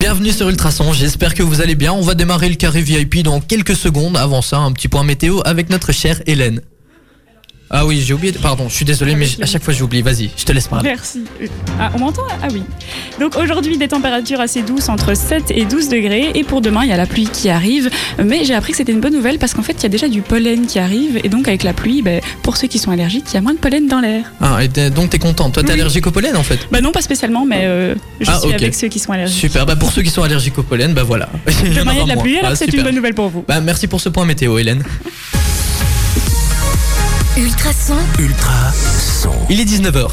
bienvenue sur Ultrason, j'espère que vous allez bien. On va démarrer le carré VIP dans quelques secondes. Avant ça, un petit point météo avec notre chère Hélène. Ah oui, j'ai oublié, de- pardon, je suis désolé, mais Avec à chaque fois j'oublie. Vas-y, je te laisse parler. Merci. Euh, Ah, on m'entend là Ah oui. Donc aujourd'hui, des températures assez douces entre 7 et 12 degrés. Et pour demain, il y a la pluie qui arrive. Mais j'ai appris que c'était une bonne nouvelle parce qu'en fait, il y a déjà du pollen qui arrive. Et donc, avec la pluie, ben, pour ceux qui sont allergiques, il y a moins de pollen dans l'air. Ah, et t'es- donc t'es contente. Toi, t'es Oui. allergique au pollen en fait Bah non, pas spécialement, mais euh, je Ah, suis ok. avec ceux qui sont allergiques. Super, bah pour ceux qui sont allergiques au pollen, bah voilà. Il y en Demain, il y a de aura la moins. pluie, alors Ah, c'est une super. bonne nouvelle pour vous. Bah merci pour ce point météo, Hélène. Ultrason, Ultra son. Il est 19h.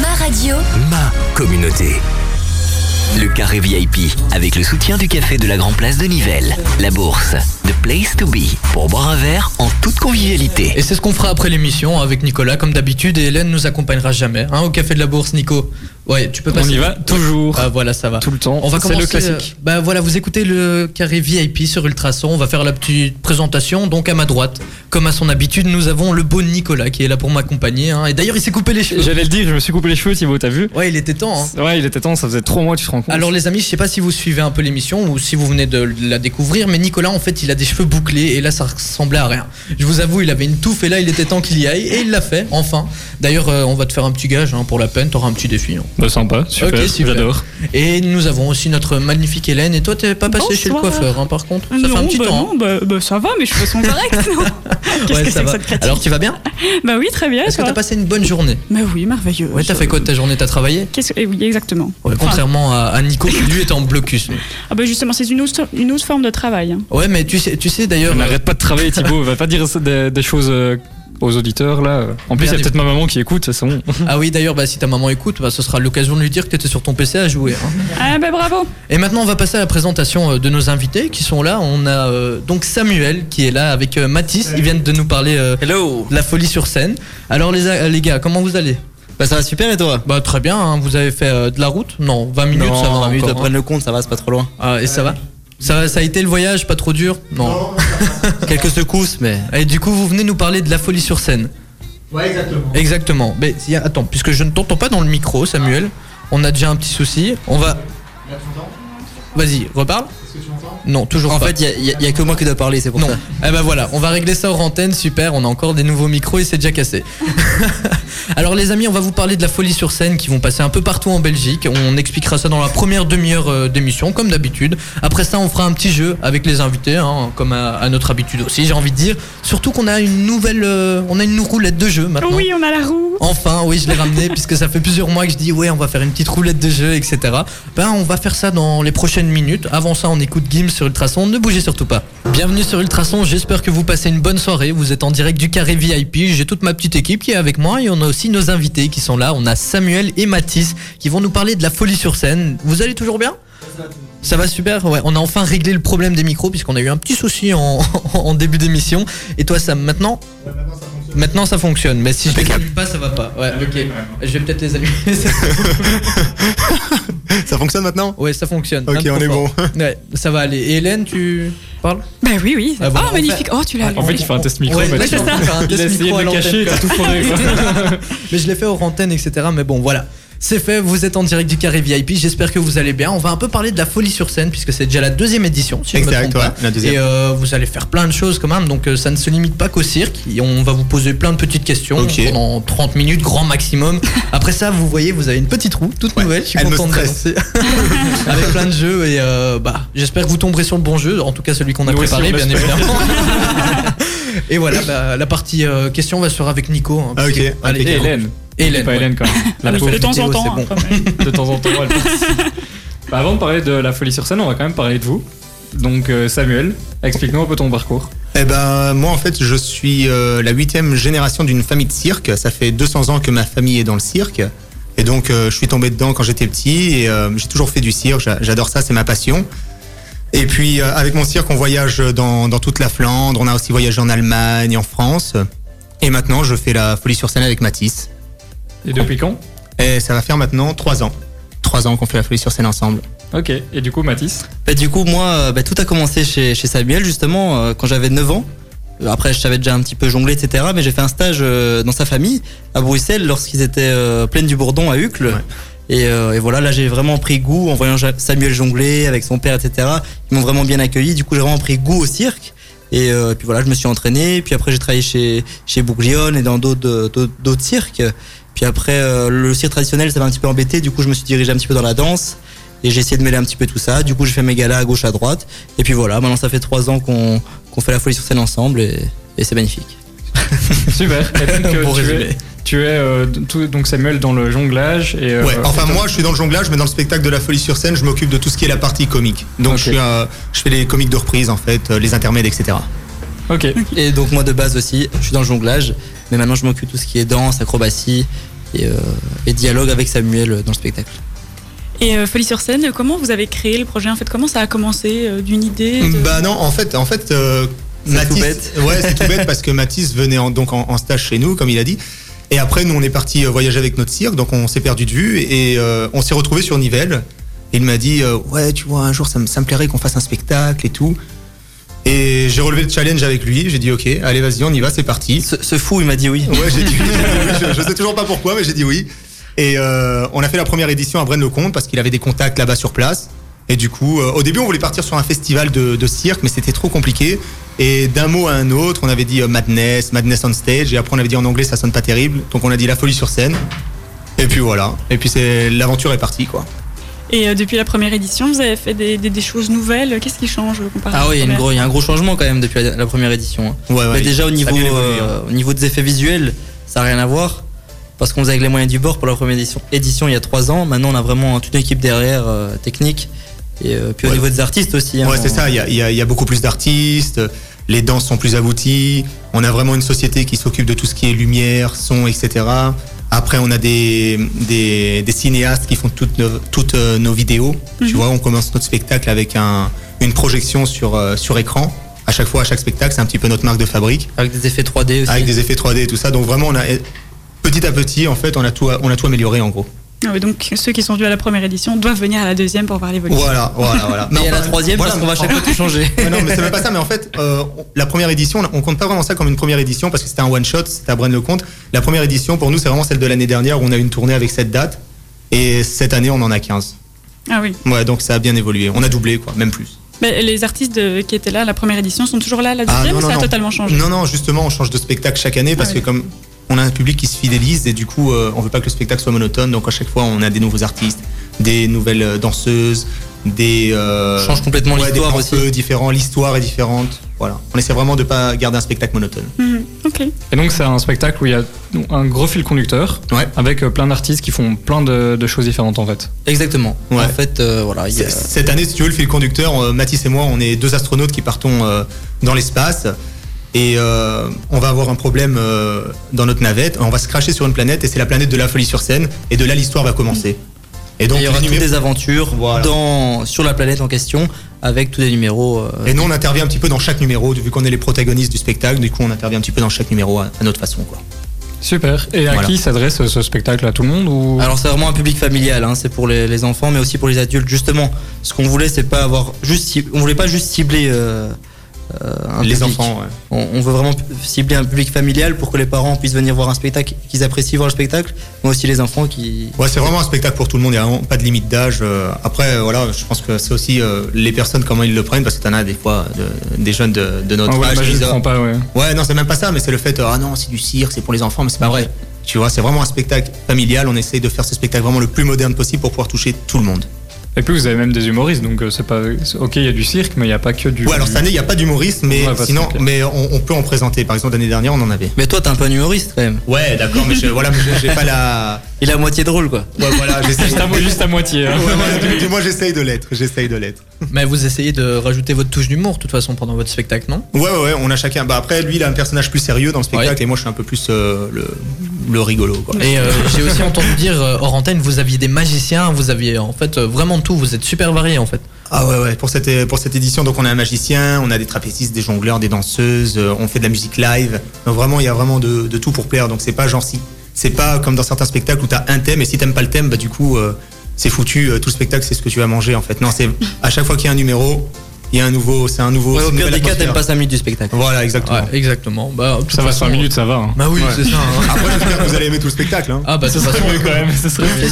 ma radio. Ma communauté. Le carré VIP avec le soutien du café de la Grand Place de Nivelles, la bourse, The Place to Be pour boire un verre en toute convivialité. Et c'est ce qu'on fera après l'émission avec Nicolas, comme d'habitude, et Hélène nous accompagnera jamais. Hein, au café de la bourse, Nico. Ouais, tu peux On passer. y va toujours, Ah voilà, ça va. bah, tout le temps. On va c'est commencer. le classique. euh, bah voilà, vous écoutez le carré VIP sur Ultrason. On va faire la petite présentation. Donc à ma droite, comme à son habitude, nous avons le beau Nicolas qui est là pour m'accompagner. hein. Et d'ailleurs, il s'est coupé les cheveux. J'allais le dire, je me suis coupé les cheveux, Thibaut, t'as vu Ouais, il était temps. hein. Ouais, il était temps, ça faisait trois mois, tu te rends compte. Alors les amis, je sais pas si vous suivez un peu l'émission ou si vous venez de la découvrir, mais Nicolas en fait il a des cheveux bouclés et là ça ressemblait à rien. Je vous avoue, il avait une touffe et là il était temps qu'il y aille et il l'a fait, enfin. D'ailleurs euh, on va te faire un petit gage hein, pour la peine, t'auras un petit défi. hein. Bah, sympa, super, Ok, super. j'adore. Et nous avons aussi notre magnifique Hélène et toi t'es pas passé chez le Bonsoir. coiffeur hein, par contre, ça non, fait un petit bah temps. non, bah, bah, ça va, mes cheveux sont corrects. non hein. Qu'est-ce Ouais, que ça c'est que va. cette critique Alors tu vas bien Bah oui, très bien. Est-ce que ça t'as va. passé une bonne journée Mais oui, merveilleux. Ouais, t'as fait quoi de ta journée T'as travaillé Qu'est-ce que- eh Oui, exactement. Ouais, Enfin, Contrairement à, à Nico qui lui est en blocus. ah bah justement, c'est une autre, une autre forme de travail. hein. Ouais mais tu sais, tu sais d'ailleurs... On n'arrête pas de travailler, Thibaut, va pas dire ça des, des choses euh, aux auditeurs là. En plus, il y a Merde, peut-être ma maman qui écoute, ça c'est bon. Ah oui, d'ailleurs, bah, si ta maman écoute, bah, ce sera l'occasion de lui dire que t'étais sur ton PC à jouer. hein. Ah bah bravo Et maintenant, on va passer à la présentation euh, de nos invités qui sont là. On a euh, donc Samuel qui est là avec euh, Mathis. Ils viennent de nous parler euh, Hello de la folie sur scène. Alors, les, a- les gars, comment vous allez Bah ça va super et toi Bah, très bien. hein. Vous avez fait euh, de la route Non, 20 minutes, ça va. va, encore, hein. prendre le compte, ça va, c'est pas trop loin. Ah, et ça va ça, ça a été le voyage, pas trop dur Non. Quelques secousses, mais. Et du coup, vous venez nous parler de la folie sur scène. Ouais, exactement. Exactement. Mais si- attends, puisque je ne t'entends pas dans le micro, Samuel, on a déjà un petit souci. On va. Là, tu entends Vas-y, reparle. Est-ce que tu m'entends Non, toujours En pas. fait, il y, a- y a que moi qui dois parler, c'est pour non. ça. Eh ben voilà, on va régler ça hors antenne, super, on a encore des nouveaux micros et c'est déjà cassé. Alors les amis, on va vous parler de la folie sur scène qui vont passer un peu partout en Belgique. On expliquera ça dans la première demi-heure euh, d'émission, comme d'habitude. Après ça, on fera un petit jeu avec les invités, hein, comme à, à notre habitude aussi, j'ai envie de dire. Surtout qu'on a une nouvelle, euh, on a une roulette de jeu maintenant. Ah, Oui, on a la roue Enfin, oui, je l'ai ramené puisque ça fait plusieurs mois que je dis ouais, on va faire une petite roulette de jeu, etc. Ben, on va faire ça dans les prochaines minutes. Avant ça, on écoute Gims sur Ultrason. Ne bougez surtout pas. Bienvenue sur Ultrason. J'espère que vous passez une bonne soirée. Vous êtes en direct du carré VIP. J'ai toute ma petite équipe qui est avec moi et on a aussi nos invités qui sont là. On a Samuel et Mathis qui vont nous parler de la folie sur scène. Vous allez toujours bien ça va super, ouais. On a enfin réglé le problème des micros puisqu'on a eu un petit souci en, en début d'émission. Et toi Sam, maintenant Ouais, maintenant ça fonctionne. Maintenant ça fonctionne, mais si je les allume pas, ça va pas. Ouais, ok. Je vais peut-être les allumer. Ça fonctionne maintenant ouais, ça fonctionne. Ok, Un peu on est fort. bon. Ouais, ça va aller. Et Hélène, tu parles Bah oui, oui. Ah, voilà. oh, magnifique. Oh, tu l'as En fait, il fait un test micro, Ouais, bah, ouais, tu c'est vois. ça. Faire un il a test essayé micro de à le cacher, il l'antenne. t'a tout fourré quoi. mais je l'ai fait hors antenne, etc. Mais bon, voilà. C'est fait, vous êtes en direct du carré VIP, j'espère que vous allez bien. On va un peu parler de la folie sur scène, puisque c'est déjà la deuxième édition, si je me Exact, trompe ouais, pas. la deuxième. Et euh, vous allez faire plein de choses quand même, donc euh, ça ne se limite pas qu'au cirque. Et on va vous poser plein de petites questions Ok. pendant 30 minutes, grand maximum. Après ça, vous voyez, vous avez une petite roue, toute nouvelle, je suis elle me content de stresse. l'annoncer. Avec plein de jeux, et euh, bah, j'espère que vous tomberez sur le bon jeu, en tout cas celui qu'on a Nous aussi, préparé, on bien l'espère. évidemment. Et voilà, bah, la partie euh, question va se faire avec Nico. hein, Ah, parce ok, que- Allez, Et Hélène. Hélène, Pas ouais. Hélène quand même. La oui, pauvre. De temps vidéo, en c'est temps. bon. hein, quand même. de temps en temps, elle participe. Bah, avant de parler de la folie sur scène, on va quand même parler de vous. Donc euh, Samuel, explique-nous un peu ton parcours. Eh ben, moi, en fait, je suis euh, la huitième génération d'une famille de cirque. Ça fait 200 ans que ma famille est dans le cirque. Et donc, euh, je suis tombé dedans quand j'étais petit. Et euh, j'ai toujours fait du cirque. J'a- J'adore ça, c'est ma passion. Et puis, euh, avec mon cirque, on voyage dans, dans toute la Flandre. On a aussi voyagé en Allemagne, en France. Et maintenant, je fais la folie sur scène avec Matisse. Et depuis quand Et ça va faire maintenant 3 ans. 3 ans qu'on fait la folie sur scène ensemble. Ok, et du coup Mathis Bah, du coup, moi, euh, bah, tout a commencé chez, chez Samuel, justement, euh, quand j'avais 9 ans. Euh, Après, je savais déjà un petit peu jongler, etc. Mais j'ai fait un stage euh, dans sa famille, à Bruxelles, lorsqu'ils étaient euh, plaine du Bourdon, à Uccle. Et, euh, et voilà, là j'ai vraiment pris goût en voyant Ja- Samuel jongler avec son père, etc. Ils m'ont vraiment bien accueilli. Du coup, j'ai vraiment pris goût au cirque. Et euh, puis voilà, je me suis entraîné. Puis après, j'ai travaillé chez, chez Bourguignon et dans d'autres euh, d'autres- d'autres cirques. Puis après, euh, le cirque traditionnel, ça m'a un petit peu embêté. Du coup, je me suis dirigé un petit peu dans la danse. Et j'ai essayé de mêler un petit peu tout ça. Du coup, j'ai fait mes galas à gauche, à droite. Et puis voilà, maintenant, ça fait trois ans qu'on qu'on fait la folie sur scène ensemble. Et, et c'est magnifique. Super. Et donc, euh, Bon tu résumé. es, tu es, euh, tout- donc Samuel dans le jonglage et euh, Ouais, enfin moi je suis dans le jonglage, mais dans le spectacle de la folie sur scène, je m'occupe de tout ce qui est la partie comique. Donc Ok. je, suis, euh, je fais les comiques de reprise en fait, euh, les intermèdes, etc. Ok. Et donc moi de base aussi, je suis dans le jonglage, mais maintenant je m'occupe de tout ce qui est danse, acrobatie et, euh, et dialogue avec Samuel euh, dans le spectacle. Et euh, Folie sur scène, comment vous avez créé le projet En fait, comment ça a commencé euh, D'une idée de- Bah non, en fait, en fait, euh, C'est Mathis, tout bête. ouais, c'est tout bête parce que Mathis venait en, donc en, en stage chez nous, comme il a dit. Et après, nous, on est parti euh, voyager avec notre cirque, donc on s'est perdu de vue et euh, on s'est retrouvé sur Nivelles. Il m'a dit, euh, ouais, tu vois, un jour, ça me, ça me plairait qu'on fasse un spectacle et tout. Et j'ai relevé le challenge avec lui. J'ai dit, ok, allez, vas-y, on y va, c'est parti. Ce, ce fou, il m'a dit oui. Ouais, j'ai dit oui. je, je sais toujours pas pourquoi, mais j'ai dit oui. Et euh, on a fait la première édition à Braine-le-Comte parce qu'il avait des contacts là-bas sur place. Et du coup, euh, au début, on voulait partir sur un festival de, de cirque, mais c'était trop compliqué. Et d'un mot à un autre, on avait dit euh, Madness, Madness on stage. Et après, on avait dit en anglais, ça sonne pas terrible. Donc, on a dit La folie sur scène. Et puis voilà. Et puis, c'est l'aventure est partie, quoi. Et euh, depuis la première édition, vous avez fait des, des- des choses nouvelles. Qu'est-ce qui change euh, comparé à Ah la oui, il y, a une première gros- il y a un gros changement quand même depuis la, la première édition. hein. Ouais, ouais. Mais déjà au ça a niveau, bien évolué, euh, au niveau des effets visuels, ça n'a rien à voir. Parce qu'on faisait avec les moyens du bord pour la première édition, édition il y a trois ans. Maintenant, on a vraiment toute une équipe derrière euh, technique. Et euh, puis au Ouais. niveau des artistes aussi. hein, Ouais, c'est on- ça. Il y a, il y a- il y a beaucoup plus d'artistes. Les danses sont plus abouties. On a vraiment une société qui s'occupe de tout ce qui est lumière, son, etc. Après, on a des, des, des cinéastes qui font toutes nos, toutes euh, nos vidéos. Tu Mhm. vois, on commence notre spectacle avec un, une projection sur, euh, sur écran. À chaque fois, à chaque spectacle, c'est un petit peu notre marque de fabrique. Avec des effets 3D aussi. Avec des effets 3D et tout ça. Donc vraiment, on a, petit à petit, en fait, on a tout, on a tout amélioré, en gros. Ah oui, donc ceux qui sont venus à la première édition doivent venir à la deuxième pour voir l'évolution. Voilà, voilà, voilà. Mais Et à la enfin, troisième, voilà, parce qu'on va à chaque en- fois tout changer. Ouais, non, mais c'est même pas ça, mais en fait, euh, on- la première édition, on compte pas vraiment ça comme une première édition parce que c'était un one shot, c'était à Braine-le-Comte. La première édition, pour nous, c'est vraiment celle de l'année dernière où on a eu une tournée avec cette date. Et cette année, on en a 15. Ah oui. Ouais, donc ça a bien évolué. On a doublé, quoi, même plus. Mais les artistes de- qui étaient là à la première édition sont toujours là à la Ah, deuxième non, ou non, ça a non. totalement changé Non, non, justement, on change de spectacle chaque année parce Ah que oui. comme on a un public qui se fidélise et du coup, euh, on veut pas que le spectacle soit monotone. Donc à chaque fois, on a des nouveaux artistes, des nouvelles euh, danseuses, des. euh, change complètement ouais, des l'histoire plans aussi. feux différents, l'histoire est différente. Voilà. On essaie vraiment de pas garder un spectacle monotone. Mhm, Ok. Et donc c'est un spectacle où il y a un gros fil conducteur Ouais. avec euh, plein d'artistes qui font plein de, de choses différentes en fait. Exactement. Ouais. En fait, euh, voilà. il y a- C'est- Cette année, si tu veux, le fil conducteur, euh, Mathis et moi, on est deux astronautes qui partons euh, dans l'espace. Et euh, on va avoir un problème euh, dans notre navette. On va se cracher sur une planète et c'est la planète de la folie sur scène. Et de là, l'histoire va commencer. Et donc, il y aura les toutes numé- des aventures Voilà. dans, sur la planète en question avec tous les numéros. euh, et nous, on intervient un petit peu dans chaque numéro, vu qu'on est les protagonistes du spectacle. Du coup, on intervient un petit peu dans chaque numéro à, à notre façon. Quoi. Super. Et à Voilà. qui s'adresse euh, ce spectacle À tout le monde ou Alors c'est vraiment un public familial, hein, c'est pour les, les enfants mais aussi pour les adultes. Justement, ce qu'on voulait c'est pas avoir juste cib- on voulait pas juste cibler euh, euh, un Les public. enfants, ouais. On, on veut vraiment p- cibler un public familial pour que les parents puissent venir voir un spectacle, qu'ils apprécient voir le spectacle, mais aussi les enfants qui Ouais, c'est vraiment un spectacle pour tout le monde, il n'y a vraiment pas de limite d'âge. Euh, Après, euh, voilà, je pense que c'est aussi euh, les personnes, comment ils le prennent, parce que t'en as des fois euh, de- des jeunes de, de Ah notre ouais, âge. qui imagine, disent, prends pas, ouais. Ouais, non, c'est même pas ça, mais c'est le fait, euh, ah non, c'est du cirque, c'est pour les enfants, mais c'est pas vrai. Tu vois, c'est vraiment un spectacle familial, on essaye de faire ce spectacle vraiment le plus moderne possible pour pouvoir toucher tout le monde. Et puis vous avez même des humoristes, donc euh, c'est pas. c'est- Ok, il y a du cirque, mais il n'y a pas que du. Ouais, alors cette année, il n'y a pas d'humoriste, mais Ouais, bah, c'est sinon, clair. mais on, on peut en présenter. Par exemple, l'année dernière, on en avait. Mais toi t'es un peu un humoriste quand même. Ouais, d'accord, mais je- voilà, mais j'ai- j'ai pas la. Il est à moitié drôle quoi. Ouais, voilà, j'essaye. Juste à, mo- juste à moitié. hein. Ouais, ouais, du- du- moi, j'essaye de l'être, j'essaye de l'être. Mais vous essayez de rajouter votre touche d'humour, de toute façon, pendant votre spectacle, non Ouais, ouais, ouais, on a chacun. Bah après, lui, il a un personnage plus sérieux dans le spectacle, et moi, je suis un peu plus euh, le, le rigolo, quoi. Et euh, j'ai aussi entendu dire, euh, hors antenne, vous aviez des magiciens, vous aviez en fait euh, vraiment tout, vous êtes super variés en fait. Ah ouais, ouais, pour cette, pour cette édition, donc on a un magicien, on a des trapézistes, des jongleurs, des danseuses, euh, on fait de la musique live. Donc vraiment, il y a vraiment de, de tout pour plaire. Donc c'est pas genre si. C'est pas comme dans certains spectacles où t'as un thème et si t'aimes pas le thème, bah du coup, euh, c'est foutu. euh, tout le spectacle, c'est ce que tu vas manger en fait. Non, c'est à chaque fois qu'il y a un numéro, il y a un nouveau, c'est un nouveau. Ouais, c'est au une pire nouvelle des cas, t'aimes atmosphère. pas 5 minutes du spectacle. Voilà, exactement. Ouais, exactement. Bah, de toute Ça va, façon, 5 minutes, ça va. hein. Bah oui, Ouais. c'est ça. hein. Après, j'espère que vous allez aimer tout le spectacle. Hein. Ah bah de toute façon, Oui, quand même, ce serait bien.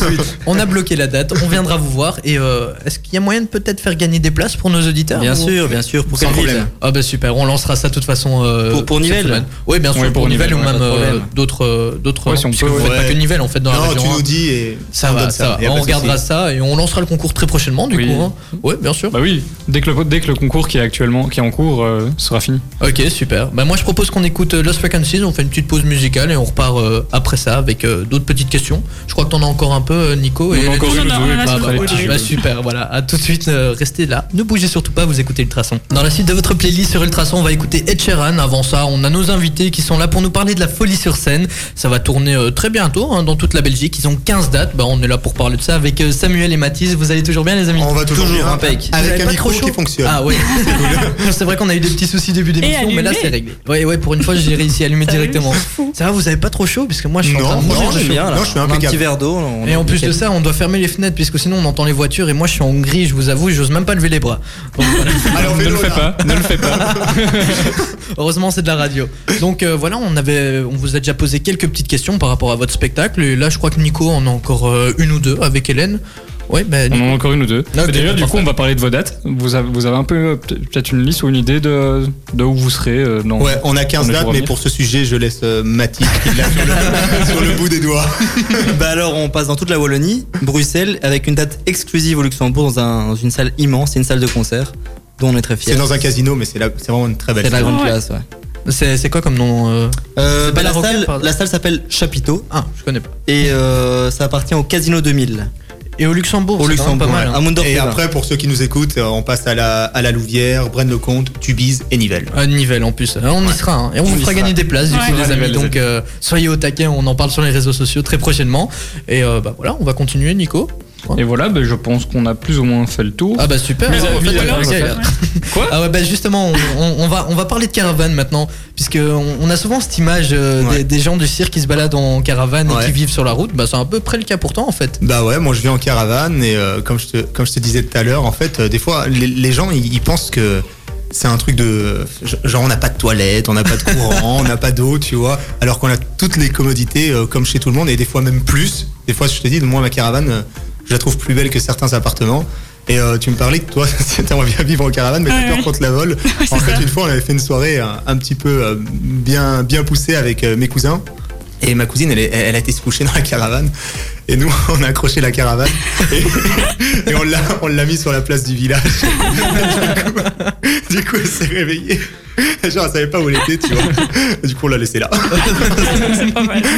on a bloqué la date, on viendra vous voir. Et euh, est-ce qu'il y a moyen de peut-être faire gagner des places pour nos auditeurs Bien ou- sûr, bien sûr. Pour Sans quelle ville problème. Ah bah super, on lancera ça de toute façon. euh, Pour- pour cette Nivelles semaine. Oui, bien sûr, Oui, pour, pour Nivelles, ou Nivelles, ouais, même pas de euh, problème. d'autres. euh, d'autres Ouais, si on puisque peut, vous ouais. faites pas que Nivelles en fait dans la Non, région. tu hein. nous dis et Ça on va, donne ça y va. a pas On de regardera souci. ça et on lancera le concours très prochainement du Oui. coup. hein. Ouais, bien sûr. Bah oui, dès que le, dès que le concours qui est actuellement qui est en cours euh, sera fini. Ok, super. Bah moi je propose qu'on écoute euh, Lost Frequencies, on fait une petite pause musicale et on repart euh, après ça avec euh, d'autres petites questions. Je crois que t'en as encore un peu euh, Nico. On et a encore deux, on une a- on a Bah, la et puis bah, après, seconde. les petits bah, jeux. super, voilà, à tout de suite, euh, restez là, ne bougez surtout pas, vous écoutez Ultrason. Dans la suite de votre playlist sur Ultrason, on va écouter Ed Sheeran, avant ça on a nos invités qui sont là pour nous parler de la folie sur scène, ça va tourner euh, très bientôt hein, dans toute la Belgique, ils ont 15 dates, bah, on est là pour parler de ça avec euh, Samuel et Mathis, vous allez toujours bien les amis On va toujours, bien. impec. Vous avez Avec pas un micro trop chaud qui fonctionne. Ah ouais, c'est vrai qu'on a eu des petits soucis début d'émission, mais là allumé. c'est réglé. Ouais, ouais, pour une fois j'ai réussi à allumer T'as vu, directement. c'est fou. Ça va, vous avez pas trop chaud Parce que moi je suis en train Non, de moi, mourir de j'ai chaud. bien. là. Non, je suis on a un impeccable. petit verre d'eau. on- Et en on est plus de nickel. ça, on doit fermer les fenêtres puisque sinon on entend les voitures et moi je suis en gris, je vous avoue, j'ose même pas lever les bras. Donc, voilà. Alors, ne le vélo, fais là. pas, ne le fais pas. Heureusement c'est de la radio. Donc euh, voilà, on avait, on vous a déjà posé quelques petites questions par rapport à votre spectacle et là je crois que Nico en a encore euh, une ou deux avec Hélène. Ouais, ben On en a encore une ou deux. Ok, Mais D'ailleurs, du parfait. coup, on va parler de vos dates. Vous avez, vous avez un peu euh, peut- peut-être une liste ou une idée de, de où vous serez euh, dans. Ouais, on a 15 On est dates, pour mais revenir. pour ce sujet, je laisse euh, Mathis qui l'a sur le, sur le bout des doigts. Bah alors, on passe dans toute la Wallonie, Bruxelles, avec une date exclusive au Luxembourg dans, un- dans une salle immense, c'est une salle de concert dont on est très fiers. C'est dans un casino, mais c'est la- c'est vraiment une très belle C'est la salle. grande Ouais. classe, ouais. c'est c'est quoi comme nom euh Euh, C'est bah, pas la, la Roquette, salle, pardon. la salle s'appelle Chapiteau Ah, je connais pas. et euh, ça appartient au Casino 2000. Et au Luxembourg, Au c'est quand même Luxembourg, pas mal. à hein. Mondorf. Et après, pour ceux qui nous écoutent, euh, on passe à la, à la Louvière, Braine-le-Comte, Tubize et Nivelles. À Nivelles en plus. Hein, On y sera. hein. Et on, On vous y fera sera. gagner des places du Ouais. coup, les Ouais, amis. Nivelles, Donc euh, soyez au taquet, on en parle sur les réseaux sociaux très prochainement. Et euh, bah voilà, on va continuer, Nico. Et voilà, bah, je pense qu'on a plus ou moins fait le tour. Ah bah super. Vis- en fait, vis- voilà, vis- ok, vis- là. Quoi Ah ouais, bah justement, on, on- on va, on va parler de caravane maintenant, puisque on, on a souvent cette image euh, Ouais. des, des gens du cirque qui se baladent en caravane et Ouais. qui vivent sur la route. Bah c'est à peu près le cas pour toi en fait. Bah ouais, moi je viens en caravane et euh, comme, je te, comme je te disais tout à l'heure, en fait, euh, des fois, les, les gens, ils, ils pensent que c'est un truc de... Genre, on n'a pas de toilette, on n'a pas de courant, on n'a pas d'eau, tu vois, alors qu'on a toutes les commodités euh, comme chez tout le monde et des fois même plus. Des fois, je te dis, moi, ma caravane, euh, je la trouve plus belle que certains appartements. Et euh, tu me parlais que toi, t'aimerais bien vivre en caravane, mais Ouais, t'as peur ouais. qu'on te la vole. c'est en fait, ça. une fois, on avait fait une soirée euh, un, petit peu euh, bien, bien poussée avec euh, mes cousins. Et ma cousine, elle, est- elle a été se coucher dans la caravane. Et nous, on a accroché la caravane. Et, et on l'a, on l'a mis sur la place du village. Du coup, du coup, elle s'est réveillée. Genre, elle savait pas où elle était, tu vois. Du coup, on l'a laissée là. C'est pas mal. ça.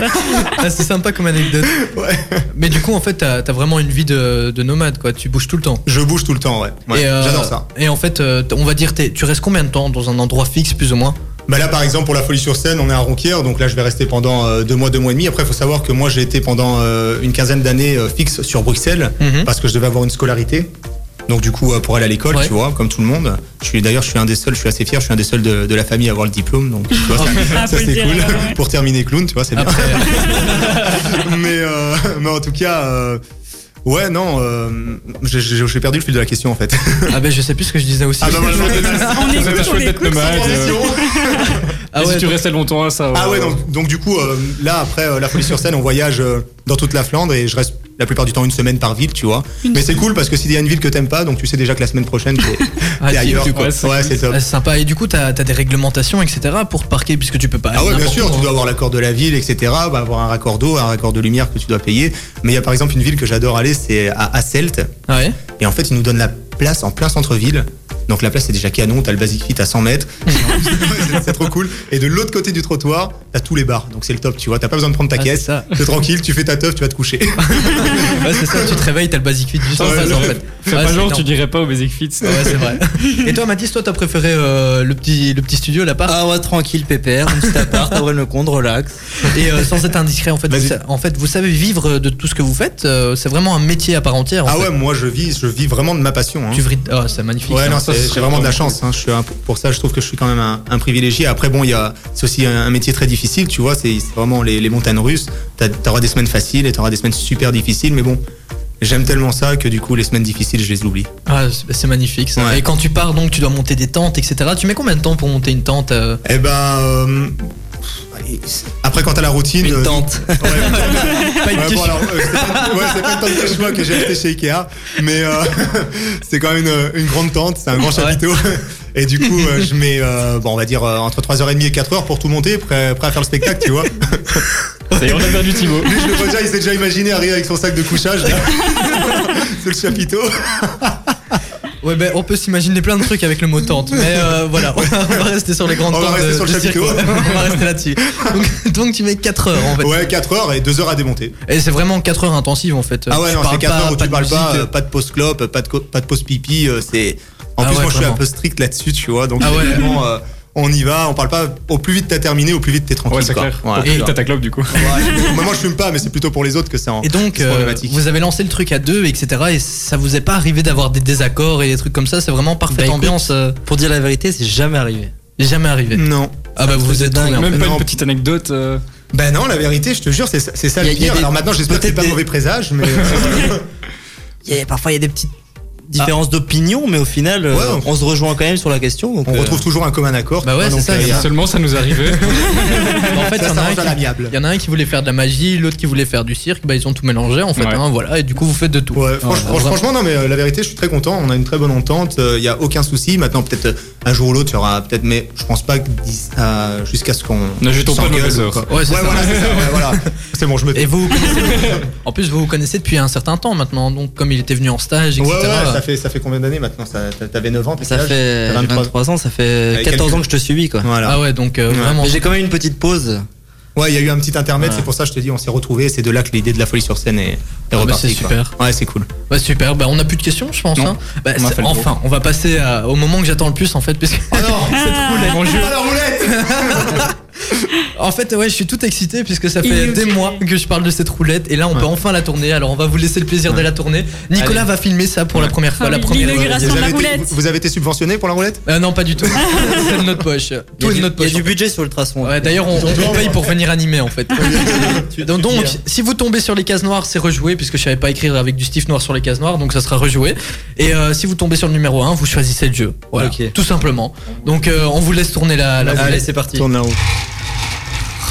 Ah, c'est sympa comme anecdote. Ouais. Mais du coup en fait t'as as vraiment une vie de, de nomade quoi. Tu bouges tout le temps. Je bouge tout le temps, ouais. Ouais, Et, euh, J'adore ça. Et en fait, euh, on va dire, t'es- tu restes combien de temps dans un endroit fixe, plus ou moins Bah là, par exemple, pour la folie sur scène, on est à Ronquière, donc là, je vais rester pendant euh, deux mois, deux mois et demi. Après, il faut savoir que moi, j'ai été pendant euh, une quinzaine d'années euh, fixe sur Bruxelles, Mhm. parce que je devais avoir une scolarité. Donc du coup, euh, pour aller à l'école, Ouais. tu vois, comme tout le monde. Je suis d'ailleurs, je suis un des seuls, je suis assez fier, je suis un des seuls de, de la famille à avoir le diplôme, donc tu vois, ça, Ah, ça, faut le c'est dire, cool. alors, ouais. Pour terminer clown, tu vois, c'est bien. Après, mais, euh, mais en tout cas, euh, ouais, non, euh, j'ai- j'ai j'ai perdu le fil de la question en fait. ah ben je sais plus ce que je disais aussi. Ah bah voilà, je vais te- On Vous êtes écoute, on chouette d'être écoute. nomade. euh, Ah et ouais, si tu restais longtemps à ça. Ah ouais, euh, donc, donc du coup, euh, là, après euh, la folie sur scène, on voyage euh, dans toute la Flandre et je reste la plupart du temps une semaine par ville, tu vois. Mais c'est cool parce que s'il y a une ville que t'aimes pas, donc tu sais déjà que la semaine prochaine, t'es Ah, t'es t'y- ailleurs. tu- ouais, quoi. Ouais, c'est c'est cool. top. Ah, c'est sympa. Et du coup, t'as as des réglementations, etc. pour te parquer, puisque tu peux pas. Ah ouais, bien n'importe sûr, où, tu hein. dois avoir l'accord de la ville, etc. Bah, avoir un raccord d'eau, un raccord de lumière que tu dois payer. Mais il y a par exemple une ville que j'adore aller, c'est à Asselt. Ah ouais. Et en fait, ils nous donnent la place en plein centre-ville. Donc la place c'est déjà canon, t'as le basic fit à 100 mètres, C'est- c'est trop cool. Et de l'autre côté du trottoir, t'as tous les bars, donc c'est le top, tu vois. T'as pas besoin de prendre ta Ah, c'est caisse, ça. t'es tranquille, tu fais ta teuf, tu vas te coucher. Ouais, c'est ça. Tu te réveilles, t'as le basic fit juste en Ouais, face, le- en fait. Fais Ouais, pas c'est genre, énorme. tu dirais pas au Basic Fit. Ouais, c'est vrai. Et toi, Mathis, toi, t'as préféré euh, le petit le petit studio, l'appart. Ah ouais, tranquille, pépère, un petit appart, à le compte, relax. Et euh, sans être indiscret, en fait, vous, Vas-y. sa- en fait, vous savez vivre de tout ce que vous faites. euh, c'est vraiment un métier à part entière. en Ah fait. ouais, moi je vis, je vis vraiment de ma passion. hein. Tu vris- Ah, c'est magnifique. Ouais, ça. non, ça, c'est- ce serait j'ai vraiment de la vraiment chance. hein. Je suis un- pour ça, je trouve que je suis quand même un, un privilégié. Après, bon, il y a, c'est aussi un, un métier très difficile, tu vois. C'est c'est vraiment les, les montagnes russes. T'as- T'auras des semaines faciles et t'auras des semaines super difficiles, mais bon, J'aime tellement ça que du coup, les semaines difficiles, je les oublie. Ah, c'est- c'est magnifique ça. Ouais. Et quand tu pars donc tu dois monter des tentes, etc. Tu mets combien de temps pour monter une tente euh, Eh ben. euh, après, quand t'as la routine. Une euh, tente. ouais, une tente. Pas une Ouais, quiche. bon, alors, euh, c'est pas, ouais, c'est pas une tente de cheval que j'ai acheté chez Ikea, mais euh, c'est quand même euh, une, une grande tente, c'est un grand chapiteau. Et du coup, euh, je mets, euh, bon, on va dire, euh, entre 3h30 et 4h pour tout monter, prêt, prêt à faire le spectacle, tu vois. Ça y est, on a perdu Thibaut. Lui, je le vois déjà, il s'est déjà imaginé arriver avec son sac de couchage là, sous le chapiteau. Ouais, ben on peut s'imaginer plein de trucs avec le mot tente, mais euh, voilà, on va rester sur les grandes On va tentes. rester de- sur le de cirque, chapiteau. ouais. on va rester là-dessus. Donc, donc tu mets 4 heures en fait. Ouais, 4h et 2h à démonter. Et c'est vraiment 4 heures intensives en fait. Ah ouais, Tu non, parles c'est 4h pas où tu de parles pas, musique. euh, pas de pause clope, pas de, co- pas de pause pipi, euh, c'est. En Ah plus, ouais, moi, je suis un vraiment. peu strict là-dessus, tu vois, donc Ah ouais. vraiment, euh, on y va, on parle pas. Au plus vite t'as terminé, au plus vite t'es tranquille. Ouais, c'est quoi. clair. Voilà. Pour Et- que t'as ta clope, du coup. Ouais, moi, moi, je fume pas, mais c'est plutôt pour les autres que c'est en. Et donc, c'est euh, problématique. vous avez lancé le truc à deux, etc. Et ça vous est pas arrivé d'avoir des désaccords et des trucs comme ça C'est vraiment Bah, parfaite écoute. ambiance. euh, Pour dire la vérité, c'est jamais arrivé. jamais arrivé. Non. Ah bah vous vous êtes dingue. dingue. Même pas non. une petite anecdote. euh, Ben non, la vérité, je te jure, c'est ça- c'est ça Y a- le y a pire. des- Alors maintenant, j'espère que c'est peut-être pas des- mauvais présage, mais. euh, Il y a- parfois, il y a des petites différences d'opinion, mais au final, euh, Ouais, Ah. on... se rejoint quand même sur la question. donc, On euh, retrouve toujours un commun accord. Bah ouais, Ah, donc, c'est ça, euh, y a- Seulement, ça nous arrivait. En fait, Ça il y en a un s'arrange à qui- l'amiable. il y en a un qui voulait faire de la magie, l'autre qui voulait faire du cirque. Bah ils ont tout mélangé en fait. Ouais. hein, voilà. Et du coup vous faites de tout. Ouais, franch- franch- vraiment. franchement, non, mais euh, la vérité, je suis très content. On a une très bonne entente. Il y a aucun souci. Maintenant, peut-être euh, un jour ou l'autre, il y aura peut-être, mais je pense pas que d'ici- à- jusqu'à ce qu'on. Ne jetons pas de s'engueule mauvaises ou heures. quoi. Ouais, Ouais, c'est ça. voilà, c'est ça. ouais, voilà. C'est bon, je me Et tais. vous, vous connaissez- en plus vous vous connaissez depuis un certain temps maintenant. Donc comme il était venu en stage, Ouais, etc. ouais, ça fait, ça fait combien d'années maintenant ça, T'avais 9 ans, t'as Ça quel âge fait T'as 23, 23. ans, ça fait Avec 14 calcul. ans que je te suis, quoi. Voilà. Ah ouais, donc euh, hein. Ouais. vraiment. Mais j'ai quand même une petite pause. Ouais, il y a eu un petit intermède, Ouais. c'est pour ça que je te dis, on s'est retrouvés. C'est de là que l'idée de la folie sur scène est, est bah, repartie. c'est quoi. super. Ouais, c'est cool. Ouais, super. Bah on a plus de questions, je pense. Non. hein. Bah, On a c'est- fait le tour. enfin, on va passer à- au moment que j'attends le plus en fait, puisque. Oh non, Mon jeu. pas Ah, la roulette En fait, ouais, je suis tout excité puisque ça fait Inutile. des mois que je parle de cette roulette et là on peut enfin la tourner. Alors on va vous laisser le plaisir de la tourner. Nicolas va filmer ça pour la première fois, Ah la oui, première. l'inauguration. Vous de la avez été- roulette. vous- vous avez été subventionné pour la roulette Euh, non, pas du tout. c'est de notre poche. Il y Tout a est de du- notre il y poche. a du budget sur le traçon. Ouais, D'ailleurs, on, on paye pour venir animer en fait. donc, donc, tu- si vous tombez sur les cases noires, c'est rejoué puisque je savais pas écrire avec du stiff noir sur les cases noires, donc ça sera rejoué. Et euh, si vous tombez sur le numéro 1, vous choisissez le jeu. Voilà, Ok. tout simplement. Donc euh, on vous laisse tourner la, la Allez, roulette. c'est parti. Tourne là-haut.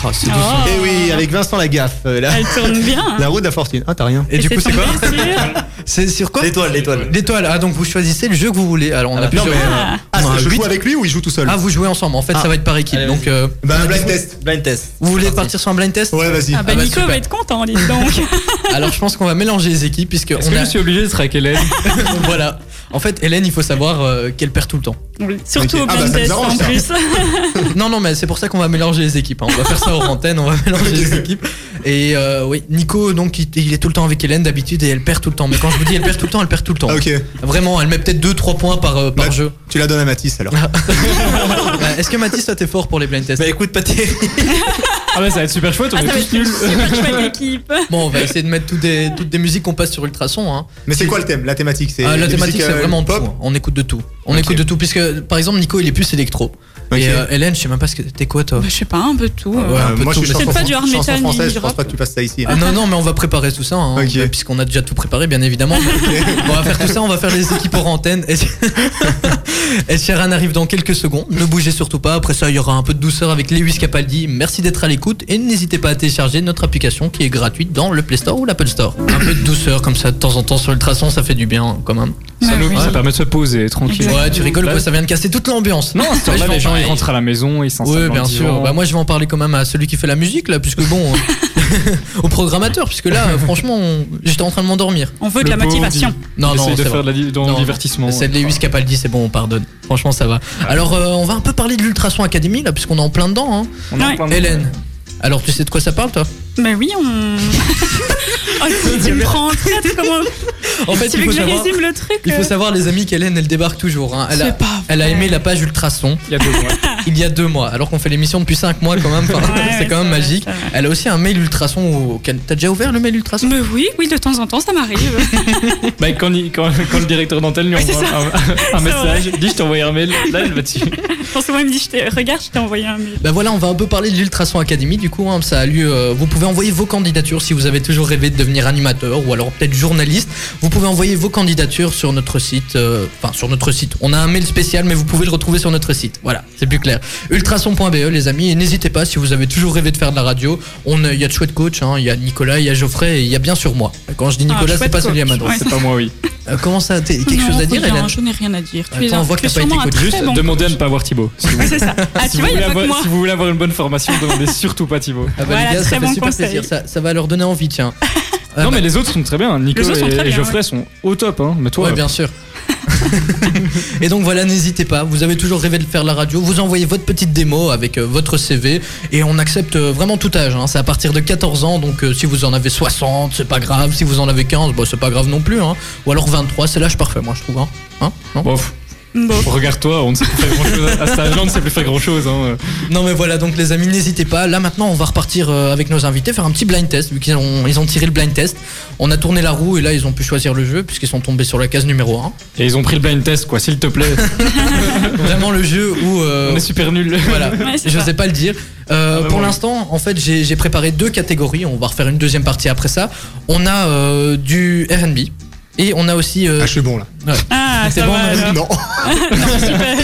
Oh, c'est doux. Oh, Ah. Eh oui, avec Vincent Lagaffe, euh, la, Elle tourne bien. hein. la route de la fortune. Ah, t'as rien. Et du c'est Ah, coup, c'est quoi tombé sur- C'est sur quoi L'étoile, l'étoile. L'étoile, ah donc vous choisissez le jeu que vous voulez. Alors on a plusieurs. euh, Ah. Ah, on a je huit. joue avec lui ou il joue tout seul Ah, vous jouez ensemble, en fait ça va être par équipe. Allez, donc euh, Bah, un blind test. Blind test. vous voulez partir sur un blind test Ouais, vas-y. Ah bah Ah bah, Nico super. va être content, dis donc. Alors je pense qu'on va mélanger les équipes puisque Est-ce on que a. je suis obligé de traquer Hélène voilà. En fait, Hélène, il faut savoir euh, qu'elle perd tout le temps. Oui, Surtout Ok. au Ah bah, blind ça nous test en arrange, ça. plus. Ah, Non, non, mais c'est pour ça qu'on va mélanger les équipes. hein. On va faire ça hors antenne, on va mélanger les équipes. Et euh, oui, Nico, donc, il, il est tout le temps avec Hélène d'habitude et elle perd tout le temps. Mais quand je vous dis elle perd tout le temps, elle perd tout le temps. Ah, ok. Vraiment, elle met peut-être 2-3 points par, euh, par Bah- jeu. Tu la donnes à Mathis alors. Euh, Est-ce que Mathis, toi, t'es fort pour les blind tests Bah écoute, pas Ah bah ça va être super chouette, on Ah, ça va est être tous nuls. une super chouette équipe. Bon, on va essayer de mettre tout des- toutes des musiques qu'on passe sur Ultrason. Hein. Mais c'est quoi le thème La thématique c'est Ah, la des thématique, musiques, c'est euh, vraiment de pop tout. hein. On écoute de tout. On Ok. écoute de tout, puisque par exemple, Nico, il est plus électro. Ok. Et euh, Hélène, je sais même pas ce que. T'es quoi, toi Bah, je sais pas, un peu de tout. Ah ouais. euh. un peu de moi je tout, suis mais chanson, c'est pas du hard chanson metal ni française, du je pense rap. pas que tu passes ça ici. hein. Ah, non, non, mais on va préparer tout ça, hein, Ok. puisqu'on a déjà tout préparé, bien évidemment. On va faire tout ça, on va faire les équipes hors antenne. Et... et Sharon arrive dans quelques secondes. Ne bougez surtout pas. Après ça, il y aura un peu de douceur avec Lewis Capaldi. Merci d'être à l'écoute et n'hésitez pas à télécharger notre application qui est gratuite dans le Play Store ou l'Apple Store. Un peu de douceur comme ça de temps en temps sur Ultrason, ça fait du bien hein, quand même. Ça nous Ouais. ça permet de se poser tranquille. Exactement. Ouais, tu rigoles quoi, ça vient de casser toute l'ambiance. Non, Sur là, les gens ils rentrent à la maison, ils s'installent. Oui, dans bien le divan. sûr. Bah, moi, je vais en parler quand même à celui qui fait la musique, là, puisque bon, euh, au programmateur, puisque là, euh, franchement, on- j'étais en train de m'endormir. On veut de la Le pauvre motivation. dit- Non, non, Essaye de c'est faire vrai. de la di- dans Non, le divertissement. C'est de ouais. Lewis Capaldi, c'est bon, on pardonne. Franchement, ça va. Alors, euh, on va un peu parler de l'Ultrason Academy, là, puisqu'on est en plein dedans. hein. On est en Ah, Ouais. plein dedans. Hélène, alors tu sais de quoi ça parle, toi Bah oui, on. oh, si, tu me prends en traite, comment. En fait, tu il veux faut que je savoir, résume le truc il faut euh savoir, les amis, qu'Hélène, elle débarque toujours. hein. Elle, a, C'est pas elle a vrai. aimé la page Ultrason. Il y a deux mois. il y a deux mois, alors qu'on fait l'émission depuis cinq mois quand même. Enfin, Ouais, c'est ouais, quand même vrai, magique. c'est vrai. Elle a aussi un mail ultrason. Au... T'as déjà ouvert le mail ultrason Mais oui, oui, de temps en temps, ça m'arrive. Bah, quand, il- quand- quand le directeur d'antenne lui Ouais, c'est envoie un, un C'est vrai. message, dis je t'ai envoyé un mail, là elle va dessus. Quand souvent, il me dit, je t'ai- regarde, je t'ai envoyé un mail. Ben voilà, on va un peu parler de l'Ultrason Academy. Du coup, hein, ça a lieu. euh, vous pouvez envoyer vos candidatures si vous avez toujours rêvé de devenir animateur ou alors peut-être journaliste. Vous pouvez envoyer vos candidatures sur notre site. euh, Enfin, sur notre site. On a un mail spécial, mais vous pouvez le retrouver sur notre site. Voilà, c'est plus clair. Ultrason.be, E, les amis. Et n'hésitez pas si vous avez toujours rêvé de faire de la radio. On, a- il y a de chouettes coachs. hein, Il y a Nicolas, il y a Geoffrey, et il y a bien sûr moi. Quand je dis Ah, Nicolas, c'est chouette pas celui à ma coach. droite. Ouais. C'est pas moi, oui. Euh, comment ça t'es- Quelque Non, chose à dire, rien, Hélène Je n'ai rien à dire. Tu es Attends, un- on voit tu que es t'as pas été sûrement un coach. très Juste, bon demandez à coach. ne pas voir Thibaut. Si vous, Ouais, c'est ça. Ah, tu si vois, il vous y voulez a pas que avoir- moi. si vous voulez avoir une bonne formation, demandez surtout pas Thibaut. Ah bah Voilà, les gars, ça très fait bon super conseil. plaisir. Ça, ça va leur donner envie, tiens. Ah non, bah. mais les autres sont très bien. Nico Les autres sont et, très et bien, Geoffrey sont au top, hein. Mais toi, Ouais, bien sûr. et donc voilà, n'hésitez pas. Vous avez toujours rêvé de faire la radio. Vous envoyez votre petite démo avec euh, votre CV et on accepte euh, vraiment tout âge. hein. C'est à partir de 14 ans. Donc euh, si vous en avez 60, c'est pas grave. Si vous en avez 15, bah, c'est pas grave non plus. hein. Ou alors 23, c'est l'âge parfait, moi je trouve. Hein Hein non, Bon, pff, Bon. euh, regarde-toi, on ne sait plus faire grand chose. À cet âge-là, on ne sait plus faire grand chose. Hein. Non, mais voilà, donc les amis, n'hésitez pas. Là maintenant, on va repartir euh, avec nos invités, faire un petit blind test, vu qu'ils ont, ils ont tiré le blind test. On a tourné la roue et là, ils ont pu choisir le jeu, puisqu'ils sont tombés sur la case numéro 1. Et ils ont pris le blind test, quoi, s'il te plaît. Vraiment le jeu où... euh, On est super nuls. Voilà, Ouais, c'est je ça. sais pas le dire. Euh, Ah, bah, pour bon. l'instant, en fait, j'ai j'ai préparé deux catégories. On va refaire une deuxième partie après ça. On a euh, du RB et on a aussi. euh, Ah, je suis bon là. Ah, C'est ça bon, va, on a- alors. Non. Super.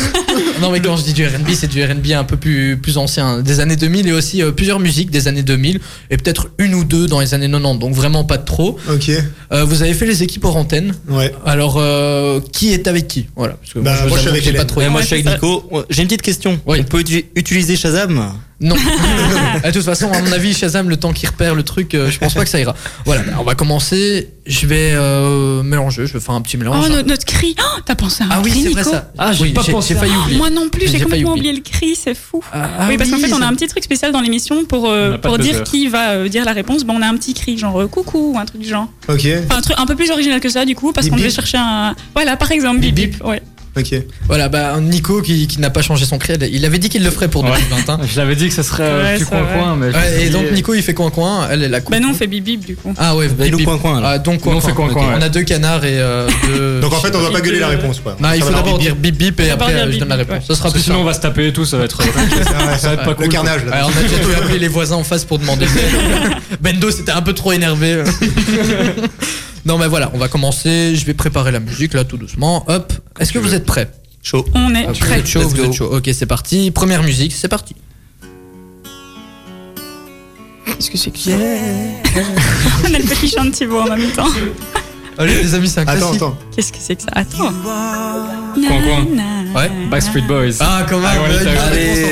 non, mais quand je dis du RB, c'est du RB un peu plus, plus ancien, hein, des années 2000 et aussi euh, plusieurs musiques des années 2000 et peut-être une ou deux dans les années 90, donc vraiment pas de trop. Ok. Euh, vous avez fait les équipes hors antenne. Ouais. Alors, euh, qui est avec qui Voilà. Parce que Bah, vous moi, je avoue suis avec que j'ai Hélène. pas trop. Ouais, moi, Ouais, je suis c'est avec ça. Nico. Ouais, J'ai une petite question. Oui. On peut uti- utiliser Shazam Non. De toute façon, à mon avis, Shazam, le temps qu'il repère le truc, euh, je pense pas que ça ira. Voilà, on va commencer. Je vais euh, mélanger, je vais faire un petit mélange. Oh, no- notre cri. Oh, T'as pensé à un ah oui, cri, c'est vrai Nico ça. Ah, j'ai Oui, pas J'ai pensé à- failli Oh, oublier. Moi non plus, J'ai j'ai pas complètement oublié. oublié le cri, c'est fou. Ah, ah oui, parce qu'en fait, on a ça- un petit truc spécial dans l'émission pour, euh, On n'a pas pour de dire buzzer. qui va euh, dire la réponse. Bon, on a un petit cri, genre euh, coucou ou un truc du genre. Ok. Enfin, un truc un peu plus original que ça, du coup, parce Bip qu'on devait bip. chercher un. Voilà, par exemple, bip Bip bip. Ouais. Ok. Voilà, bah Nico qui, qui n'a pas changé son crédit, il avait dit qu'il le ferait pour Ouais. 2020. hein. Je l'avais dit que ça serait euh, Ouais, plus c'est vrai. coin-coin, mais. Ouais, et donc Nico Nico il fait coin coin, elle est la Bah non, on fait bip bip, du coup. Ah ouais, Bah, Pilou bip, bip. coin coin. là. Ah, donc coin Nous, on fait coin-coin, ok. ouais. On a deux canards et euh, deux. Donc en fait, on doit Il pas gueuler peut- la réponse quoi. Non, Bah, il Ça faut va d'abord dire leur bip bip et D'abord après dire euh, je bip, donne la bip, réponse. Ce sera Parce que plus Ah, sinon, on simple. va se taper et tout, ça va être. euh, Ça va être pas Le cool. carnage là. Ouais, on a déjà dû appeler les voisins en face pour demander. Bendo c'était un peu trop énervé. non mais voilà, on va commencer. Je vais préparer la musique là tout doucement. Hop. Est-ce que vous êtes prêts Chaud. On est Vous prêts. êtes chaud, Let's vous go. êtes chaud. Ok, c'est parti. Première musique, c'est parti. Qu'est-ce que c'est que On a le petit chant de Thibaut en même temps. Allez les amis, c'est un Attends, classique. attends. Qu'est-ce que c'est que ça Attends. coin. Ouais. Backstreet Boys. Ah quand même. Ah, ouais, une bonne t'as- réponse, Allez. en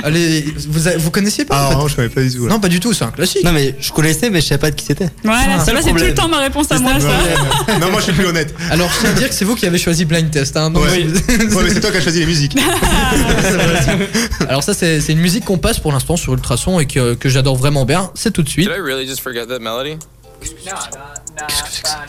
fait. Allez, vous, a- vous connaissiez pas Ah en fait non, je connais pas du tout. là. Non, pas du tout, c'est un classique. Non mais je connaissais mais je savais pas de qui c'était. Voilà, C'est ça le va, c'est tout problème. le temps ma réponse à moi, ça. Ouais. Non, moi je suis plus honnête. Alors je tiens à dire que c'est vous qui avez choisi Blind Test. Hein, donc- Ouais. Ouais, mais c'est toi qui as choisi les musiques. Alors ça c'est c'est une musique qu'on passe pour l'instant sur Ultrason et que, que j'adore vraiment bien. C'est tout de suite. Ah, Did I really just forget that melody?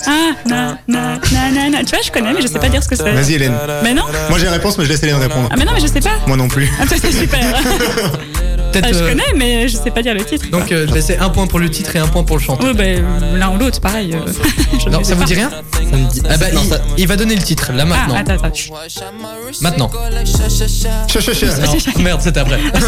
Ah, na, na, na, na, na. Tu vois, je connais, mais je sais pas dire ce que c'est. Vas-y Hélène. Mais non Moi j'ai la réponse, mais je laisse Hélène répondre. Ah, mais non, mais je sais pas. Moi non plus. Ah, ça, c'est super. Peut-être, Ah, je euh, connais, mais je sais pas dire le titre. donc euh, bah, c'est un point pour le titre et un point pour le chanteur. Ouais, bah, l'un ou l'autre, pareil. euh, je Non, ne ça sais vous pas. dit rien Ça me dit. Ah bah, non, il, ça- il va donner le titre là Ah, maintenant. attends, attends. chut. maintenant. Cha, cha, cha. Non, merde, c'est après. Ah,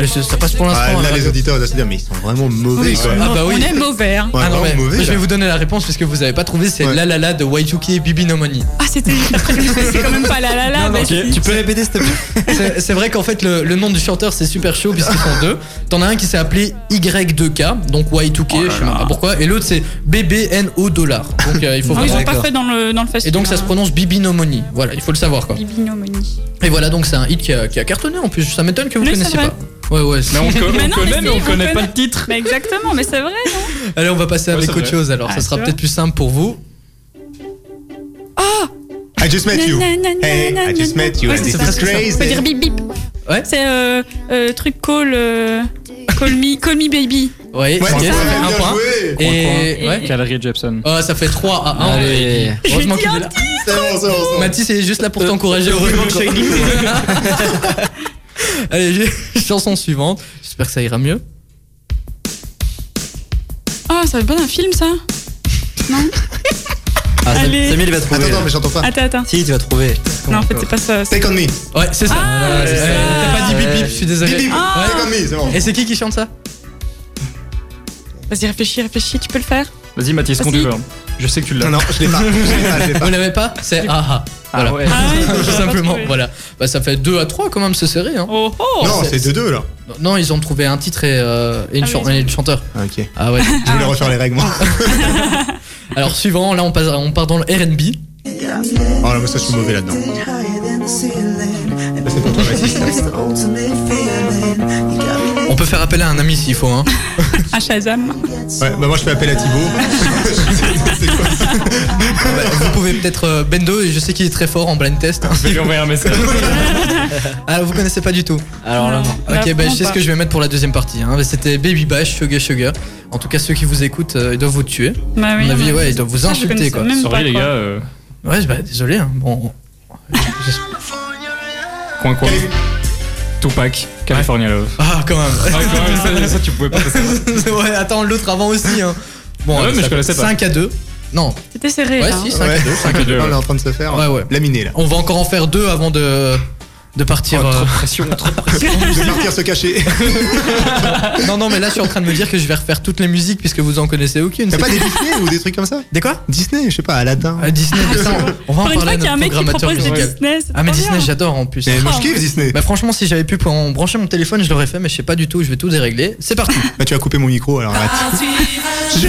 Je- ça passe pour Ah, l'instant. là, euh, les auditeurs doivent se dire, mais ils sont vraiment mauvais Oui, quoi. Ah bah oui. On est mauvais. hein. Ouais, ah non, vraiment mais, mauvais. mais je vais là. vous donner la réponse parce que vous avez pas trouvé. C'est Ouais. La La La de Y2K et Bibi No Money. Ah, c'était après, je me suis dit, c'est quand même pas la la la. Non, non, mais ok. si. Tu peux répéter s'il te plaît C'est c'est vrai qu'en fait, le, le nom du chanteur, c'est super chaud puisqu'ils sont deux. T'en as un qui s'est appelé Y2K, donc Y2K, Oh je sais même pas pourquoi, et l'autre c'est BBNO dollar. Donc euh, il faut Ah, ils vraiment. ont pas fait dans le, hein. dans le Et festival. donc ça se prononce Bibi No Money. Voilà, il faut le savoir quoi. Bibinomanie. Et voilà, donc c'est un hit qui a, qui a cartonné en plus. Ça m'étonne que vous Oui, connaissiez c'est vrai. pas. Ouais, ouais. c'est- Mais on, co- Mais on non, connaît, mais mais si, on on connaît pas connaît. le titre. Mais Bah, exactement, mais c'est vrai. non Allez, on va passer avec c'est autre vrai. chose alors. Ah, ça sera tu peut-être vois. plus simple pour vous. I just met you. Hey, I just met you. Ouais, and c'est This ça. is On peut dire crazy. bip bip. Ouais. C'est euh, euh, truc call. euh, call me, call me baby. Oui, Ouais, ok, c'est ça vrai, fait un bien point. joué. Et. Et- Ouais. Calerie Jepson. Euh, ça fait 3 à 1. Allez. Heureusement Je qu'il dis est un là. C'est bon, c'est bon, c'est bon. Mathis est juste là Euh, pour t'encourager. Heureusement que Allez, j'ai- chanson suivante. J'espère que ça ira mieux. Oh, ça fait pas d'un film ça Ah, Sam- Allez. Samuel il va Attends, trouver. attends, là. mais j'entends Ah. pas. Attends, attends. Si, tu vas trouver. Non, en fait, c'est pas ça. c'est- Take on me. Ouais, c'est ça. Ah, Ouais, c'est ouais, ça. T'as pas dit bip bip, je suis désolé. Bip, bip. Ah. Take on me, c'est bon. Et c'est qui qui chante ça Vas-y, réfléchis, réfléchis, tu peux le faire. Vas-y Mathis, Vas-y. conduis-le. hein. Je sais que tu l'as. Non, non, je l'ai pas. Je l'ai pas, je l'ai pas. Vous l'avez pas C'est aha. Ah ouais. Ah ouais, Tout j'ai pas simplement, trouvé. voilà. Bah ça fait 2 à 3 quand même, c'est serré. Hein. Oh oh Non, c'est- c'est 2-2 là. Non, ils ont trouvé un titre et, euh, et une Ah oui, chan- ils ont- et le chanteur. Ah, ok. Ah ouais. Je voulais refaire les règles, moi. Alors suivant, là on, passe, on part dans le RB. Oh là, mais ça, je suis mauvais là-dedans. Ça, C'est pour toi, Mathis. On peut faire appel à un ami s'il faut. Hein. Un Shazam. Ouais, bah moi, je fais appel à Thibaut. C'est quoi ça Bah, Vous pouvez peut-être euh, Bendo, et je sais qu'il est très fort en blind test. hein. Je vais lui envoyer un message. Ah, vous connaissez pas du tout. Alors là, non. Ok, bah, je sais ce que je. je vais mettre pour la deuxième partie. hein. C'était Baby Bash, Sugar Sugar. En tout cas, ceux qui vous écoutent, euh, ils doivent vous tuer. Bah À oui. mon avis, ouais, ils doivent vous Ça, je insulter, connaissais quoi. Même pas, Sorry les quoi. gars. euh, Ouais, bah, désolé. hein. Bon. Coin coin. Tupac, California Love. Ah, quand même. Ah quand même, ça, ça, tu pouvais pas passer. ouais, attends, l'autre avant aussi. hein. Bon, Ah ouais, alors, mais ça je connaissais fait pas. 5 à 2. Non, C'était serré. ouais, là, si, hein. 5 à 2. Ouais, à deux, on ouais. est en train de se faire Ouais, ouais. laminer là. On va encore en faire deux avant de, de partir. Oh, euh, trop de pression, trop de pression. Je vais partir se cacher. Non, non, mais là, je suis en train de me dire que je vais refaire toutes les musiques puisque vous en connaissez aucune. T'as c'est pas tout. des Disney ou des trucs comme ça Des quoi Disney, je sais pas, Aladdin. Ah, Disney, putain, on va en Pour une parler fois à qu'il y a un notre mec qui programmateur propose des musical. Disney, c'est Ah mais trop Disney bien. j'adore en plus. Mais moi je kiffe Disney. Bah franchement si j'avais pu en brancher mon téléphone je l'aurais fait mais je sais pas du tout je vais tout dérégler. C'est parti. Bah, tu as coupé mon micro alors Ah, arrête. Et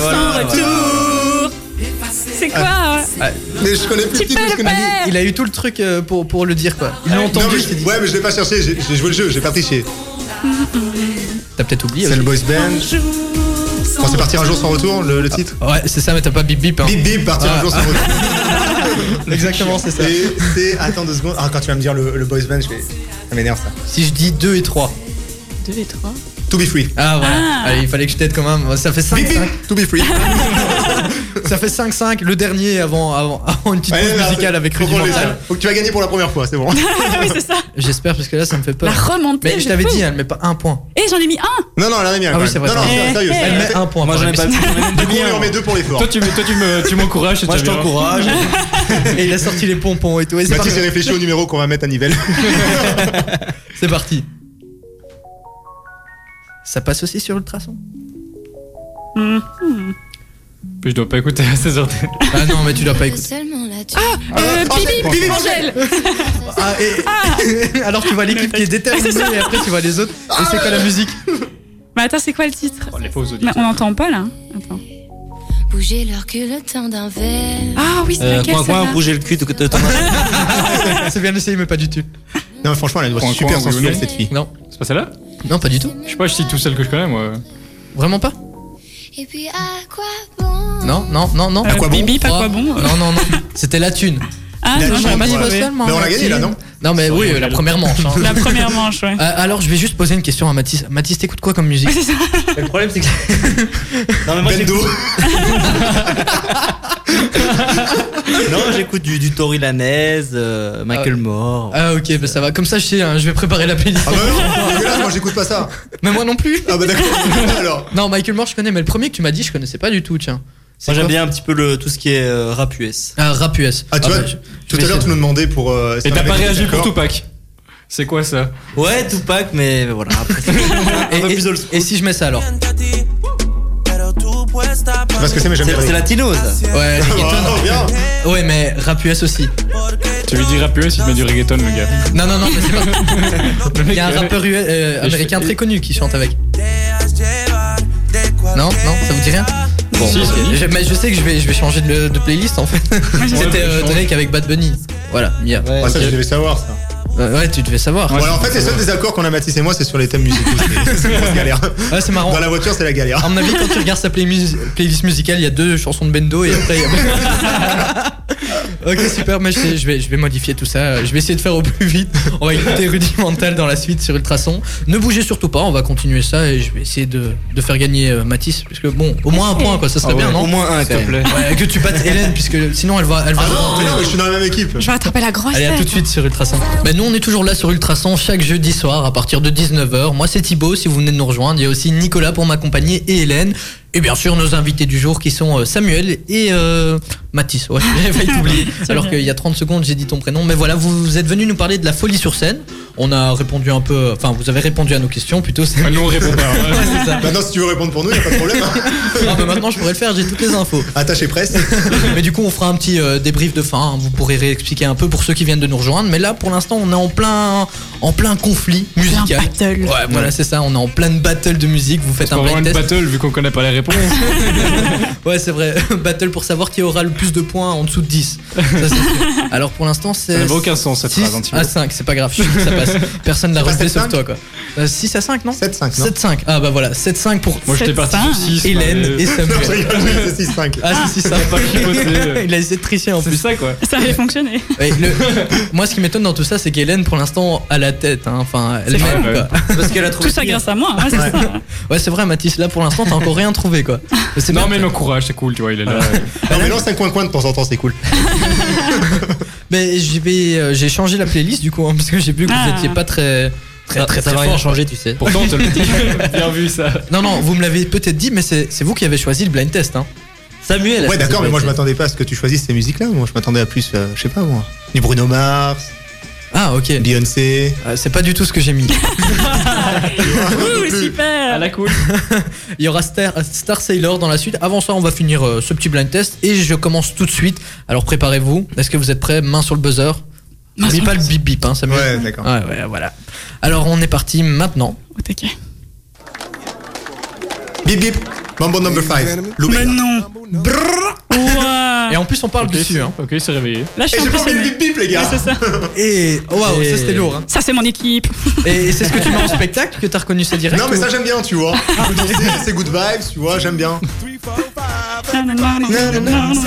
voilà, Sans voilà. retour. C'est quoi Mais je connais plus Tu petit peux que je le connais. faire Il a eu tout le truc euh, pour, pour le dire quoi. Il l'a Ah, Non, mais entendu. je- ouais, mais je l'ai pas cherché, j'ai j'ai joué le jeu, j'ai pas triché. T'as peut-être oublié. C'est le aussi. boys band. On s'est partir un jour sans retour, le, le titre Ouais c'est ça mais t'as pas bip bip. Hein. Bip bip, partir Ah. un jour sans retour. Exactement c'est ça. Et c'est. Attends deux secondes. Ah, quand tu vas me dire le, le boys band, je vais. Ça m'énerve ça. Si je dis 2 et 3. 2 et 3. To be free. Ah voilà. Allez il fallait que je t'aide quand même. Ça fait 5 Bip bip, 5. to be free. Ça fait 5 5 le dernier avant avant, avant une petite Allez, pause là, musicale avec faut qu'on les Rudimental. aille. Faut que tu vas gagner pour la première fois, c'est bon. Ah oui, c'est ça. J'espère parce que là ça me fait La peur. remontée. Mais je de t'avais fou. dit elle met pas un point. Et j'en ai mis un. Non, non, elle en a mis un. Ah quand oui, même. c'est vrai, Non, non, t'as raison. sérieux. Eh, Elle met un point. Moi j'en ai Mais pas Du coup, on lui en met deux pour l'effort. Toi tu me- toi, tu me- tu m'encourages. et Moi tu je verras. t'encourage. Et il a sorti les pompons et tout. Et c'est Mathis, parti. j'ai réfléchi au numéro qu'on va mettre à Nivelles. C'est parti. Ça passe aussi sur Ultrason Hmm. Puis je dois pas écouter à 16h. Ah non, mais tu l'as pas écouté. Seulement là, tu Euh, Angèle, Bibi, Bibi, Bibi Angèle. Ah, et- Alors tu vois l'équipe Ah. qui est déterminée et après tu vois les autres. Et c'est quoi la musique Mais attends, c'est quoi le titre Oh, Les faux Mais auditeurs. on n'entend pas là. Attends. bouger leur cul le temps d'un verre. Ah oui, c'est Euh, laquelle Coin coin, celle-là bouger le cul de de ton Ah. C'est bien essayé, mais pas du tout. Non, franchement, elle doit Coin, être super coin, oui ou sensuelle non cette fille. Non, C'est pas celle-là non, pas du tout. Je sais pas, je cite tout celle que je connais moi. Vraiment pas Et puis à quoi bon Non, non, non, non. Euh, À quoi bon Bibi, pas Oh, quoi bon. Non, non, non. C'était la thune. Ah, non, La chance, j'aurais pas dit ouais. Bob Mais Seul, moi. Mais on l'a gagné là, non Non, mais oui, euh, la première manche. hein. La première manche, ouais. Euh, alors, je vais juste poser une question à Mathis. Mathis, t'écoutes quoi comme musique Ouais, c'est ça. Le problème c'est que. Non mais moi Bendo. j'écoute. Non, j'écoute du, du Tori Lanez, euh, Michael Moore. Ah, ok, bah, ça va. Comme ça, je sais, hein, je vais préparer la playlist. Ah bah non, dégueulasse, moi j'écoute pas ça. Mais moi non plus. Ah bah d'accord, alors. Non, Michael Moore, je connais, mais le premier que tu m'as dit, je connaissais pas du tout, tiens. C'est Moi j'aime quoi bien un petit peu le, tout ce qui est euh, rap US. Ah, rap US. Ah, tu vois, bah, je- je Tout vais à l'heure, tu essayer. nous demandais pour. euh, si Et on t'as avait pas des réagi pour accords. Tupac C'est quoi ça Ouais, Tupac, mais mais voilà. Après, c'est un peu Et- plus old Et, school. et si je mets ça alors Je sais pas ce que c'est, mais j'aime bien. C'est c'est latino Ah, ça. Ouais, reggaeton. Oh, bien. Ouais, mais rap US aussi. Tu lui dis rap US, il te met du reggaeton le gars. Non, non, non, mais c'est pas. Le Il mec, y a un euh, rappeur US, euh, Mais je- américain très connu qui chante avec. Non, non, ça vous dit rien Bon, Si, ok. si. Je- mais je sais que je vais, je vais changer de, de playlist en fait. C'était euh, change. Drake avec Bad Bunny. Voilà, Mia. Ouais, Ah, ça, je devais savoir ça. ouais, tu devais savoir. Bon, alors, en fait, les seuls désaccords qu'on a, Mathis et moi, c'est sur les thèmes musicaux. C'est c'est une grosse galère. Ouais, c'est marrant. Ah, Dans la voiture, c'est la galère. À mon avis, quand tu regardes sa play- mus- playlist musicale, il y a deux chansons de Bendo et après. il y a- Ok, super, mais je, sais, je vais, je vais modifier tout ça. Je vais essayer de faire au plus vite. On va écouter Rudimental dans la suite sur Ultrason. Ne bougez surtout pas, on va continuer ça et je vais essayer de, de faire gagner euh, Mathis. Parce que bon, au moins un point, quoi, ça serait Ah ouais, bien, non Au moins Ah un, quand S'il te même. plaît. Ouais, Que tu battes Hélène, puisque sinon elle va. Elle va Ah non, mais non, mais je suis dans la même équipe. Je vais attraper la grosse Allez, à tête. tout de suite sur Ultrason. Ah, Ben nous, on est toujours là sur Ultrason chaque jeudi soir à partir de 19h. Moi, c'est Thibaut, si vous venez de nous rejoindre. Il y a aussi Nicolas pour m'accompagner et Hélène. Et bien sûr, nos invités du jour qui sont euh, Samuel et euh, Mathis. Ouais, j'avais failli t'oublier. C'est Alors vrai. qu'il y a 30 secondes, j'ai dit ton prénom. Mais voilà, vous, vous êtes venu nous parler de la folie sur scène. On a répondu un peu. euh, Enfin, vous avez répondu à nos questions plutôt. c'est- Ah, nous, on répond pas. ouais. Ouais, c'est ça. Maintenant, si tu veux répondre pour nous, y a pas de problème. hein. Ah, ben maintenant, je pourrais le faire, j'ai toutes les infos. Attaché presse. Mais du coup, on fera un petit euh, débrief de fin. hein. Vous pourrez réexpliquer un peu pour ceux qui viennent de nous rejoindre. Mais là, pour l'instant, on est en plein, en plein conflit musical. battle. Ouais, voilà, c'est ça. On est en plein battle de musique. Vous faites C'est un pas vraiment blind une test. battle vu qu'on connaît pas les réponses. Ouais, c'est vrai. battle pour savoir qui aura le plus de points en dessous de 10. Ça, c'est sûr. Alors pour l'instant, c'est. Ça n'a aucun sens cette 6 phrase. hein, Thibaut. à 5, c'est pas grave, je suis sûr que ça passe. Personne l'a C'est pas relevé sauf 7-5? toi, quoi. 6 à 5, non 7-5, non 7-5. Ah bah voilà, 7-5 pour Moi j'étais parti sur 6. euh, Hélène et Non, je Samuel. rigole, oui, c'est 6-5. Ah, si, si, ça. pas chipoté. Il a essayé de tricher en plus. C'est ça quoi. Ça avait fonctionné. Ouais, le- Moi, ce qui m'étonne dans tout ça, c'est qu'Hélène, pour l'instant, a la tête. hein. Enfin, elle C'est mène, fou. quoi. Parce qu'elle a Tout trouvé. ça grâce à moi, hein, c'est ça. Ouais, c'est vrai, Mathis. Là, pour l'instant, t'as encore rien trouvé, quoi. C'est Non bien. mais le courage, c'est cool, tu vois, il est là. Non, mais lance un coin-coin de temps en temps, c'est cool. Mais je vais, euh, j'ai changé la playlist du coup, hein, parce que j'ai vu que vous Ah. étiez pas très, Ah, très, très, très ça va rien fort. changer, tu sais. Pourtant, on te le dit. Bien vu ça. Non, non, vous me l'avez peut-être dit, mais c'est c'est vous qui avez choisi le blind test. Hein. Samuel. Ouais, elle- d'accord, mais moi je m'attendais pas à ce que tu choisisses ces musiques-là. Moi je m'attendais à plus, euh, je sais pas moi, du Bruno Mars, Ah, ok. Beyoncé. Euh, c'est pas du tout ce que j'ai mis. Ouh, À Ah, super. la cool. Il y aura Star, Star Sailor dans la suite. Avant ça, on va finir euh, ce petit blind test et je commence tout de suite. Alors préparez-vous. Est-ce que vous êtes prêts Main sur le buzzer. Main N'oublie sur pas le le bip bip, hein, Samuel. Ouais, d'accord. Ouais, ouais, voilà. Alors on est parti maintenant. Au taquet. Bip bip, Mambo number 5. Mais Loupé. non. Ouah. Et en plus on parle dessus. Hein. Ok, il s'est réveillé. Là, je Et suis j'ai pas envie de bip impressionnée. bip, les Ouais, gars. c'est ça. Et Oh, waouh, ça c'était lourd. hein. Ça, c'est mon équipe. Et c'est ce que tu mets en spectacle que t'as reconnu ça direct Non, mais ou- ça j'aime bien, tu vois. C'est- C'est good vibes, tu vois, j'aime bien. J'aime bien parce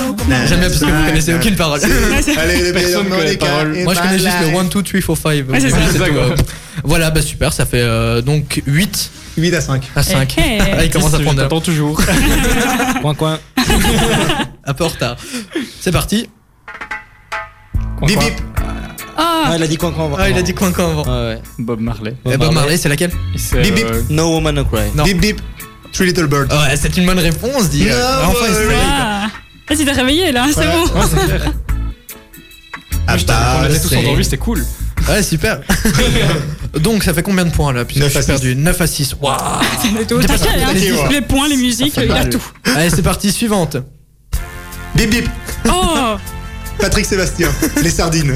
que vous connaissez aucune parole. Ouais, c'est- Allez, les Personne connaît les paroles. Moi je connais juste le 1, 2, 3, 4, 5. Ouais, c'est ça. C'est ça, quoi. Voilà, bah super, ça fait euh, donc 8 8 à 5. à 5. Eh, eh. Ah, il commence à Je prendre t'attends toujours. Coin, coin. un peu en retard. C'est parti. Coin, Bip coin. bip, Ah, Ouais, il a dit coin, coin. Ah, il a dit coin coin avant. Ouais, ouais. Bob Marley. Eh bah Marley, c'est laquelle Il s'est, Bip, bip. euh, No woman, no cry. Non. bip bip, Three Little Birds. Ouais, c'est une bonne réponse, dis. No Ah, enfin, il se worries. réveille, quoi. ah. Là, tu t'es réveillé, là, c'est Ouais. bon. Ah On bah, était tous c'est- endormis, c'était cool. Ouais, super. Donc, ça fait combien de points là Puisque Neuf j'ai à six. perdu 9 à 6. Waouh T'es au taquet, hein. taquet, ouais. Les points, les musiques, il a tout. Allez, c'est parti, suivante. bip bip, Oh, Patrick Sébastien, les sardines.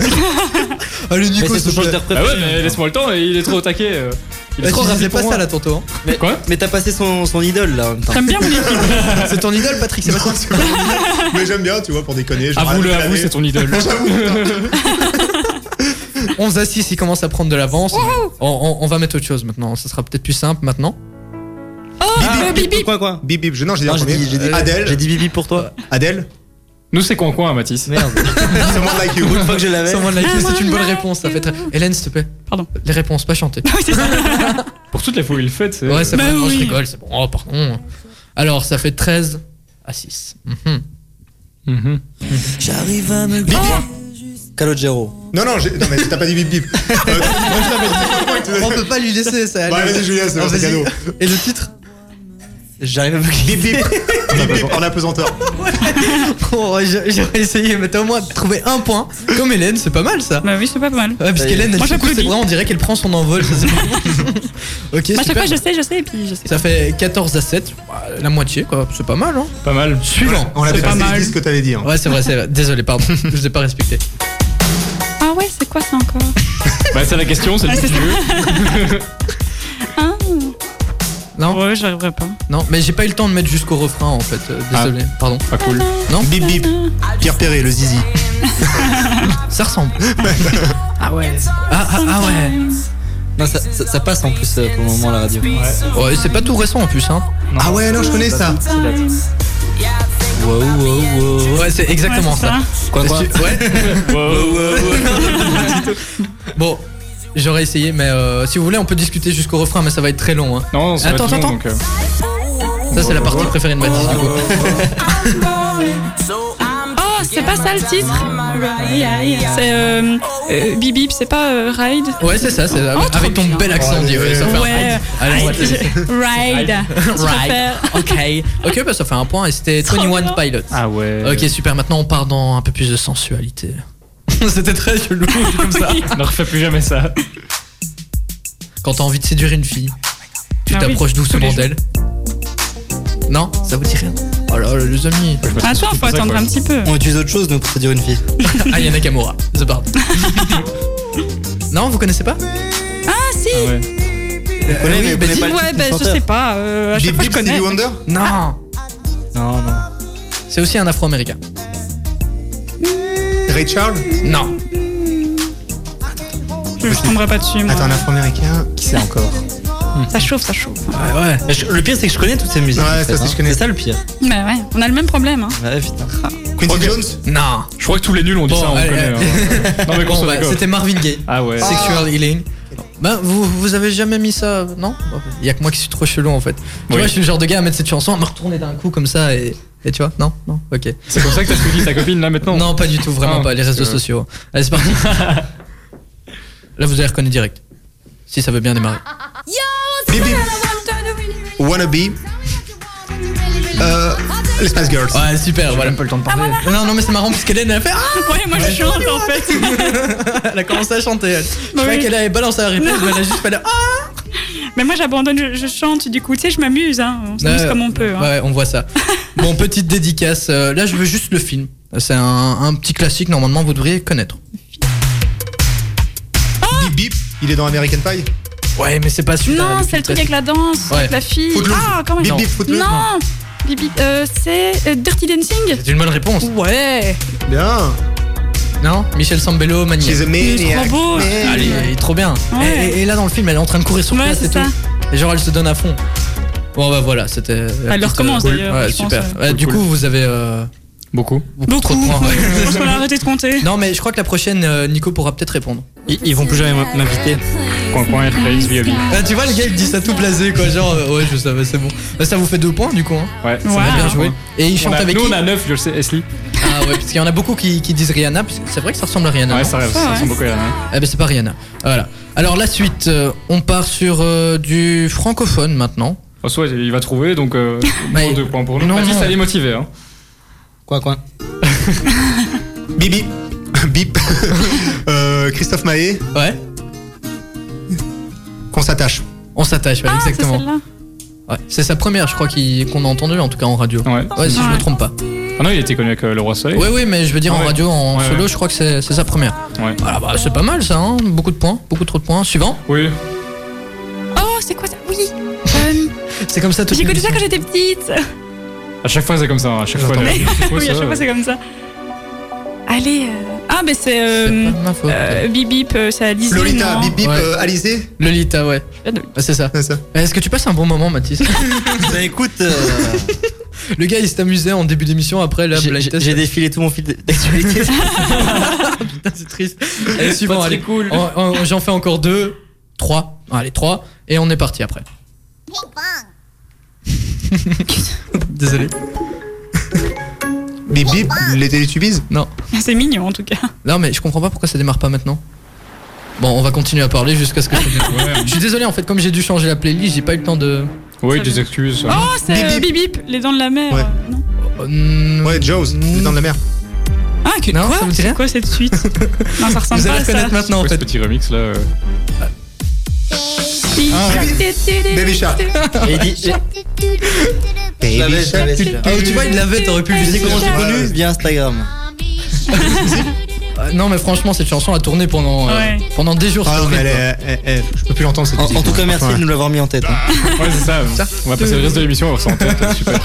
Mais Allez, Nico, c'est s'il ce te que je plaît. t'ai Bah repréparé. ouais, mais laisse-moi le temps, et il est trop au taquet. euh, Il est Bah, trop tu disais rapide pas pour ça moi. là, tantôt. hein. Quoi Mais t'as passé son, son idole là en même temps. j'aime bien mon équipe. C'est ton idole, Patrick Non, Sébastien c'est pas mon idée. Mais j'aime bien, tu vois, pour déconner. Ah, genre, Avoue-le, allez, avoue, c'est ton idole. J'avoue, putain. 11 à 6, il commence à prendre de l'avance. On, on- on va mettre autre chose maintenant. Ça sera peut-être plus simple maintenant. Oh, bip bip. Coin, coin. Bip bip, je- non, j'ai dit, Non, j'ai attendez. dit- j'ai dit- J'ai Adèle, dit bibi pour toi. Adèle, Nous, c'est coin coin, Mathis. Merde. someone like you. Une fois que je l'avais. Someone Ah, like you, c'est une bonne Someone réponse. Ça fait like très... you. Hélène, s'il te plaît. Pardon. Les réponses, pas chanter. Oui, c'est ça. Pour toutes les fois où il fait, c'est. Ouais, c'est Bah bon. Non, je oui. rigole, c'est bon. Oh, pardon. Alors, ça fait 13 à 6. Mhm. Mhm. J'arrive à me. Calogero. Non, non, j'ai- non, mais t'as pas dit bip bip. Euh, t'as dit- moi, je l'avais dit. On peut pas lui laisser ça. Bah, vas-y, Julien, c'est bon, c'est cadeau. Et le titre J'arrive à me. Bip bip, bip bip, en apesanteur. Oh, j'ai- J'aurais essayé, mais t'as au moins trouvé un point. Comme Hélène, c'est pas mal ça. Bah oui, c'est pas mal. Ouais, parce Ça y est. qu'Hélène, elle Moi, fait tout, c'est j'applaudis. vrai, on dirait qu'elle prend son envol. ça, c'est bon. ok, Bah, À chaque super. fois, je sais, je sais, et puis je sais. Ça fait 14 à 7, Bah, la moitié quoi, c'est pas mal hein. Pas mal. Suivant. On avait pas mal. dit ce que t'avais dit. hein. Ouais, c'est vrai, c'est vrai. Désolé, pardon, je vous ai pas respecté. Ah ouais, c'est quoi ça encore Bah, c'est la question, c'est Ah, le c'est petit jeu. Ah, Non, ouais, j'arriverai pas. non, mais j'ai pas eu le temps de mettre jusqu'au refrain en fait. euh, Désolé, Ah. pardon. Pas cool. Non, Bip bip, Pierre Perret, le zizi. ça ressemble. Ah ouais. Ah, ah, ah ouais. Non, ça, ça, ça passe en plus euh, pour le moment à la radio. Ouais, c'est pas tout récent en plus hein. Ah ouais, non, je connais ça. Waouh, waouh, waouh. Ouais, c'est exactement Ouais, c'est ça. Quoi, quoi Parce que- Ouais. Bon, j'aurais essayé, mais euh, si vous voulez, on peut discuter jusqu'au refrain, mais ça va être très long. hein. Non, ça va Attends, être long, attends, donc, euh, Ça, c'est la partie préférée de Mathis, du coup. Oh, c'est pas ça le titre C'est euh, euh, Bip Bip, c'est pas euh, Ride Ouais, c'est ça, c'est Oh, trop avec ton bien. bel accent, dit, ouais, ça fait un Ouais. Ah, Allez, on va te laisser. Ride. Je préfère. Ok, ok, bah ça fait un point et c'était Trop 21 bien. Pilot. Ah ouais. Ok, super, maintenant on part dans un peu plus de sensualité. c'était très chelou comme ça. Ne refais plus jamais ça. Quand t'as envie de séduire une fille, tu Ah oui, t'approches doucement tous les d'elle. Non Ça vous dit rien Oh là là, les amis Attends, faut attendre un petit peu. On utilise autre chose, nous, pour séduire une fille. Aya Nakamura, The Bard. non, vous connaissez pas Ah si On connaît, oui, mais on bah connaît dis- pas le Ouais, ben titre du je chanteur. sais pas. euh, à chaque Bip fois, je Bip Stevie connais. Wonder Non Non, non. C'est aussi un afro-américain. Ray Charles Non Je me prendrai pas dessus, moi. Attends, un afro-américain. Qui c'est encore Ça chauffe, ça chauffe. Ah Ouais, ouais. Mais je- Le pire, c'est que je connais toutes ces musiques. Ouais, en ça fait, aussi, hein. je connais. Ah. C'est ça le pire. Mais ouais, on a le même problème. Hein. Ouais, putain. Quincy Ok. Jones Non Je crois que tous les nuls ont dit Bon, ça, on allez, connaît. hein. Non, mais qu'on Bon, soit bah, d'accord. C'était Marvin Gaye. Ah ouais. Euh, Sexual Healing. Ben, vous, vous avez jamais mis ça, non Il y a que moi qui suis trop chelou en fait. Tu Oui. vois, je suis le genre de gars à mettre cette chanson, à me retourner d'un coup comme ça et, et tu vois Non Non Ok. C'est comme ça que t'as suivi ta copine là maintenant Non, pas du tout, vraiment Ah, pas, les réseaux parce que- sociaux. Allez, c'est parti. Là, vous allez reconnaître direct. Si ça veut bien démarrer. Bip Bip Wannabe Euh, Les Spice Girls. Ouais, super, voilà. même pas le Ah, temps de parler. Non, non, mais c'est marrant parce qu'Hélène elle a fait. Ah Ouais, moi je chante en fait. Elle a commencé à chanter. Elle. Je Bah croyais oui. qu'elle avait balancé la réponse, mais elle a juste fait le Ah Mais moi j'abandonne, je, je chante du coup. Tu sais, je m'amuse. Hein. On s'amuse Ouais, comme on peut. Hein. Ouais, on voit ça. bon, petite dédicace. Euh, là, je veux juste le film. C'est un, un petit classique, normalement, vous devriez connaître. Bip Bip, il est dans American Pie Ouais, mais c'est pas celui Non, c'est le truc avec la danse, Ouais. avec la fille. Footloose. Ah, quand même. Bip non. Bip Footloose Non, Bip, bip, euh, c'est euh, Dirty Dancing. C'est une bonne réponse. Ouais. Bien Non Michel Sambello, She's Magnifique. a maniac beau. maniac. Allez, il est trop bien. Ouais. Et, et- et là, dans le film, elle est en train de courir sur Ouais, place c'est et tout. ça. Et genre, elle se donne à fond. Bon, bah voilà, c'était. la Elle le petite, recommence, euh, d'ailleurs, Ouais, je pense, super. ouais. Ouais, Cool, du cool. coup, vous avez. euh, Beaucoup. beaucoup, Beaucoup. trop de points. ouais. On a arrêté de compter. non, mais je crois que la prochaine, euh, Nico pourra peut-être répondre. Ils, ils vont plus jamais m'inviter. Coin coin, place, via via. Ah, tu vois, le gars, il dit ça tout blasé, quoi. Genre, euh, ouais, je savais, c'est bon. Bah, ça vous fait deux points, du coup. Hein. Ouais. Ouais. Ah, bien Ah, joué. ouais. Et il On chante a- avec Nous qui on a 9, je le sais, Esli. Ah ouais, parce qu'il y en a beaucoup qui, qui disent Rihanna. parce que C'est vrai que ça ressemble à Rihanna. Ouais, non ça rêve, ça Ah, hein. Ouais. ressemble beaucoup à la mienne. Eh ben c'est pas Rihanna. Voilà. Alors la suite, euh, on part sur euh, du francophone maintenant. En soi, il va trouver, donc euh, Mais- moins deux points pour nous. Non, Mathis, non. elle est motivée. Hein. Quoi, quoi Bip Bip Bip Euh, Christophe Maé, Ouais. qu'on s'attache. On s'attache, ouais, Ah, c'est exactement. celle-là. Ouais, C'est sa première, je crois, qu'il- qu'on a entendue, en tout cas en radio. Ouais. Ouais, si je me Ouais. trompe pas. Ah non, il était connu avec euh, le Roi Soleil. Ouais, oui, mais je veux dire en Ouais. radio, en Ouais, solo, ouais. je crois que c'est c'est sa première. Ouais. Voilà, bah, c'est pas mal ça, hein. Beaucoup de points, beaucoup trop de points. Suivant. Oui. Oh, c'est quoi ça Oui. Euh, C'est comme ça tout J'ai connu ça quand j'étais petite. À chaque fois, c'est comme ça. hein. À chaque fois, J'entends. les- oui, à chaque ça, fois c'est comme ça. Allez. euh, Ah, mais c'est. C'est Euh... pas ma faute. euh, bip bip, euh, c'est Alizé. Lolita, non Bip Bip, Ouais. euh, Alizé Lolita, ouais. Bah, c'est ça. C'est ça. Est-ce que tu passes un bon moment, Mathis Bah écoute, euh, Le gars, il s'est amusé en début d'émission, après, là, j'ai- blind j'ai test. j'ai défilé tout mon fil d'actualité. Putain, c'est triste. Allez, suivant, allez. cool. En- en- J'en fais encore deux, trois. Allez, trois. Et on est parti après. Désolé. Bip Bip, les Teletubbies Ah, C'est mignon en tout cas. Non, mais je comprends pas pourquoi ça démarre pas maintenant. Bon, on va continuer à parler jusqu'à ce que. je suis désolé en fait, comme j'ai dû changer la playlist, j'ai pas eu le temps de. Oui, des excuses. hein. ça. Ah, Oh, c'est euh, Bip, bip bip, les dents de la mer. euh, Non. Ouais. Mm, Ouais, Jaws, les dents de la mer. Ah, que Non, quoi ça vous dit rien C'est quoi cette suite Non, ça ressemble Vous pas allez à ça. reconnaître maintenant en Ouais, ce fait. petit remix là. euh. Ah, Baby Shark. Et il dit, je l'avais, je l'avais, celui-là. Ah, tu vois, il l'avait, t'aurais pu lui Tu sais dire comment j'ai comment connu Via Instagram. Ah, Non, mais franchement, cette chanson a tourné pendant, euh, Ouais. pendant des jours. Ah sur non, mais le elle rythme. est- elle- elle- je peux plus l'entendre cette En, musique. en tout cas, merci Ouais. de nous l'avoir mis en tête. hein. Ouais, c'est ça. On va passer le reste de l'émission, on va ressentir. Super.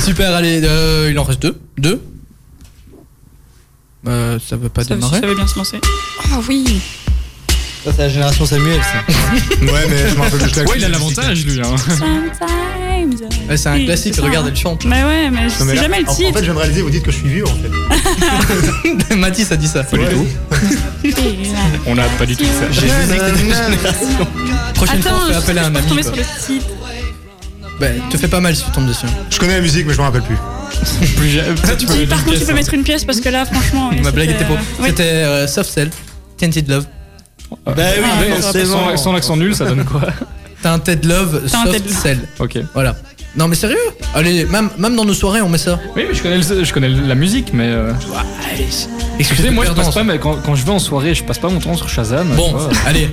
Super, allez, euh, il en reste deux. Deux. Euh, ça veut pas Ça, démarrer. ça veut bien se lancer. Ah oui. Ça, c'est la génération Samuel, ça. Ouais, mais je m'en rappelle de la Ouais, il a l'avantage lui. Hein. Sometimes times. Ouais, c'est un Oui, classique, c'est ça. hein. regarde, elle chante. Mais ouais, mais je Non, mais sais là, jamais le en- En titre. Ah, fait, je viens de réaliser, vous dites que je suis vieux en fait. Mathis a dit ça. Pas du tout. Et- On n'a pas du tout ça. J'ai juste Ah, dit que t'étais une génération. Prochaine fois, on Attends, je fait je appel peux à un ami. retomber quoi. sur le titre. Bah, te fais pas mal si tu tombes dessus. hein. Je connais la musique, mais je me rappelle plus. Plus j'ai- peut-être tu peux Oui, mettre Par contre, une tu pièce, peux hein. mettre une pièce parce que là, franchement. Ma c'était- blague était pauvre. Oui. C'était euh, Soft Cell, Tainted Love. Ah, Bah oui, mais forcément. sans, sans l'accent nul, ça donne quoi Tainted Love, Tainted Soft Love. Cell. Ok. Voilà. Non mais sérieux Allez, même, même dans nos soirées, on met ça. Oui, mais je connais, le- je connais la musique, mais. euh, Excusez, moi je passe pas, mais quand, quand je vais en soirée, je passe pas mon temps sur Shazam. Bon, tu vois. allez.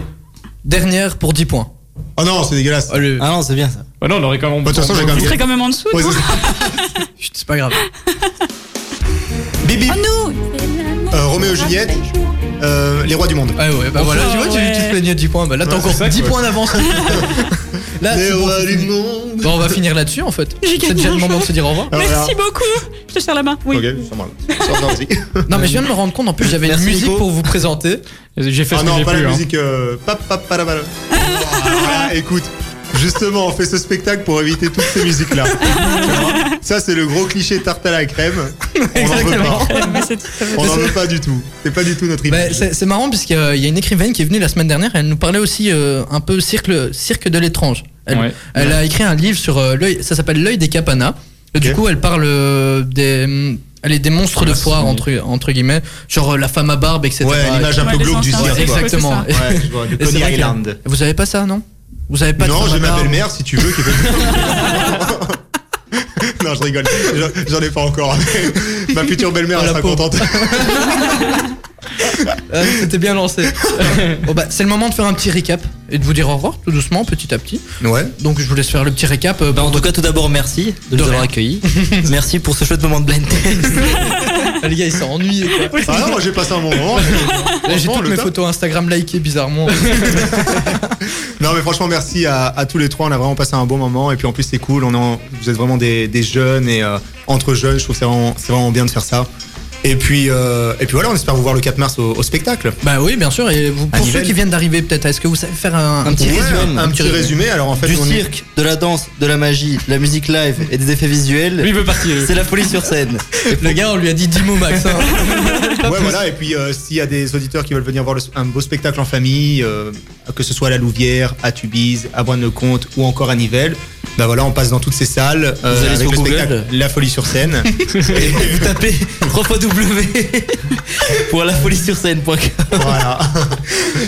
Dernière pour 10 points. Oh non, c'est dégueulasse. Allez, Ah non, c'est bien ça. Bah non, on aurait quand même. Bah, de toute façon, j'ai quand Tu serais même. quand même en dessous. Ouais, non c'est ça. chut, c'est pas grave. Bibi, Oh non euh, Roméo et Juliette, euh, les rois du monde. Ouais, ouais, bah voilà, tu vois, tu- tu, ouais. te plaignais de 10 points. Bah là, t'as Ouais, encore c'est ça, 10 quoi. points d'avance. là, les Ah, c'est bon, rois c'est du fini. monde. Bon, on va finir là-dessus en fait. J'ai C'est gagné déjà un le moment de jeu. se dire au revoir. Ah, voilà. Merci beaucoup. Je te serre la main. Oui. Ok, ça marche. Ça marche, vas-y. Non, mais je viens de me rendre compte, en plus, j'avais une Merci, musique Nico. pour vous présenter. J'ai fait Ah ce que non, j'ai pas pu. la hein. musique. euh, pap, pap, pa, la, pa, la. Ah, Écoute, justement, on fait ce spectacle pour éviter toutes ces musiques-là. Ça, c'est le gros cliché tarte à la crème. On n'en veut pas. Mais c'est tout à fait- On n'en veut pas du tout. C'est pas du tout notre Bah, image. c'est c'est marrant puisqu'il y a il y a une écrivaine qui est venue la semaine dernière, elle nous parlait aussi euh, un peu cirque, cirque de l'étrange. Elle, Ouais. elle a écrit un livre sur euh, l'œil, ça s'appelle L'œil des capanas. Et Du Ok. coup, elle parle euh, des, hum, allez, des monstres de Ah, foire, si. entre, entre guillemets, genre euh, la femme à barbe, etc. Ouais, l'image un Ouais, peu les glauque du enfants, cirque. Ouais, quoi. exactement. Ouais, Ouais, je vois, de Et c'est Coney vrai que- Island. Vous avez pas ça, non Vous avez pas de non, femme j'ai à ma barbe belle-mère, si tu veux, qui fait- non, je rigole. J'en- J'en ai pas encore. ma future belle-mère, Oh, elle la sera pauvre. contente. Ah, C'était bien lancé. bon, bah, c'est le moment de faire un petit récap et de vous dire au revoir, tout doucement, petit à petit. Ouais. Donc, je vous laisse faire le petit récap. euh, Bah, pour en tout cas, tout d'abord, merci De de, nous rien. avoir accueillis. merci pour ce chouette moment de blind test. Ah, les gars, ils sont ennuyés. quoi. Ah non, moi j'ai passé un bon moment. Là, j'ai Franchement, toutes le mes top. photos Instagram likées bizarrement. Non mais franchement merci à, à tous les trois, on a vraiment passé un bon moment et puis en plus c'est cool, on est en- vous êtes vraiment des, des jeunes et euh, entre jeunes, je trouve que c'est vraiment, c'est vraiment bien de faire ça. Et puis, euh, et puis voilà, on espère vous voir le 4 mars au, au spectacle. bah oui, bien sûr. Et vous, Un pour ceux event. qui viennent d'arriver, peut-être, est-ce que vous savez faire un, Un petit Ouais, résumé. Un petit résumé, alors en fait Du on est- cirque, de la danse, de la magie, de la musique live et des effets visuels. Lui, il veut partir. C'est la folie sur scène. Le gars, on lui a dit 10 mots max. hein. Ouais, voilà, et puis euh, s'il y a des auditeurs qui veulent venir voir le- un beau spectacle en famille, euh, que ce soit à la Louvière, à Tubize, à Boine-le-Comte ou encore à Nivelles, bah voilà, on passe dans toutes ces salles euh, Vous allez avec sur le Google. spectacle La Folie sur scène. Vous tapez www pour la folie sur scène.com. voilà.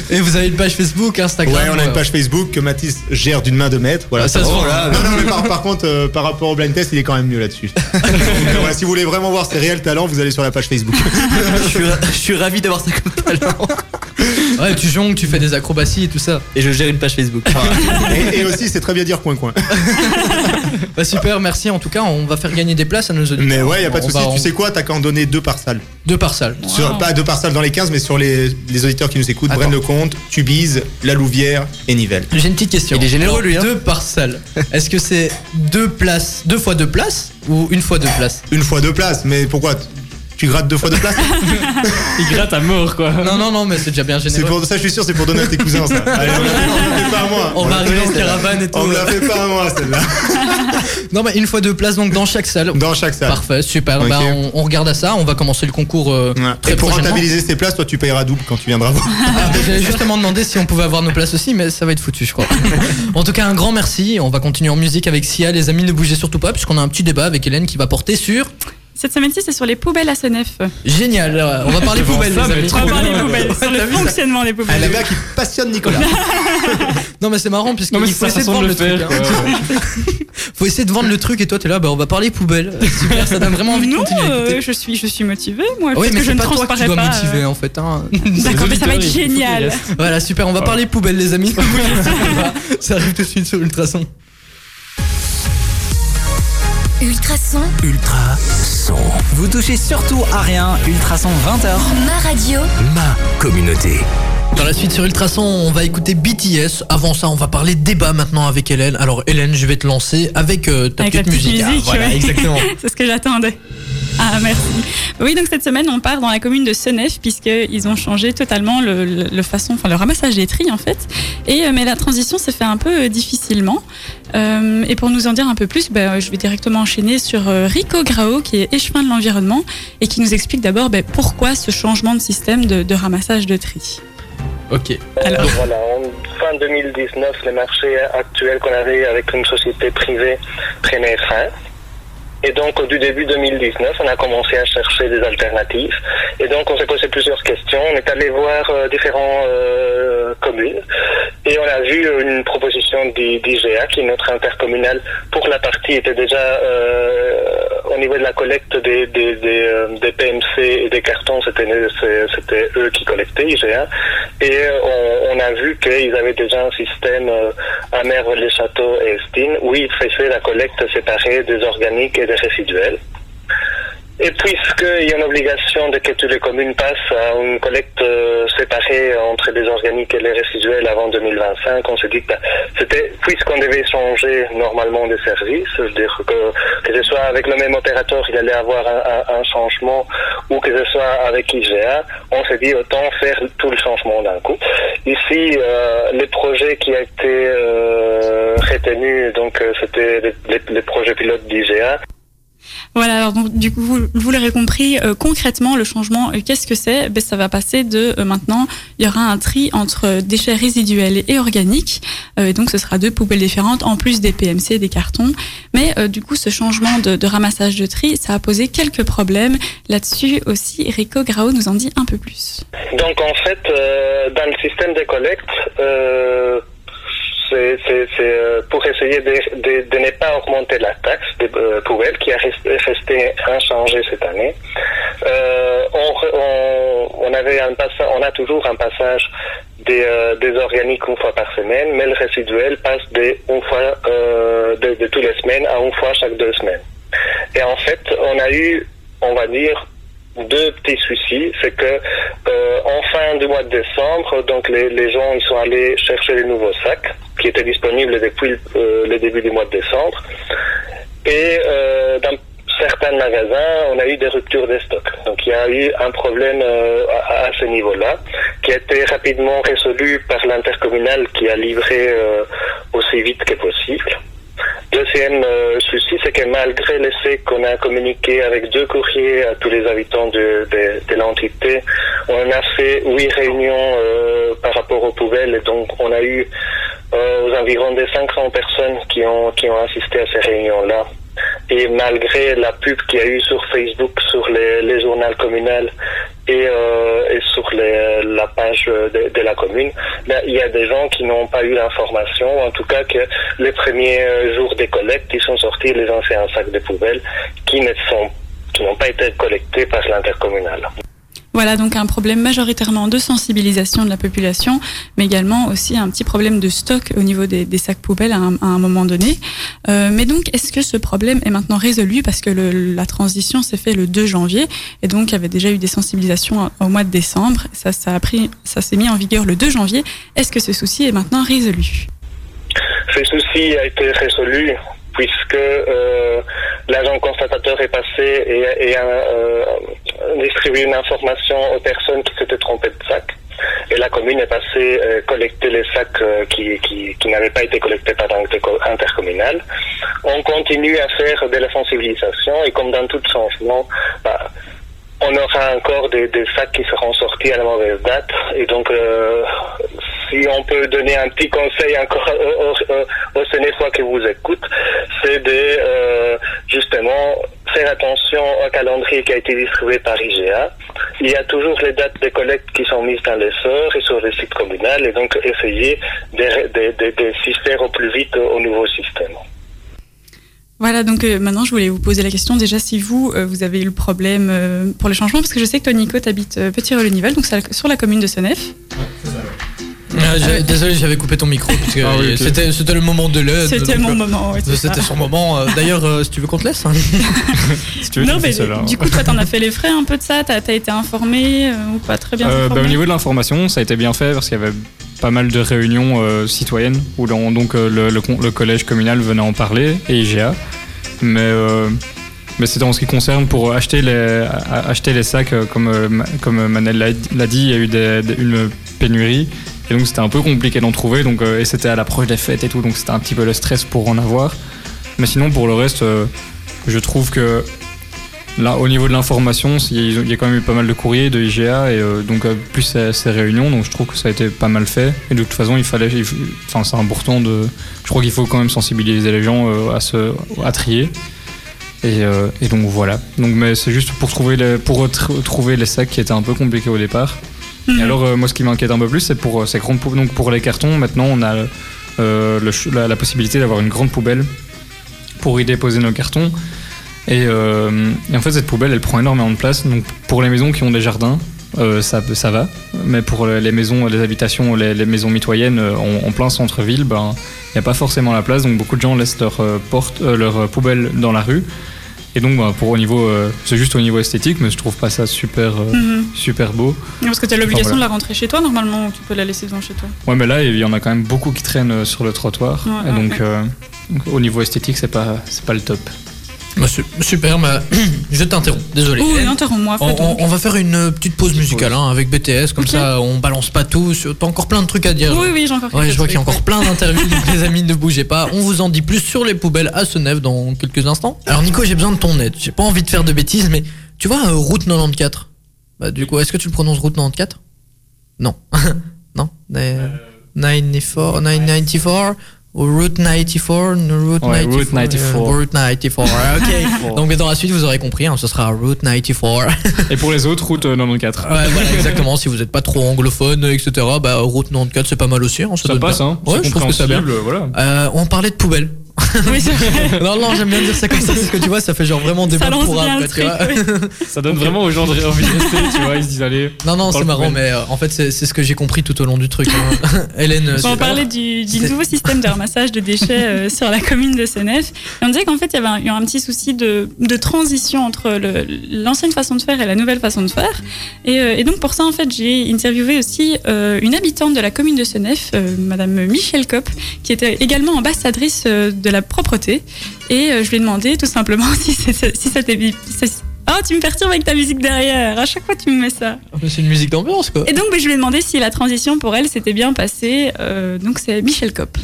Et vous avez une page Facebook, Instagram. Ouais, on a euh, une page Facebook que Mathis gère d'une main de maître. Voilà, Ah, ça se voit. Non, non, mais par, par contre, euh, par rapport au blind test, il est quand même mieux là-dessus. Donc, voilà, si vous voulez vraiment voir ses réels talents, vous allez sur la page Facebook. je, suis, ra- je suis ravi d'avoir ça comme talent. Ouais, tu jongles, tu fais des acrobaties et tout ça. Et je gère une page Facebook. Ah. Et, et aussi, c'est très bien dire coin coin. Bah super, merci. En tout cas, on va faire gagner des places à nos auditeurs. Mais ouais, y a pas de On souci. va en- Tu sais quoi T'as qu'à en donner deux par salle. Deux par salle. Sur, pas deux par salle dans les 15, mais sur les, les auditeurs qui nous écoutent, Attends. Brenne le compte, Tubize, La Louvière et Nivelles. J'ai une petite question. Il est généreux, lui, hein. Deux par salle. Est-ce que c'est deux places, deux fois deux places ou une fois deux places Une fois deux places, mais pourquoi tu- Tu grattes deux fois deux places Il gratte à mort, quoi. Non, non, non, mais c'est déjà bien C'est généreux. pour ça, je suis sûr, c'est pour donner à tes cousins ça. Allez, on ne fait pas à moi. On, va la arriver en connaît, celle-là. caravane et tout. euh. On me la fait pas à moi celle-là. Non, mais une fois deux places donc dans chaque salle. Dans chaque salle. Parfait, super. Ok. Bah, on, on regarde à ça. On va commencer le concours euh, Ouais. très Et pour prochainement. rentabiliser ces places, toi tu payeras double quand tu viendras voir. Ah, bah, J'avais justement demandé si on pouvait avoir nos places aussi, mais ça va être foutu, je crois. en tout cas, un grand merci. On va continuer en musique avec Sia. Les amis, ne bougez surtout pas, puisqu'on a un petit débat avec Hélène qui va porter sur. Cette semaine-ci, c'est sur les poubelles à SNF. Génial. euh, On va parler Devant poubelles, Ah, ça, les mais amis. trop On va parler bien. poubelles, sur le fonctionnement des Un poubelles. débat qui passionne Nicolas. Non, mais c'est marrant, puisqu'il Non, mais faut c'est sa essayer de façon de vendre le le truc. faire. hein. quoi. Faut essayer de vendre le truc, et toi, t'es là, bah, on va parler poubelle. Super, ça donne vraiment envie de Non, continuer. à écouter. euh, je suis, je suis motivée, moi. oui, peut-être mais que je c'est ne pas toi qui transparais dois pas. euh. motiver, en fait. hein. D'accord, mais ça va être Les auditeurs, il faut génial. qu'ils restent. Voilà, super, Ah. on va parler poubelle, les amis. ça arrive tout de suite sur Ultrason. Ultrason, Ultra son. Vous touchez surtout à rien, ultrason 20h. ma radio. Ma communauté. Dans la suite sur Ultrason, on va écouter BTS. Avant ça, on va parler débat maintenant avec Hélène. Alors Hélène, je vais te lancer avec euh, ta Avec la petite petite musique. Ah, musique, voilà, ouais. exactement. C'est ce que j'attendais. Ah, merci. Oui, donc cette semaine, on part dans la commune de Senef, puisqu'ils ont changé totalement le, le- le façon, enfin, le ramassage des tris, en fait. Et, euh, mais la transition s'est fait un peu euh, difficilement. Euh, et pour nous en dire un peu plus, ben, euh, je vais directement enchaîner sur euh, Rico Grao, qui est échevin de l'environnement, et qui nous explique d'abord ben, pourquoi ce changement de système de, de ramassage de tri. Ok. Alors, Voilà, en fin 2019, les marchés actuels qu'on avait avec une société privée prenaient fin. Et donc, au du début 2019, on a commencé à chercher des alternatives. Et donc, on s'est posé plusieurs questions. On est allé voir euh, différents euh, communes. Et on a vu une proposition d'i- d'IGA, qui est notre intercommunale, pour la partie était déjà euh, au niveau de la collecte des, des, des, euh, des PMC et des cartons, c'était c'est- c'était eux qui collectaient, IGA. Et euh, on, on a vu qu'ils avaient déjà un système euh, à Merve, les Châteaux et Estine où ils faisaient la collecte séparée des organiques et des résiduels. Et puisqu'il y a une obligation de que toutes les communes passent à une collecte euh, séparée entre les organiques et les résiduels avant 2025, on s'est dit que bah, c'était, puisqu'on devait changer normalement des services, je veux dire que, que ce soit avec le même opérateur, il allait avoir un, un- un changement, ou que ce soit avec IGA, on s'est dit autant faire tout le changement d'un coup. Ici, euh, les projets qui a été euh, retenu, donc euh, c'était les, les- les projets pilotes d'IGA, Voilà, alors donc, du coup, vous, vous l'aurez compris, euh, concrètement, le changement, euh, qu'est-ce que c'est ben, Ça va passer de euh, maintenant, il y aura un tri entre euh, déchets résiduels et organiques. Euh, et donc, ce sera deux poubelles différentes, en plus des PMC et des cartons. Mais euh, du coup, ce changement de, de ramassage de tri, ça a posé quelques problèmes. Là-dessus aussi, Rico Grao nous en dit un peu plus. Donc en fait, euh, dans le système de collecte, euh, c'est c'est- c'est, euh, pour essayer de, de- de ne pas augmenter la taxe des euh, poubelles qui a resté, resté inchangée cette année. Euh, on, re- on, on avait un passa- on a toujours un passage des, euh, des organiques une fois par semaine, mais le résiduel passe de, une fois, euh, de, de toutes les semaines à une fois chaque deux semaines. Et en fait, on a eu, on va dire, deux petits soucis. C'est que euh, en fin du mois de décembre, donc les, les gens ils sont allés chercher les nouveaux sacs qui étaient disponibles depuis le- euh, le début du mois de décembre. Et euh, dans certains magasins, on a eu des ruptures des stocks. Donc il y a eu un problème euh, à, à ce niveau-là, qui a été rapidement résolu par l'intercommunal qui a livré euh, aussi vite que possible. Deuxième euh, souci, c'est que malgré l'essai qu'on a communiqué avec deux courriers à tous les habitants de, de, de l'entité, on a fait huit réunions euh, par rapport aux poubelles. Et donc, on a eu euh, aux environs des 500 personnes qui ont, qui ont assisté à ces réunions-là. Et malgré la pub qu'il y a eu sur Facebook, sur les, les journaux communaux et, euh, et sur les- la page euh, de, de la commune, ben, il y a des gens qui n'ont pas eu l'information, ou en tout cas que les premiers euh, jours des collectes, ils sont sortis les anciens sacs de poubelle qui ne sont qui n'ont pas été collectés par l'intercommunal. Voilà donc un problème majoritairement de sensibilisation de la population, mais également aussi un petit problème de stock au niveau des, des sacs poubelles à un, à un moment donné. Euh, mais donc, est-ce que ce problème est maintenant résolu parce que le- la transition s'est faite le 2 janvier et donc il y avait déjà eu des sensibilisations au mois de décembre. Ça, ça a pris, ça s'est mis en vigueur le 2 janvier. Est-ce que ce souci est maintenant résolu Ce souci a été résolu puisque euh, l'agent constatateur est passé et, et a euh, distribué une information aux personnes qui s'étaient trompées de sac. Et la commune est passée euh, collecter les sacs euh, qui, qui, qui n'avaient pas été collectés par l'intercommunal. On continue à faire de la sensibilisation et comme dans tout changement, bah, on aura encore des, des sacs qui seront sortis à la mauvaise date. Et donc, euh, si on peut donner un petit conseil encore aux, aux, aux Sénéfois qui vous écoutent, c'est de euh, justement faire attention au calendrier qui a été distribué par IGA. Il y a toujours les dates des collectes qui sont mises dans les sœurs et sur le site communal. Et donc, essayer de, de, de, de s'y faire au plus vite au nouveau système. Voilà, donc euh, maintenant je voulais vous poser la question déjà si vous, euh, vous avez eu le problème euh, pour les changements, parce que je sais que toi Nico, t'habites euh, Petit-Relenivel, donc c'est sur la commune de Senef. Euh, j'ai- désolé, j'avais coupé ton micro parce que Ah oui, ok. c'était, c'était le moment de l'aide. C'était donc, mon euh, moment, ouais, c'est ça. C'était son moment. Euh, D'ailleurs, euh, si tu veux qu'on te laisse. hein. Si tu veux, non, tu mais fais hein. cela. du coup, toi, t'en as fait les frais un peu de ça T'as t'as été informé euh, ou pas très bien Euh, bah, informé au niveau de l'information, ça a été bien fait parce qu'il y avait pas mal de réunions euh, citoyennes où l'on- donc euh, le, le con- le collège communal venait en parler et IGA. Mais euh, Mais c'est en ce qui concerne pour acheter les, à- à- acheter les sacs, euh, comme, euh, Ma- comme euh, Manel l'a- l'a dit, il y a eu des- des- une pénurie. Et donc c'était un peu compliqué d'en trouver. Donc, euh, et c'était à l'approche des fêtes et tout. Donc c'était un petit peu le stress pour en avoir. Mais sinon, pour le reste, euh, je trouve que là, au niveau de l'information, c'est- ils ont- il y a quand même eu pas mal de courriers de IGA. Et euh, donc euh, plus ces, ces réunions. Donc je trouve que ça a été pas mal fait. Et de toute façon, il fallait. il f- Enfin, c'est important de. Je crois qu'il faut quand même sensibiliser les gens euh, à, se, à trier. Et, euh, et donc voilà. Donc mais c'est juste pour trouver les, pour tr- trouver les sacs qui étaient un peu compliqués au départ. Et alors euh, moi ce qui m'inquiète un peu plus c'est pour euh, ces grandes pou- donc pour les cartons maintenant on a euh, le ch- la, la possibilité d'avoir une grande poubelle pour y déposer nos cartons. Et, euh, et en fait cette poubelle elle prend énormément de place. Donc pour les maisons qui ont des jardins euh, ça ça va, mais pour les maisons les habitations les, les maisons mitoyennes euh, en, en plein centre ville ben il n'y a pas forcément la place, donc beaucoup de gens laissent leur, euh, porte, euh, leur euh, poubelle dans la rue. Et donc, bah, pour au niveau, euh, c'est juste au niveau esthétique, mais je trouve pas ça super, euh, Mhm. super beau. Non, Parce que tu as l'obligation Enfin, de voilà. la rentrer chez toi normalement, ou tu peux la laisser devant chez toi. Ouais, mais là, il y en a quand même beaucoup qui traînent euh, sur le trottoir. Ouais, et ouais, donc, ouais. euh, donc, au niveau esthétique, c'est pas, c'est pas le top. Bah, su- super, mais je t'interromps, désolé. Ouh, Hélène. interromps-moi, On, fais donc. on- on va faire une euh, petite pause musicale hein, avec BTS, comme Ok. ça on balance pas tout. sur- T'as encore plein de trucs à dire. Oui, oui, j'ai encore Ouais, quelques je vois qu'il y a trucs, encore plein d'interviews, donc les amis, ne bougez pas. On vous en dit plus sur les poubelles à Senef dans quelques instants. Alors, Nico, j'ai besoin de ton aide. J'ai pas envie de faire de bêtises, mais tu vois, euh, route 94. Bah, du coup, est-ce que tu le prononces route 94 Non. non mais, Euh, 94, 994 ou route 94 no, Route Ouais, 94. Route 94. euh, route 94, ok. Donc, mais dans la suite, vous aurez compris, hein, ce sera route 94. Et pour les autres, route euh, 94. Ouais, voilà, exactement. Si vous n'êtes pas trop anglophone, etc., bah, route 94, c'est pas mal aussi. On se Ça donne passe, pas. hein. Ouais, C'est je trouve que ça bien. compréhensible, voilà. Euh, on parlait de poubelle. Oui, c'est vrai. non, non, j'aime bien dire ça comme ça, parce que tu vois, ça fait genre vraiment débat Ça lance pour bien après, le tu vois. truc, oui. Ça donne vraiment aux gens de- envie de rester, tu vois. Ils se disent, allez. Non, on non, parle c'est marrant, poubelle. mais euh, en fait, c'est c'est ce que j'ai compris tout au long du truc. hein. Hélène, Bon, c'est on parlait du, du nouveau système de ramassage de déchets euh, sur la commune de Senef. Et on disait qu'en fait, il y avait un, il y a un petit souci de, de transition entre le- l'ancienne façon de faire et la nouvelle façon de faire. Et, euh, et donc, pour ça, en fait, j'ai interviewé aussi euh, une habitante de la commune de Senef, euh, Madame Michel Kopp, qui était également ambassadrice euh, de la propreté. Et euh, je lui ai demandé tout simplement si, c'était- si c'était... si- Oh, tu me perturbes avec ta musique derrière. À chaque fois, tu me mets ça. c'est une musique d'ambiance, quoi. Et donc, bah, je lui ai demandé si la transition pour elle s'était bien passée. Euh, donc, c'est Michel Kopp.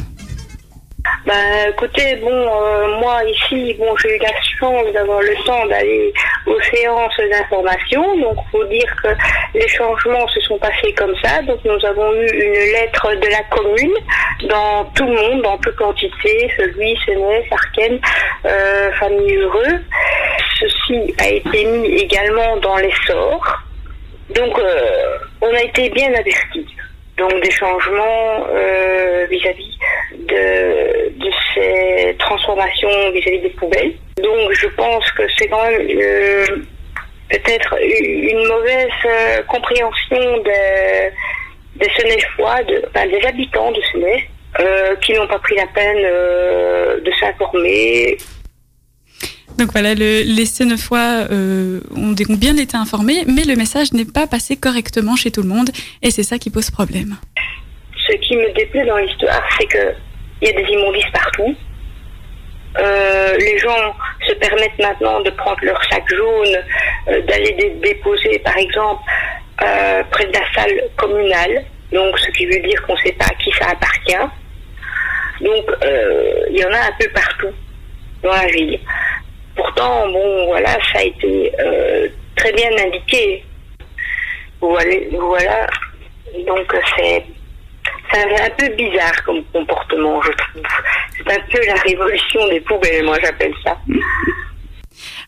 Bah écoutez, bon, euh, moi ici, bon, j'ai eu la chance d'avoir le temps d'aller aux séances d'information. Donc, faut dire que les changements se sont passés comme ça. Donc, nous avons eu une lettre de la commune dans tout le monde, dans peu quantité, celui, Sénès, Arken, euh, Famille Heureux. Ceci a été mis également dans l'essor. Donc, euh, on a été bien avertis. Donc, des changements euh, vis-à-vis de, de ces transformations vis-à-vis des poubelles. Donc je pense que c'est quand même euh, peut-être une mauvaise euh, compréhension des, des Sénéchois, de, enfin, ben, des habitants de Sénèche, euh, qui n'ont pas pris la peine euh, de s'informer Donc voilà, le- les Sénefois euh, ont, des- ont bien été informés, mais le message n'est pas passé correctement chez tout le monde, et c'est ça qui pose problème. ce qui me déplaît dans l'histoire, c'est que il y a des immondices partout. Euh, les gens se permettent maintenant de prendre leur sac jaune, euh, d'aller dé- déposer, par exemple, euh, près de la salle communale. Donc, ce qui veut dire qu'on ne sait pas à qui ça appartient. Donc, euh, il y en a un peu partout dans la ville. Pourtant, bon, voilà, ça a été euh, très bien indiqué. Voilà, voilà. donc c'est c'est un peu bizarre comme comportement, je trouve. C'est un peu la révolution des poubelles, moi j'appelle ça.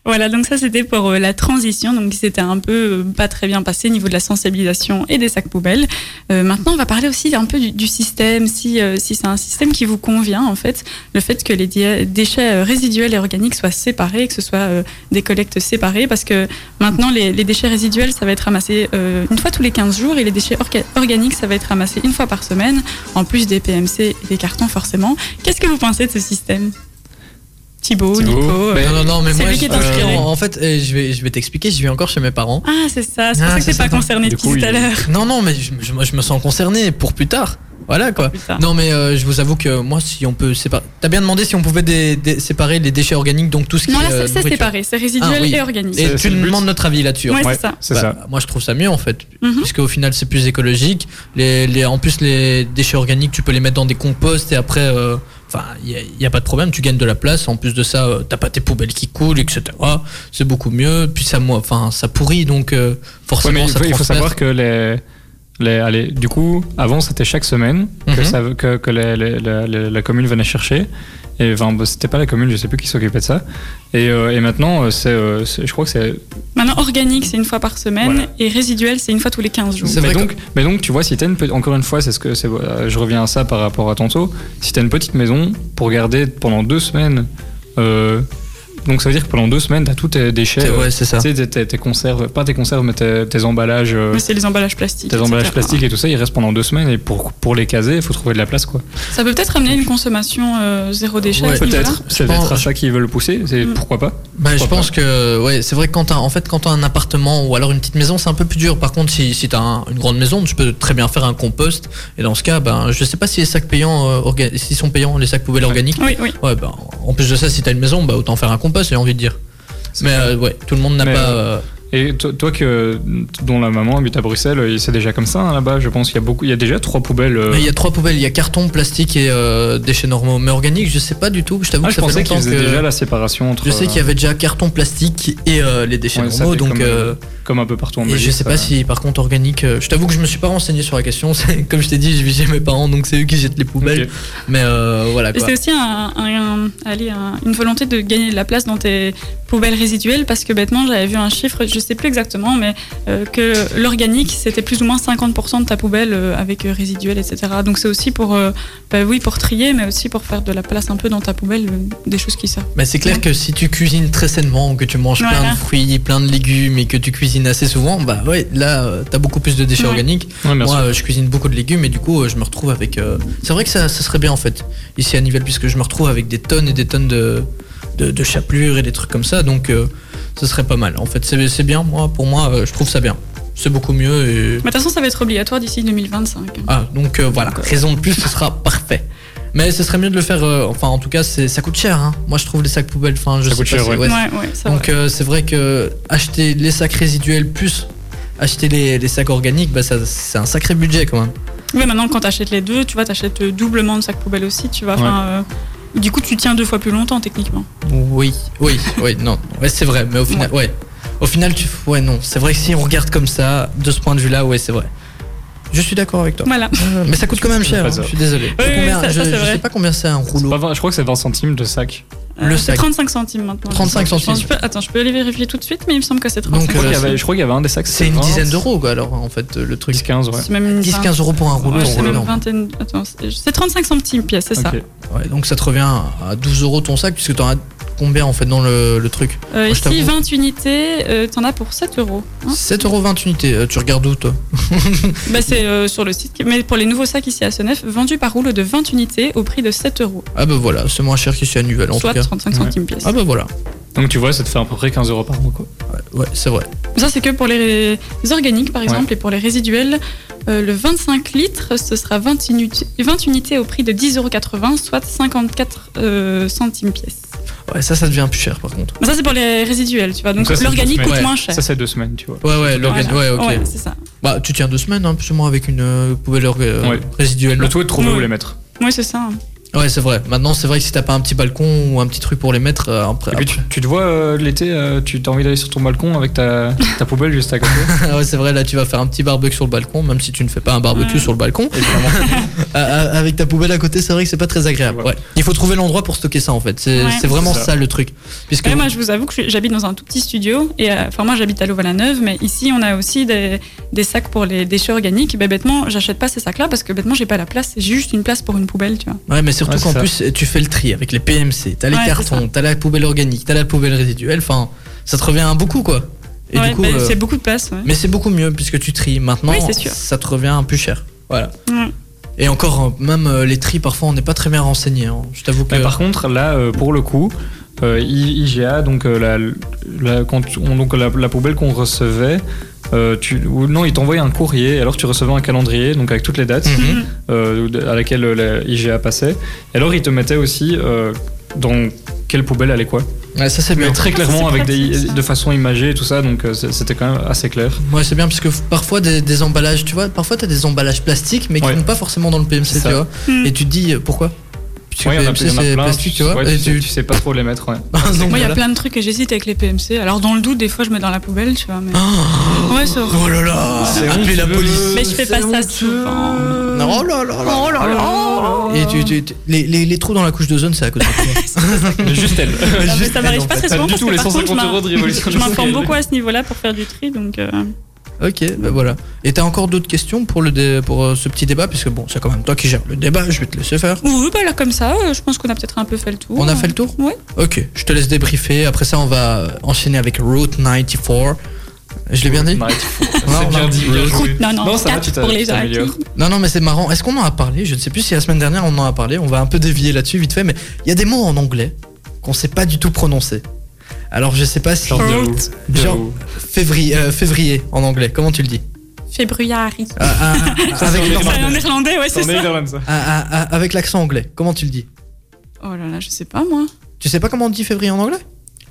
Voilà, donc ça c'était pour euh, la transition, donc c'était un peu euh, pas très bien passé au niveau de la sensibilisation et des sacs poubelles. Euh, maintenant, on va parler aussi un peu du, du système, si, euh, si c'est un système qui vous convient en fait, le fait que les di- déchets euh, résiduels et organiques soient séparés, que ce soit euh, des collectes séparées, parce que maintenant les, les déchets résiduels ça va être ramassé euh, une fois tous les 15 jours et les déchets orga- organiques ça va être ramassé une fois par semaine, en plus des PMC et des cartons forcément. Qu'est-ce que vous pensez de ce système Thibaut, Thibaut, Nico euh, ben, Non, non, non, mais C'est moi, lui qui est inspiré. en fait, euh, je vais, je vais t'expliquer, je vis encore chez mes parents. Ah, c'est ça, c'est pour Ah, ça que c'est t'es pas ça. concerné Du depuis coup, tout à il- l'heure. Non, non, mais je, je- moi, je me sens concerné pour plus tard. Voilà quoi. Non mais euh, je vous avoue que moi si on peut séparer. T'as bien demandé si on pouvait dé- dé- séparer les déchets organiques donc tout ce qui. Non, là, est, euh, c'est- c'est nourriture. séparé, c'est résiduel Ah, oui. et organique. Et tu nous demandes notre avis là-dessus. Ouais, c'est Ouais, ça. c'est Bah, ça. Moi je trouve ça mieux en fait, Mhm. puisque au final c'est plus écologique. Les, les- en plus les déchets organiques tu peux les mettre dans des composts et après, euh, enfin il n'y a, pas de problème, tu gagnes de la place. En plus de ça, euh, t'as pas tes poubelles qui coulent, etc. C'est beaucoup mieux. Puis ça, moi- enfin ça pourrit donc euh, Ouais, forcément mais il ça faut, il faut transfère. savoir que les, les- allez, du coup, avant c'était chaque semaine que, Mhm. ça, que, que les- les- la- la- la commune venait chercher. Et enfin, bah, c'était pas la commune, je sais plus qui s'occupait de ça. Et, euh, et maintenant, euh, c'est, euh, c'est- je crois que c'est. Maintenant, organique, c'est une fois par semaine et résiduel, c'est une fois tous les 15 jours. Mais donc, mais donc, tu vois, si t'as une pe- encore une fois, c'est ce que c'est, euh, je reviens à ça par rapport à tantôt. Si t'as une petite maison pour garder pendant deux semaines. euh, donc ça veut dire que pendant deux semaines, t'as tous tes déchets. C'est- ouais, euh, c'est ça. Tu sais, tes- tes- tes conserves, pas tes conserves, mais tes, tes emballages. euh, Mais c'est les emballages plastiques. Tes etc. emballages plastiques et tout ça, ils restent pendant deux semaines et pour, pour les caser, il faut trouver de la place quoi. Ça peut peut-être amener une consommation euh, zéro déchet. à ce niveau-là. peut-être. C'est peut-être à ça qu'ils veulent pousser, c'est pourquoi pas. Bah, je hein. pense que ouais, c'est vrai que quand t'as en fait quand t'as un appartement ou alors une petite maison, c'est un peu plus dur. Par contre, si si t'as un- une grande maison, tu peux très bien faire un compost. Et dans ce cas, ben je sais pas si les sacs payants euh, orga- s'ils sont payants les sacs poubelles organiques. Oui, oui. Ouais, ben, en plus de ça, si t'as une maison, bah autant faire un compost, j'ai envie de dire. Mais euh, ouais, tout le monde n'a Mais, pas. euh, Et toi, toi que, dont la maman habite à Bruxelles, euh, c'est déjà comme ça hein, là-bas, je pense qu'il y a beaucoup, il y a déjà trois poubelles. euh, Mais il y a trois poubelles, il y a carton, plastique et euh, déchets normaux. Mais organique, je sais pas du tout. Je t'avoue ah, que je ça fait pensais qu'ils longtemps faisaient que déjà la séparation entre. je sais qu'il y avait déjà carton, plastique et euh, les déchets Ouais, ça normaux, fait donc. comme, euh, comme un peu partout en Et Belgique. je sais ça. pas si par contre organique, euh, je t'avoue que je me suis pas renseigné sur la question, c'est- comme je t'ai dit, je vis chez mes parents donc c'est eux qui jettent les poubelles. Mais euh, voilà Et quoi. c'est aussi un, un- un- allez, un- une volonté de gagner de la place dans tes poubelles résiduelles parce que bêtement, j'avais vu un chiffre, je sais plus exactement, mais euh, que l'organique, c'était plus ou moins 50% de ta poubelle euh, avec euh, résiduel, etc. Donc c'est aussi pour, euh, bah oui, pour trier, mais aussi pour faire de la place un peu dans ta poubelle, euh, des choses qui servent. Mais c'est clair que si tu cuisines très sainement, que tu manges plein Voilà. de fruits, plein de légumes et que tu cuisines assez souvent, bah ouais, là euh, t'as beaucoup plus de déchets Ouais. organiques. Ouais, bien Moi sûr. euh, je cuisine beaucoup de légumes et du coup euh, je me retrouve avec. euh, C'est vrai que ça, ça serait bien en fait, ici à Nivelles, puisque je me retrouve avec des tonnes et des tonnes de, de, de chapelures et des trucs comme ça, donc euh, ça serait pas mal. En fait, c'est c'est bien, moi, pour moi, euh, je trouve ça bien. C'est beaucoup mieux et. Mais de toute façon, ça va être obligatoire d'ici 2025. Ah, donc euh, voilà, raison de plus, ce sera parfait. Mais ce serait mieux de le faire, euh, enfin en tout cas, c'est- ça coûte cher. hein. Moi je trouve les sacs poubelles, enfin je Ça sais coûte pas cher, si- ouais. Ouais, ouais, c'est Donc euh, c'est vrai que acheter les sacs résiduels plus acheter les, les sacs organiques, bah, ça- c'est un sacré budget quand même. Oui, maintenant, quand t'achètes les deux, tu vois, t'achètes euh, doublement de sac poubelle aussi, tu vois. enfin, euh, du coup, tu tiens deux fois plus longtemps, techniquement. Oui, oui, oui, non, ouais, c'est vrai, mais au final, ouais. Au final, tu. Ouais, non, c'est vrai que si on regarde comme ça, de ce point de vue-là, ouais, c'est vrai. Je suis d'accord avec toi. Voilà. Mais ça coûte quand même cher, hein, je suis désolé. Oui, oui, Combien- ça- ça, je- c'est je vrai. sais pas combien c'est un rouleau. je crois que c'est 20 centimes de sac. Le C'est sac. 35 Euh, centimes maintenant. 35 Je pense- centimes. je peux- attends, je peux aller vérifier tout de suite, mais il me semble que c'est 35 Donc, je, crois euh, qu'il y avait, c'est- je crois qu'il y avait un des sacs. C'est une dizaine d'euros, quoi, alors, en fait, euh, le truc. 10-15, ouais. C'est même une 10, vingt- 15 euros pour un rouleau, Ouais, c'est c'est même énorme. vingtaine- attends, c'est c'est 35 centimes pièce, c'est ça. Ok. Ouais, donc ça te revient à 12 euros ton sac, puisque t'en as combien en fait dans le, le truc Euh, Moi, je ici, t'avoue, 20 unités, euh, t'en as pour 7 euros. hein. 7,20€ unité, Euh, tu regardes où toi Bah, c'est euh, sur le site. qui- Mais pour les nouveaux sacs ici à Senef, vendus par rouleau de 20 unités au prix de 7 euros. Ah bah voilà, c'est moins cher qu'ici à Nivelles en Soit tout cas. 35 centimes pièce. Ah bah voilà, Donc tu vois, ça te fait à peu près 15 euros par mois quoi. ouais, c'est vrai. Ça, c'est que pour les les organiques, par exemple, et pour les résiduels. euh, le 25 litres, ce sera 20, inut- 20 unités au prix de 10,80 euros, soit 54 euh, centimes pièce. Ouais, ça, ça devient plus cher par contre. Mais ça, c'est pour les résiduels, tu vois. Donc, ça, c'est deux l'organique semaines. coûte Ouais. moins cher. Ça, c'est deux semaines, tu vois. Ouais, ouais, l'organe, Voilà. ouais, ok. Ouais, c'est ça. Bah, tu tiens deux semaines, hein, plus ou moins, avec une euh, poubelle orga- euh, Ouais. résiduelle. Le tout est de Mm. trouver où les mettre. Oui, c'est ça. Ouais, c'est vrai. Maintenant, c'est vrai que si t'as pas un petit balcon ou un petit truc pour les mettre, euh, après. Et puis tu, tu te vois euh, l'été, euh, tu as envie d'aller sur ton balcon avec ta, ta poubelle juste à côté. ouais, c'est vrai, là, tu vas faire un petit barbecue sur le balcon, même si tu ne fais pas un barbecue sur le balcon. Euh, euh, Avec ta poubelle à côté, c'est vrai que c'est pas très agréable. Ouais. Il faut trouver l'endroit pour stocker ça, en fait. C'est Ouais. c'est vraiment C'est ça. ça. le truc. Puisque Ouais, moi, je vous avoue que je- j'habite dans un tout petit studio. Et euh, enfin, moi, j'habite à Louvain-la-Neuve, mais ici, on a aussi des, des sacs pour les déchets organiques. Ben, bêtement, j'achète pas ces sacs-là parce que bêtement, j'ai pas la place. J'ai juste une place pour une poubelle, tu vois. Ouais, mais surtout Ouais, c'est qu'en ça. plus, tu fais le tri avec les PMC, t'as les Ouais, c'est cartons, t'as la poubelle organique, t'as la poubelle résiduelle, enfin, ça te revient à beaucoup quoi. Et Ouais, du coup, ben, euh, c'est beaucoup de place. ouais. mais c'est beaucoup mieux puisque tu tries. Maintenant, Oui, c'est sûr. ça te revient plus cher. Voilà. Ouais. Et encore, euh, même euh, les tris, parfois, on n'est pas très bien renseigné. hein. Je t'avoue que. Mais par contre, là, euh, pour le coup, euh, I- IGA, donc, euh, la, la- quand on- donc la, la poubelle qu'on recevait, euh, tu, ou non, ils t'envoyaient un courrier, alors tu recevais un calendrier, donc avec toutes Mm-hmm. les Mhm. dates euh, à laquelle euh, la IGA passait. Et alors, ils te mettaient aussi euh, dans quelle poubelle allait quoi. Ouais, ça, c'est Mais bien. Très Ah, clairement, c'est avec des, pratique, ça. de façon imagée et tout ça, donc euh, c'est- c'était quand même assez clair. Ouais, c'est bien parce que f- parfois des, des emballages, tu vois, parfois t'as des emballages plastiques mais qui Ouais. vont pas forcément dans le PMC, C'est tu ça. vois. Hmm. Et tu te dis euh, pourquoi Parce que Ouais, il y en a- il y en a c'est plein, plastique, tu- tu oh vois. ouais, et tu sais- tu sais pas trop les mettre, ouais. Donc, Moi, il y a voilà. plein de trucs que j'hésite avec les PMC. Alors, dans le doute, des fois, je mets dans la poubelle, tu vois. Mais... ouais, c'est horrible. Oh là là C'est Appelez la police Mais je fais pas ça souvent. Non, Oh là là là Oh là là Et tu, tu- tu- les, les- les trous dans la couche d'ozone, c'est à cause de toi. Juste elle. Ah, mais ça m'arrive pas très souvent parce que par contre, je m'in- je m'informe beaucoup à ce niveau-là pour faire du tri, donc. euh, Ok, bah voilà. Et t'as encore d'autres questions pour, le dé- pour euh, ce petit débat Puisque bon, c'est quand même toi qui gères le débat, je vais te laisser faire. Oui, bah là comme ça, euh, je pense qu'on a peut-être un peu fait le tour. Euh, On a fait le tour Oui. Ok, je te laisse débriefer. Après ça, on va euh, enchaîner avec Route 94. Je l'ai bien dit C'est bien dit, bien joué. Route, non, non, Non, ça va, quatre tu t'as- pour les tu t'améliores. acquis. Non, non, mais c'est marrant. Est-ce qu'on en a parlé Je ne sais plus si la semaine dernière on en a parlé. On va un peu dévier là-dessus vite fait, mais il y a des mots en anglais qu'on sait pas du tout prononcer. Alors je sais pas si. Genre de où De Genre où février, euh, février en anglais. Comment tu le dis Fébruyari. Ah, ah, ah, Ça, c'est en néerlandais. C'est en néerlandais, ouais, c'est C'est en ça. néerlandais, ça. Ah, ah, ah, avec l'accent anglais. Comment tu le dis Oh là là, je sais pas moi. Tu sais pas comment on dit février en anglais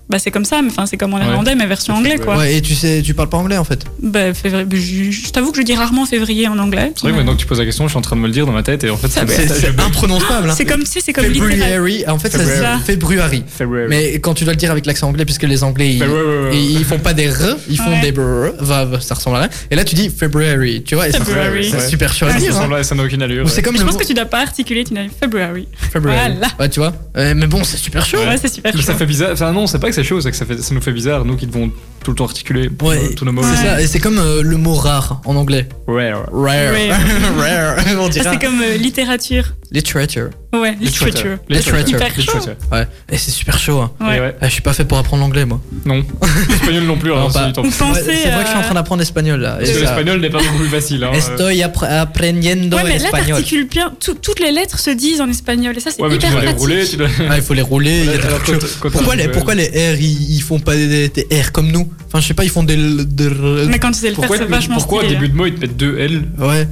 Bah c'est comme ça, mais enfin c'est comme en néerlandais, mais version anglais quoi. Ouais, et tu sais, tu parles pas anglais en fait. Bah février, je, je t'avoue que je dis rarement février en anglais. C'est vrai que maintenant que tu poses la question, je suis en train de me le dire dans ma tête et en fait, Ça, ça- c'est- ça- c'est je- imprononçable, hein. C'est comme si c'est comme February, littéral. en fait, ça se February. dit February. February. Mais quand tu dois le dire avec l'accent anglais, puisque les anglais ils, February. ils font pas des R, ils font Ouais. des brr, va- va- ça ressemble à rien. Et là tu dis February, tu vois, et ça- February. c'est Ouais. super chaud à Ça dire. hein. ressemble à- Ça n'a aucune allure. Ou c'est ouais. comme je le pense mot- que tu dois pas articuler, tu n'as February. February. Voilà. Ouais, tu vois. Euh, mais bon, c'est super chaud. Ouais, c'est super Mais chaud. ça fait bizarre. Enfin, non, c'est pas que c'est chaud, c'est que ça, fait, ça nous fait bizarre, nous qui devons tout le temps articuler pour, euh, tous nos mots. C'est ça, et c'est comme euh, le mot rare en anglais. Rare. Rare. Rare. On Ça, dira. c'est comme euh, littérature. Literature. Ouais, literature. Literature. Hyper chaud. Ouais. Et c'est super chaud. hein. Ouais. Et ouais. Ah, je suis pas fait pour apprendre l'anglais, moi. Eh Non. Espagnol non plus, alors Non, pas. si, tant pis. Vous pensez, Ouais, c'est vrai que je suis en euh, train d'apprendre l'espagnol là. Parce que l'espagnol n'est pas non plus facile. Hein. Estoy appre- aprendiendo Ouais, mais là, espagnol. t'articules bien. tout- toutes les lettres se disent en espagnol et ça, c'est Ouais, mais hyper tu dois les pratique. rouler, tu dois- Ah, il faut les rouler. il y a des Alors, trucs quand- chauds. quand pourquoi, tu les, veux- pourquoi les R ils, ils font pas des, des R comme nous Enfin, je sais pas, ils font des. l- des r- Mais quand tu sais le faire, Pourquoi, c'est vachement pourquoi au stylé. hein. début de mot, ils te mettent deux L Ouais.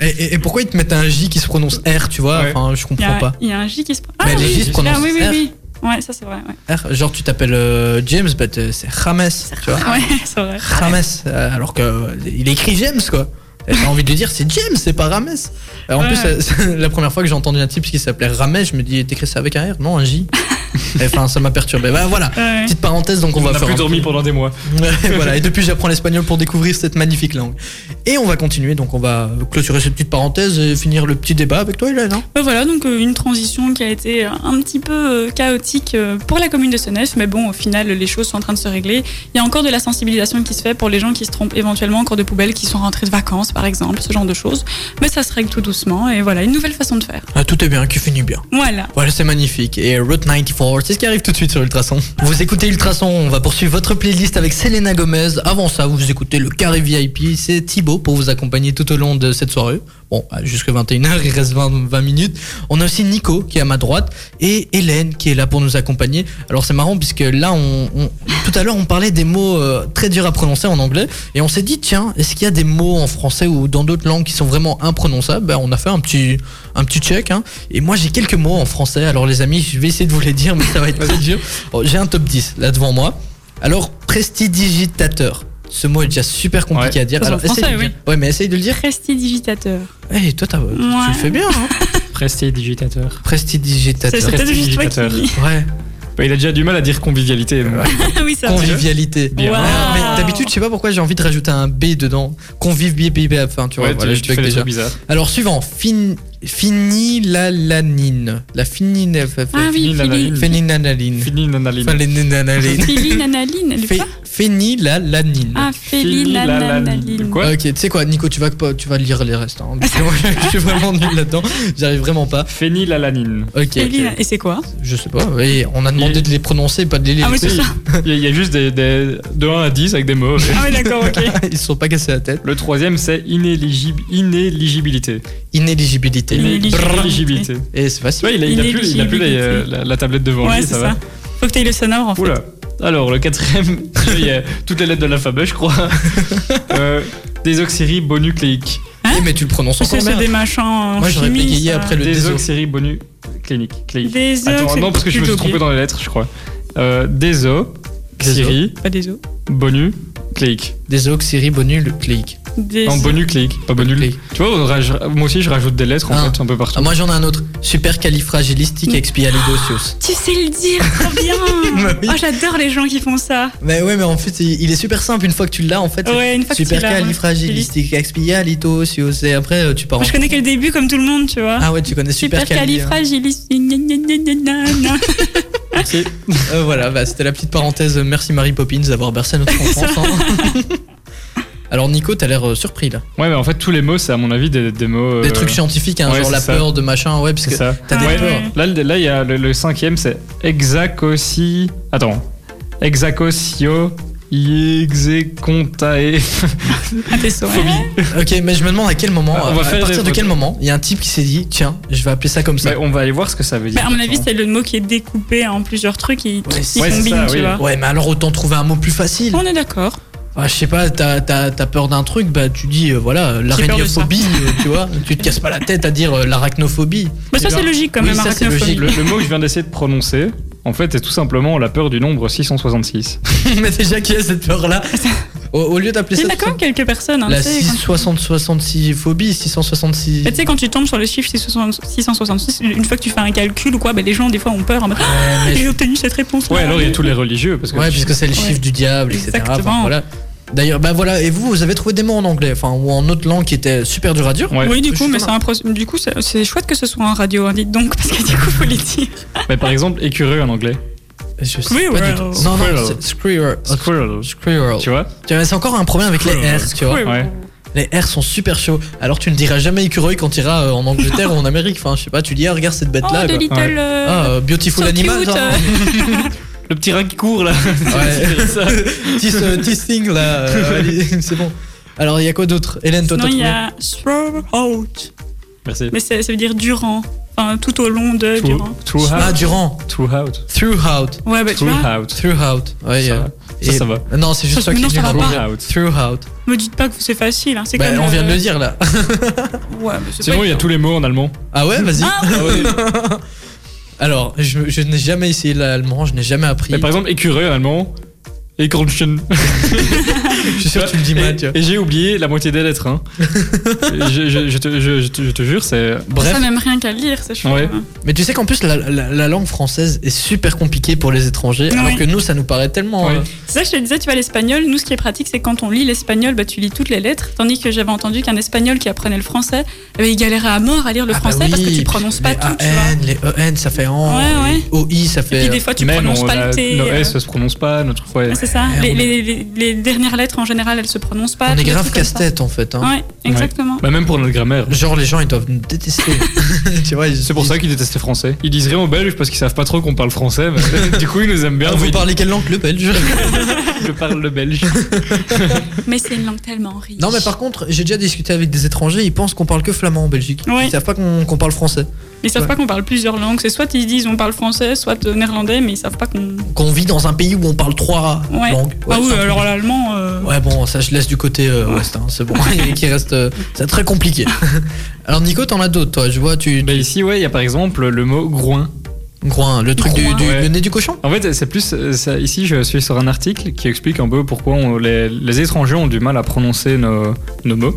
et, et- et pourquoi ils te mettent un J qui se prononce R, tu vois Enfin, je Il y, a, comprends pas. il y a un J qui se prend. Mais les J se ah, prononcent oui, oui, R. oui. Ouais, ça, c'est vrai. Ouais, R, genre, tu t'appelles euh, James, bah, t'es- c'est James, tu vois Ouais, c'est vrai. Rames, euh, alors que euh, il écrit James quoi. Et T'as envie de lui dire c'est James, c'est pas Rames. Alors, en Ouais. plus, euh, c'est la première fois que j'ai entendu un type qui s'appelait Rames, je me dis t'écris ça avec un R Non, un J. Et, Enfin, ça m'a perturbé. Bah, voilà, petite parenthèse, donc on, On va n'a faire. plus un- dormi pendant des mois. Ouais, voilà, et depuis j'apprends l'espagnol pour découvrir cette magnifique langue. Et on va continuer, donc on va clôturer cette petite parenthèse et finir le petit débat avec toi, Hélène. hein. Euh, voilà, donc euh, une transition qui a été euh, un petit peu euh, chaotique euh, pour la commune de Senef, mais bon, au final, les choses sont en train de se régler. Il y a encore de la sensibilisation qui se fait pour les gens qui se trompent éventuellement encore de poubelles, qui sont rentrés de vacances, par exemple, ce genre de choses. Mais ça se règle tout doucement, et voilà, une nouvelle façon de faire. Ah, tout est bien, qui finit bien. Voilà. Voilà, c'est magnifique. Et Route 94, c'est ce qui arrive tout de suite sur Ultrason. Vous écoutez Ultrason, on va poursuivre votre playlist avec Selena Gomez. Avant ça, vous écoutez le carré VIP, c'est Thibaut pour vous accompagner tout au long de cette soirée. Bon, à- jusqu'à 21h, il reste 20, 20 minutes. On a aussi Nico qui est à ma droite et Hélène qui est là pour nous accompagner. Alors c'est marrant puisque là, on, on- tout à l'heure, on parlait des mots euh, très durs à prononcer en anglais et on s'est dit, tiens, est-ce qu'il y a des mots en français ou dans d'autres langues qui sont vraiment imprononçables Ben, On a fait un petit, un petit check. hein. Et moi, j'ai quelques mots en français. Alors, les amis, je vais essayer de vous les dire, mais ça va être très dur. Bon, j'ai un top 10 là devant moi. Alors, prestidigitateur. Ce mot est déjà super compliqué à dire. C'est en Alors, français, essaye de le oui. dire. Ouais, mais essaye de le dire. Prestidigitateur. Eh, toi, t'as- tu Ouais. le fais bien. Hein. Prestidigitateur. Prestidigitateur. Ça, c'est peut-être juste toi qui Prestidigitateur. dis. Ouais. Bah, il a déjà du mal à dire convivialité. donc. oui, ça Convivialité. Bien. Ouais, Mais d'habitude, je sais pas pourquoi j'ai envie de rajouter un B dedans. Convive, B, B, B, enfin, tu vois. Ouais, tu- voilà, tu je fais fais les déjà. trucs bizarres. Alors, suivant. Fin... Finilalanine. La finine. Ah oui, Finilalanine. Philippe. Fininanaline. Fininanaline. Félinaline, elle est pas Phénylalanine. Ah, phénylalanine. Quoi Ok, tu sais quoi, Nico, tu vas, pas- tu vas lire les restes. hein, parce que moi, je suis vraiment nul là-dedans. J'arrive vraiment pas. Phénylalanine. Ok. euh, Phényla- Et c'est quoi Je sais pas. Oui, on a demandé de les prononcer, pas de les lire. Ah oui, c'est ça. Il y a- il y, a juste des, des- de 1 à 10 avec des mots. Ah oui, d'accord, ok. Ils se sont pas cassés la tête. Le troisième, c'est inéligi- inéligibilité. Inéligibilité. Inéligibilité. Et c'est facile. Ouais, il, a, il a plus, il a plus les, euh, la, la tablette devant Ouais, lui, c'est ça. ça, va. Faut que t'aies le sonore en fait. Oula. Alors, le quatrième, déjà, il y a toutes les lettres de l'alphabet, je crois. euh, désoxyribonucléique. Eh, mais tu le prononces C'est encore c'est bien. des machins en Moi, j'aurais chimie, bégayé ça. après le déso. Désoxyribonucléique. Cléique. Désox- Attends, non, parce que je me suis plutôt trompé bien. dans les lettres, je crois. Euh, déso, xyri, Pas des os. bonu, cléique. Désoxyribonucléique. Des Non, bonucléique, pas bonul. Tu vois, on raj- moi aussi, je rajoute des lettres, en Ah. fait, un peu partout. Ah, moi j'en ai un autre. Supercalifragilistique expialidocious. Tu sais le dire, trop bien Bah oui. Oh, j'adore les gens qui font ça. Mais ouais, mais en fait, il il est super simple. Une fois que tu l'as, en fait, Ouais, une fois que tu l'as, supercalifragilistique expialidocious. Et après, euh, tu pars en. Moi, je connais que le début comme tout le monde, tu vois. Ah ouais, tu connais Super supercali. hein. Euh, voilà, bah, c'était la petite parenthèse. Merci Mary Poppins d'avoir bercé notre enfance. hein. Alors Nico, t'as l'air euh, surpris là. Ouais, mais en fait, tous les mots, c'est à mon avis des, des mots. Des euh, trucs scientifiques, hein, ouais, genre c'est la ça. peur de machin, ouais, parce C'est que ça. Ah, t'as des Ouais. peurs. Là, le- là, il y a le, le cinquième, c'est hexacosi. Attends. Hexacosio. Iexecontae. Ah, t'es sourd. Ok, mais je me demande à quel moment, Ah, on à, va à faire partir des- de quel moment, il y a un type qui s'est dit, tiens, je vais appeler ça comme ça. Mais on va aller voir ce que ça veut dire. Bah, à mon avis, Attends. c'est le mot qui est découpé en plusieurs trucs et Ouais, qui c'est- ouais, c'est combinent, ça, tu oui. vois. Ouais, mais alors autant trouver un mot plus facile. On est d'accord. Ah, je sais pas, t'as t'as- t'as peur d'un truc, bah tu dis, euh, voilà, euh, J'ai peur de ça. l'arachnophobie, euh, tu vois. Tu te casses pas la tête à dire euh, l'arachnophobie. Bah, ça, Eh ben, c'est logique quand oui, même, ça, c'est arachnophobie. Le, le mot que je viens d'essayer de prononcer, en fait, est tout simplement la peur du nombre 666. mais déjà qu'il y a cette peur là. Au, au lieu d'appeler ça. Il y en a quand même quelques personnes, hein, La tu sais, quand- 660-66 phobie, 666. Mais tu sais, quand tu tombes sur le chiffre 666, une fois que tu fais un calcul ou quoi, bah, les gens, des fois, ont peur en mode Ah, Ouais, mais- J'ai obtenu cette réponse. Ouais, alors il y a tous les religieux, parce que. Ouais, puisque c'est le chiffre du diable, etc. Exactement. Enfin, voilà. D'ailleurs, bah voilà, et vous, vous avez trouvé des mots en anglais, enfin, ou en autre langue qui était super dur à dire. Ouais. Oui, du Je coup, suis mais pas c'est un pro- du coup, c'est c'est chouette que ce soit en radio, hein, dites donc, parce que du coup, faut les dire. Mais par exemple, écureuil en anglais. Je sais Squirrel. pas du tout. Non, non, c'est Squirrel. Squirrel. Squirrel. Tu vois Tu vois, mais c'est encore un problème avec les R, tu vois. Ouais, Ouais. Les R sont super chauds. Alors tu ne diras jamais écureuil quand tu iras euh, en Angleterre ou en Amérique. Enfin, je sais pas, tu dis, ah, regarde cette bête Oh, là. de little. Ouais. euh, Ah, euh, beautiful so animal. cute, genre. euh. Le petit rein qui court là. Ouais. This, euh, this thing là. euh, allez, c'est bon. Alors, il y a quoi d'autre Hélène, toi, t'as Sinon, il y trouvé a throw out. Merci. Mais c'est- ça veut dire durant. Enfin, tout au long de Too, durant. too Ah, out. Durand. Too out. Throughout. Ouais, bah tu Too vois, out. Throughout. Ouais, Ça euh, va. Ça, et- ça va. Non, c'est juste Ça, ça qui non, est ça dur à va dire. Too out. Throughout. me dites pas que c'est facile. Hein. C'est Bah, comme, on vient de euh, le dire là. Ouais, mais c'est Sinon, pas il y a tous les mots en allemand. Ah ouais, vas-y. Ah, Alors, je, je n'ai jamais essayé l'allemand, je n'ai jamais appris. Mais par exemple, écureuil en allemand. Ekornchen. je suis sûr que tu le dis mal, tu vois. Et, et j'ai oublié la moitié des lettres. Hein. je, je- je te, je- je te- je te jure, c'est. Bref, Ça, même rien qu'à lire, c'est chouette. Ouais. mais tu sais qu'en plus la, la- la langue française est super compliquée pour les étrangers, Oui. alors que nous ça nous paraît tellement. Ouais. euh, C'est ça que je te disais, tu vois, l'espagnol, nous, ce qui est pratique, c'est quand on lit l'espagnol, bah, tu lis toutes les lettres. Tandis que j'avais entendu qu'un espagnol qui apprenait le français, eh ben, il galérait à mort à lire le ah bah français parce que oui, ah, tu prononces pas les tout, tu vois. AN, Les EN ça fait en. Ouais, ouais. OI ça fait. Et puis des fois, tu Même, prononces on pas a- le T. Nos euh, S se prononcent pas, notre fois. Ah, C'est ça. Merde. Les, les- les- les dernières lettres, en général, elles se prononcent pas. Eh, on est des grave trucs comme ça. casse-tête en fait. hein. Ouais, exactement. Bah, même pour notre grammaire. Genre les gens ils doivent nous détester. tu vois, ils- C'est pour ça qu'ils détestent les français. Ils disent rien aux belges parce qu'ils savent pas trop qu'on parle français. mais du coup, ils nous aiment bien. Ah, vous mais parlez quelle langue le belge Je parle le belge. Mais c'est une langue tellement riche. Non mais par contre, j'ai déjà discuté avec des étrangers, ils pensent qu'on parle que flamand en Belgique. Ouais. Ils savent pas qu'on qu'on parle français. Ils savent Ouais. pas qu'on parle plusieurs langues. C'est soit ils disent on parle français, soit euh, néerlandais, mais ils savent pas qu'on. Qu'on vit dans un pays où on parle trois Ouais. langues. Ouais, ah oui, c'est un truc alors l'allemand. euh, Ouais, bon, ça je laisse du côté euh, ouest, hein, c'est bon. Et qui reste. euh, c'est très compliqué. Alors, Nico, t'en as d'autres, toi, je vois, tu. Bah, ici, ouais, il y a par exemple le mot groin. Groin, le truc du, Groin. du- Ouais. le nez du cochon En fait, c'est plus. euh, ça- ici, je suis sur un article qui explique un peu pourquoi on- les, les étrangers ont du mal à prononcer nos, nos mots.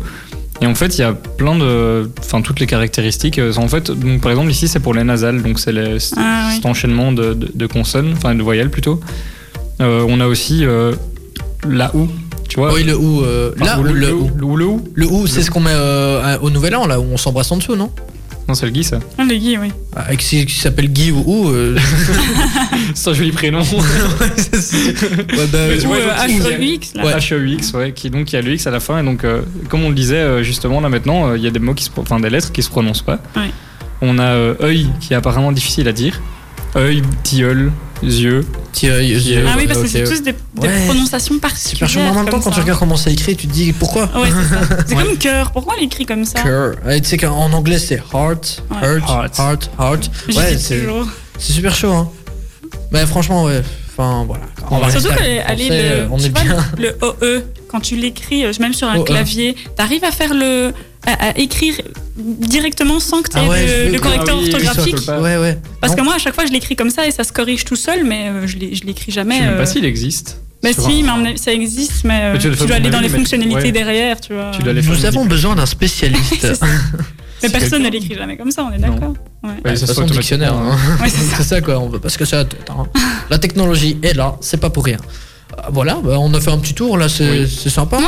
Et en fait, il y a plein de. Enfin, toutes les caractéristiques. euh, sont En fait, donc, par exemple, ici, c'est pour les nasales. Donc, c'est les- c'est Ah, cet enchaînement de, de- de consonnes, enfin, de voyelles plutôt. Euh, on a aussi euh, la ou. Tu vois Oui, le ou. euh, Enfin, là, ou ou le ou. ou. Le ou, le ou. Le ou, c'est Le- ce qu'on met euh, à- au Nouvel An, là, où on s'embrasse en dessous, non Non, c'est le Guy, ça. Ah, les guilles, oui. ah, Qui qui s'appelle Guy ou ou. euh, C'est un joli prénom. ouais, bah, Mais tu Ou vois, euh, donc, il y a- HEX, là. Ouais. HEX, E ouais, qui donc il y a le X à la fin et donc euh, comme on le disait euh, justement là maintenant, euh, il y a des mots qui se, pro- enfin des lettres qui se prononcent pas. Ouais. On a euh, œil qui est apparemment difficile à dire, œil, tilleul, yeux. petit œil, yeux, Ah oui, parce ouais, que c'est ok, tous des, des Ouais. prononciations Super particulières. chaud, mais en même temps, comme quand ça. Oh, tu regardes comment c'est écrit, tu te dis pourquoi Ouais, c'est ça. C'est comme cœur. Pourquoi on l'écrit comme ça Cœur. Ouais, Tu sais qu'en anglais, c'est heart, Ouais. heart, Heart. heart, heart. J'y Ouais, dis c'est toujours. c'est super chaud, hein. Mais franchement, ouais. Enfin, voilà. On va Surtout rester que avec le allez, français, euh, le, on je est sais pas, bien. E. le OE, quand tu l'écris, euh, même sur un OE. clavier, t'arrives à faire le. à, à écrire directement sans que tu Ah ouais, je le, veux- le correcteur ah oui, oui, ça, orthographique. je le- ouais, ouais. Parce que Non. moi, à chaque fois, je l'écris comme ça et ça se corrige tout seul, mais euh, je l'ai- je l'écris jamais. Je sais même euh. pas s'il existe. Mais Sur si, un- mais à mon avis, ça existe, mais euh, Mais tu tu le fais dois pour aller dans les mail, mais- fonctionnalités ouais. derrière, tu vois. Tu dois les faire Nous avons besoin d'un spécialiste. Mais Si personne ne quelqu'un- l'écrit jamais comme ça, on est d'accord. Ouais. Ouais, ça ça sent sera le dictionnaire. automatiquement, hein. c'est ça quoi, on veut parce que ça. attends, hein. La technologie est là, c'est pas pour rien. Euh, Voilà, bah, on a fait un petit tour là, c'est c'est sympa.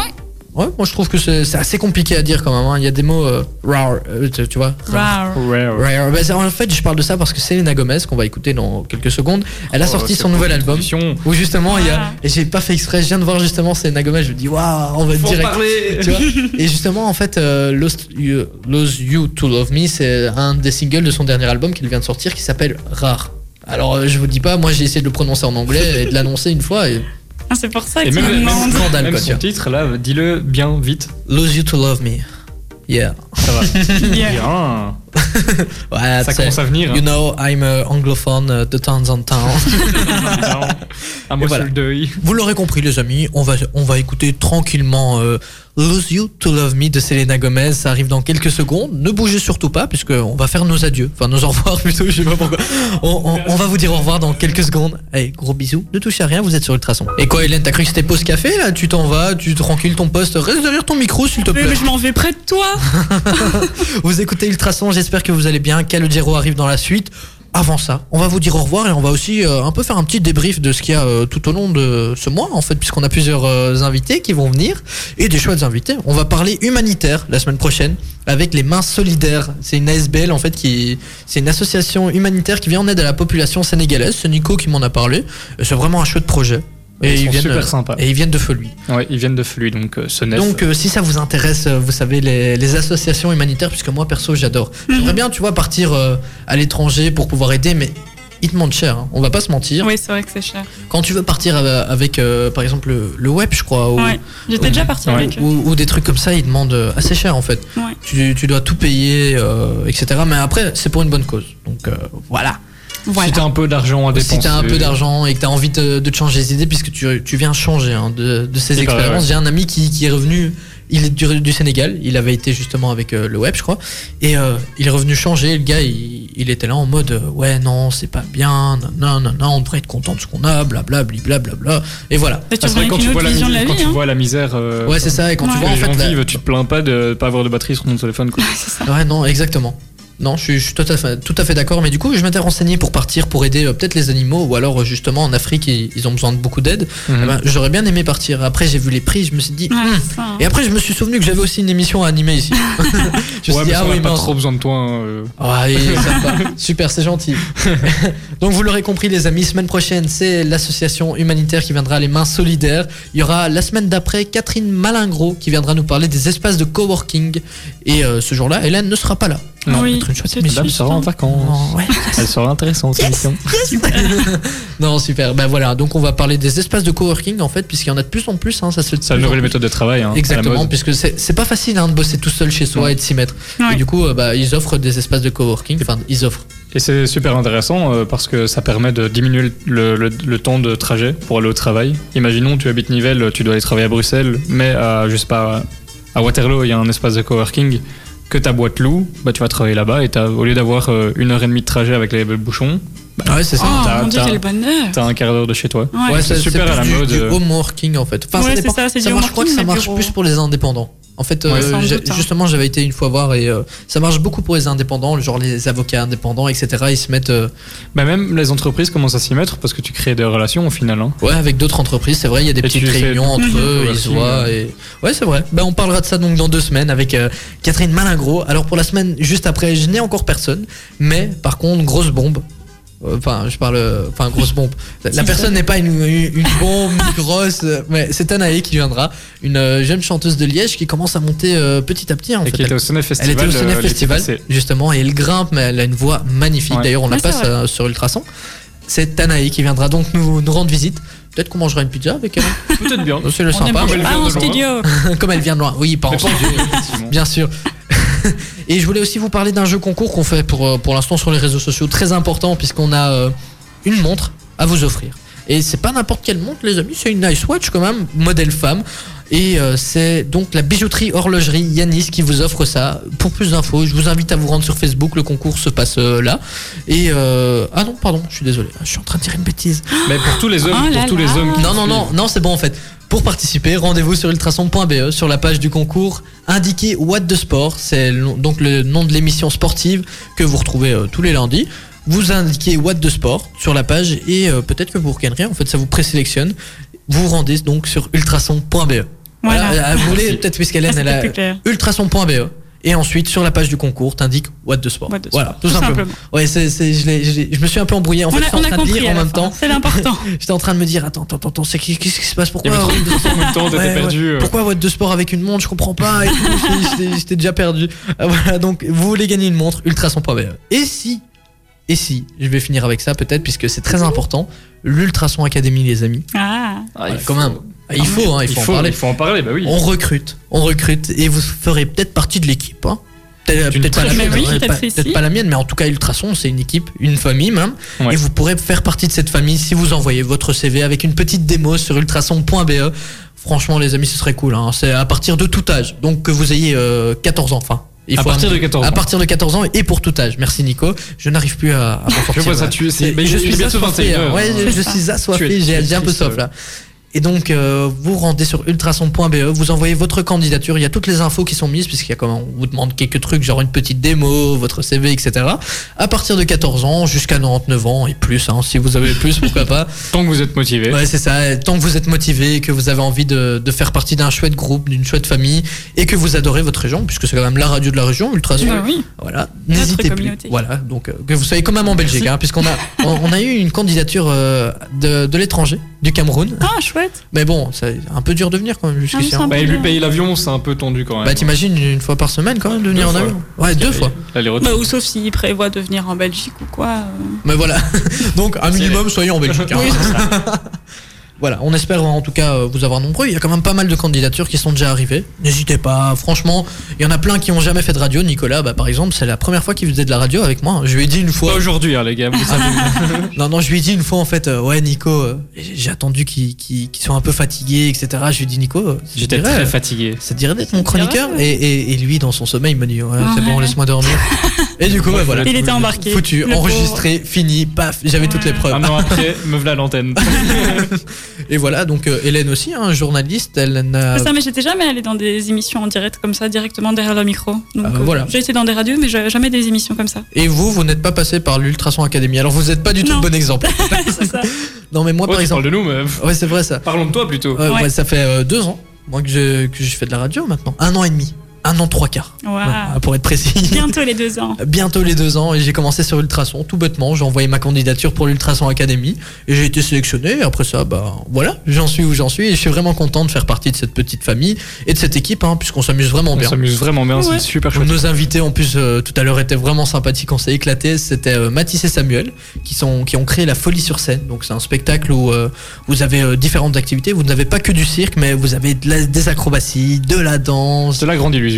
Ouais, moi je trouve que c'est c'est assez compliqué à dire quand même. hein. Il y a des mots euh, rare, euh, tu tu vois. Rare. Rare. Rare. Bah, c'est- en fait, je parle de ça parce que Selena Gomez, qu'on va écouter dans quelques secondes, elle a Oh, sorti c'est son pour nouvel une album. Où justement, il y a. Et j'ai pas fait exprès, je viens de voir justement Selena Gomez, je me dis, waouh, on va Faut en direct. parler. Tu vois et justement, en fait, euh, Lost, you, Lose You to Love Me, c'est un des singles de son dernier album qu'il vient de sortir qui s'appelle Rare. Alors, euh, je vous dis pas, moi j'ai essayé de le prononcer en anglais et de l'annoncer une fois. Et... Ah, c'est pour ça que Et tu même, me même, demandes. Scandale, même quoi, tu son vois. titre, là, dis-le bien vite. Lose You to Love Me. Yeah. Ça va. Yeah. Bien. Ouais, ah, Ça tu sais, commence à venir. hein. You know, I'm a anglophone uh, de temps en temps. Non. Un mot Et sur voilà. le deuil. Vous l'aurez compris, les amis, on va, on va écouter tranquillement euh, Lose You to Love Me de Selena Gomez. Ça arrive dans quelques secondes. Ne bougez surtout pas, puisqu'on va faire nos adieux. Enfin, nos au revoir plutôt, je sais pas pourquoi. On, on- on va vous dire au revoir dans quelques secondes. Allez, gros bisous. Ne touchez à rien, vous êtes sur Ultrason. Et quoi, Hélène, t'as cru que c'était pause café là Tu t'en vas, tu tranquille ton poste. Reste derrière ton micro, s'il te Mais, mais plaît. je m'en vais près de toi. Vous écoutez Ultrason, j'espère que vous allez bien. Calogero arrive dans la suite. Avant ça, on va vous dire au revoir et on va aussi euh, un peu faire un petit débrief de ce qu'il y a euh, tout au long de ce mois, en fait, puisqu'on a plusieurs euh, invités qui vont venir et des chouettes invités. On va parler humanitaire la semaine prochaine avec les mains solidaires. C'est une ASBL, en fait, qui c'est une association humanitaire qui vient en aide à la population sénégalaise. C'est Nico qui m'en a parlé. Et C'est vraiment un chouette projet. Ils sont viennent, super euh, sympas. Et ils viennent de Folui. Ouais, ils viennent de Flux, donc euh, ce nef. Donc euh, si ça vous intéresse, euh, vous savez, les, les associations humanitaires, puisque moi perso j'adore. Mhm. J'aimerais bien, tu vois, partir euh, à l'étranger pour pouvoir aider, mais il te demande cher, hein. on va pas se mentir. Oui, c'est vrai que c'est cher. Quand tu veux partir euh, avec, euh, par exemple, le, le web, je crois, ou, Ouais. J'étais déjà partie Ouais. avec eux. ou- ou des trucs comme ça, ils demandent euh, assez cher en fait. Ouais. Tu, tu dois tout payer, euh, etc. Mais après, c'est pour une bonne cause. Donc euh, voilà. Si t'as Voilà. un peu d'argent à dépenser. Si t'as un peu d'argent et que t'as envie de, de te changer les idées, puisque tu, tu viens changer hein, de, de ces C'est pas vrai, expériences. ouais. J'ai un ami qui, qui est revenu, il est du, du Sénégal, il avait été justement avec euh, le web, je crois, et euh, il est revenu changer. Le gars, il, il était là en mode euh, Ouais, non, c'est pas bien, non, non, non, on devrait être content de ce qu'on a, blablabla, blablabla. Et voilà. Et tu Parce que reviens quand avec tu une vois autre la, vision de la misère- quand vie. tu hein. vois la misère. euh, Ouais, c'est ça, et quand tu Ouais. vois en les gens fait. la- vivent, tu te plains pas de pas avoir de batterie sur ton téléphone. Quoi. Ouais, c'est ça. Ouais, non, exactement. Non, je suis, je suis tout à fait, tout à fait d'accord, mais du coup, je m'étais renseigné pour partir, pour aider euh, peut-être les animaux, ou alors euh, justement en Afrique, ils, ils ont besoin de beaucoup d'aide. Eh ben, J'aurais bien aimé partir. Après, j'ai vu les prix, je me suis dit. Ouais, hmm. c'est ça, hein. Et après, je me suis souvenu que j'avais aussi une émission à animer ici. je me ouais, suis dit, mais ça, ah on a oui, pas mince. trop besoin de toi. hein, euh. Ah oui, sympa. Super, c'est gentil. Donc vous l'aurez compris les amis, semaine prochaine c'est l'association humanitaire qui viendra les mains solidaires. Il y aura la semaine d'après Catherine Malingro qui viendra nous parler des espaces de coworking. Et euh, ce jour-là, Hélène ne sera pas là. Non, Oui, mettre une chouette c'est émission. Madame triste, sera en hein. vacances. Ouais. Elle sera intéressante, cette émission. non, super. Ben voilà, donc on va parler des espaces de coworking en fait, puisqu'il y en a de plus en plus. Hein, ça se fait de C'est la plus en nouvelle plus. méthode de travail. Hein, à la Exactement, mode. puisque c'est c'est pas facile hein, de bosser tout seul chez soi Ouais. et de s'y mettre. Ouais. Et du coup, euh, bah, ils offrent des espaces de coworking. Enfin, ils offrent. Et c'est super intéressant euh, parce que ça permet de diminuer le, le- le temps de trajet pour aller au travail. Imaginons, tu habites Nivelles, tu dois aller travailler à Bruxelles, mais à, je sais pas, à Waterloo, il y a un espace de coworking que ta boîte loue, bah, tu vas travailler là-bas et t'as- au lieu d'avoir euh, une heure et demie de trajet avec les bouchons, Ah ouais, c'est Oh mon dieu, t'as- quel bonheur. t'as un quart d'heure de chez toi. Ouais. Ouais, c'est ça- super plus à la du- mode. Du home working en fait. Enfin, Ouais, ça c'est dépend. ça, c'est du marche, home je crois que ça working, mais marche bureau. plus pour les indépendants. En fait, euh, sans j'ai- doute, hein. justement, j'avais été une fois voir et euh, ça marche beaucoup pour les indépendants, genre les avocats indépendants, etc. Ils se mettent euh, Bah, même les entreprises commencent à s'y mettre parce que tu crées des relations au final. hein. ouais, avec d'autres entreprises. C'est vrai, il y a des Et petites tu fais réunions entre du eux, ils se coworking, voient. Et... Ouais, c'est vrai. Ben, on parlera de ça donc dans deux semaines avec euh, Catherine Malingro. Alors pour la semaine juste après, je n'ai encore personne, mais par contre, grosse bombe. Euh, Enfin, je parle. euh, Enfin, grosse bombe. La personne n'est pas une, une- une bombe une grosse, euh, mais c'est Anaé qui viendra, une euh, jeune chanteuse de Liège qui commence à monter euh, petit à petit. hein, En et fait, qui Elle- était au Sonnet elle Festival. était au Sennef euh, l'été Festival, passé. justement, et elle grimpe, mais elle a une voix magnifique. Ouais. D'ailleurs, on la Ouais, c'est passe vrai. euh, sur Ultrason. C'est Tanaï qui viendra donc nous, nous rendre visite. Peut-être qu'on mangera une pizza avec elle. Peut-être bien. C'est le On sympa. ne elle mange vient pas de en loin. studio. Comme elle vient de loin. Oui, pas en Mais pas en studio, studio, effectivement. bien sûr. Et je voulais aussi vous parler d'un jeu concours qu'on fait pour, euh, pour l'instant sur les réseaux sociaux. Très important, puisqu'on a euh, une montre à vous offrir. Et c'est pas n'importe quelle montre, les amis, c'est une nice watch quand même, modèle femme. Et euh, c'est donc la bijouterie horlogerie Yanis qui vous offre ça. Pour plus d'infos, je vous invite à vous rendre sur Facebook, le concours se passe euh, là. Et euh, ah non, pardon, je suis désolé, je suis en train de dire une bêtise. Mais pour tous les hommes, Oh pour là tous là. les hommes qui Non, non, non, non, c'est bon en fait. Pour participer, rendez-vous sur ultrason.be sur la page du concours. Indiquez What de Sport, c'est le- donc le nom de l'émission sportive que vous retrouvez euh, tous les lundis. Vous indiquez What de Sport sur la page et euh, peut-être que vous regagnerez. En fait, ça vous présélectionne. Vous vous rendez donc sur ultrason.be. Voilà. euh, vous voulez peut-être puisqu'Hélène Ah, elle c'était a plus clair. ultrason.be et ensuite sur la page du concours t'indiques What de Sport. What de voilà, Sport, tout, tout simplement. simplement. Ouais, c'est, c'est- je, l'ai- je l'ai- je me suis un peu embrouillé. En On fait, a- j'étais en on a train de compris lire à en la même fin, temps. c'est l'important. J'étais en train de me dire attends, attends, attends, attends, c'est qui- qu'est-ce qui se passe pourquoi Il y avait trop Watt de de Sport en même temps, t'étais Ouais, perdu, ouais. euh. Pourquoi Watt de Sport avec une montre Je comprends pas. et tout, j'étais- J'étais j'étais déjà perdu. Ah, Voilà, donc vous voulez gagner une montre ultrason.be. Et si et si, je vais finir avec ça peut-être puisque c'est très important, l'Ultrason Academy les amis. Ah. Voilà, quand même. Ah, Il faut, hein, il faut en parler. Il faut en parler, bah oui. On recrute, on recrute et vous ferez peut-être partie de l'équipe. hein. Peut-être D'une peut-être pas, la très mienne, bonne hein, idée. pas- Peut-être peut-être si. pas la mienne, mais en tout cas Ultrason, c'est une équipe, une famille même. Ouais. Et vous pourrez faire partie de cette famille si vous envoyez votre CV avec une petite démo sur ultrason.be. E. Franchement les amis, ce serait cool. hein. C'est à partir de tout âge, donc que vous ayez euh, 14 ans. Enfin, À partir de 14 À ans. partir de 14 ans et pour tout âge. Merci Nico. Je n'arrive plus à, à m'en sortir, vois ça, ouais. tu- c'est- C'est- mais je il est suis bientôt assoiffé, 21, hein. Ouais, hein. je- je suis Tu assoiffé, es- j'ai tu es j'ai un peu triste, soif ouais. là. Et donc, euh, vous rendez sur ultrason.be, E, vous envoyez votre candidature, il y a toutes les infos qui sont mises, puisqu'il y a quand même- on vous demande quelques trucs, genre une petite démo, votre CV, etc. À partir de 14 ans jusqu'à 99 ans et plus, hein, si vous avez plus, pourquoi pas. Tant que vous êtes motivé. Ouais, c'est ça. Tant que vous êtes motivé, que vous avez envie de, de faire partie d'un chouette groupe, d'une chouette famille, et que vous adorez votre région, puisque c'est quand même la radio de la région, Ultrason. Bah oui. Voilà, Notre n'hésitez plus. communauté. Voilà, donc euh, que vous soyez quand même en Belgique, hein, puisqu'on a, on, on a eu une candidature euh, de, de l'étranger, du Cameroun. Ah, chouette. Mais bon, c'est un peu dur de venir quand même jusqu'ici. Ah, mais hein. c'est Bah, et lui payer l'avion, c'est un peu tendu quand même. hein. Bah t'imagines une fois par semaine quand même de venir en fois. avion. Ouais, deux fois. L'aller-retour. Bah, ou sauf s'il prévoit de venir en Belgique ou quoi. euh. Mais voilà. Donc un minimum, soyez en Belgique. hein. Voilà, on espère en tout cas euh, vous avoir nombreux. Il y a quand même pas mal de candidatures qui sont déjà arrivées. N'hésitez pas, franchement, il y en a plein qui ont jamais fait de radio. Nicolas, bah, par exemple, c'est la première fois qu'il faisait de la radio avec moi. hein. Je lui ai dit une fois. Pas aujourd'hui, hein, les gars. vous savez. non, non, je lui ai dit une fois en fait, euh, ouais Nico, euh, j'ai attendu qu'il qu'il- qu'il soit un peu fatigué, etc. Je lui ai dit Nico, euh, ça te J'étais dirait, très euh, fatigué. ça te dirait d'être mon chroniqueur et, et- et lui, dans son sommeil, il m'a dit, ouais, c'est Ouais. bon, laisse-moi dormir. et du coup, bah, voilà. Il était embarqué. Foutu, Le enregistré, fini, paf, j'avais toutes les preuves. Un an après, me voilà à l'antenne. Et voilà, donc euh, Hélène aussi, hein, journaliste, elle n'a. C'est Ça, mais j'étais jamais allée dans des émissions en direct comme ça, directement derrière le micro. Donc, Ah bah euh, voilà. J'ai été dans des radios, mais j'ai jamais des émissions comme ça. Et vous, vous n'êtes pas passé par l'Ultrason Academy. Alors vous n'êtes pas du tout Non. le bon exemple. C'est ça. Non, mais moi, Oh, par tu exemple. parles de nous, mais Ouais, c'est vrai ça. parlons de toi plutôt. Ouais, Ouais. ouais, ça fait euh, deux ans, moi, que je, que je fais de la radio maintenant. Un an et demi. Un an, trois quarts. Waouh. Ouais, pour être précis. Bientôt les deux ans. bientôt les deux ans et j'ai commencé sur Ultrason tout bêtement j'ai envoyé ma candidature pour l'Ultrason Academy et j'ai été sélectionné et après ça bah voilà j'en suis où j'en suis et je suis vraiment content de faire partie de cette petite famille et de cette équipe hein, puisqu'on s'amuse vraiment On bien s'amuse vraiment bien, Ouais. c'est super donc, chouette. nos invités en plus euh, tout à l'heure étaient vraiment sympathiques, on s'est éclaté. C'était euh, Mathis et Samuel qui sont qui ont créé la folie sur scène. Donc c'est un spectacle où euh, vous avez euh, différentes activités. Vous n'avez pas que du cirque, mais vous avez de la- des acrobaties, de la danse. C'est la grande illusion.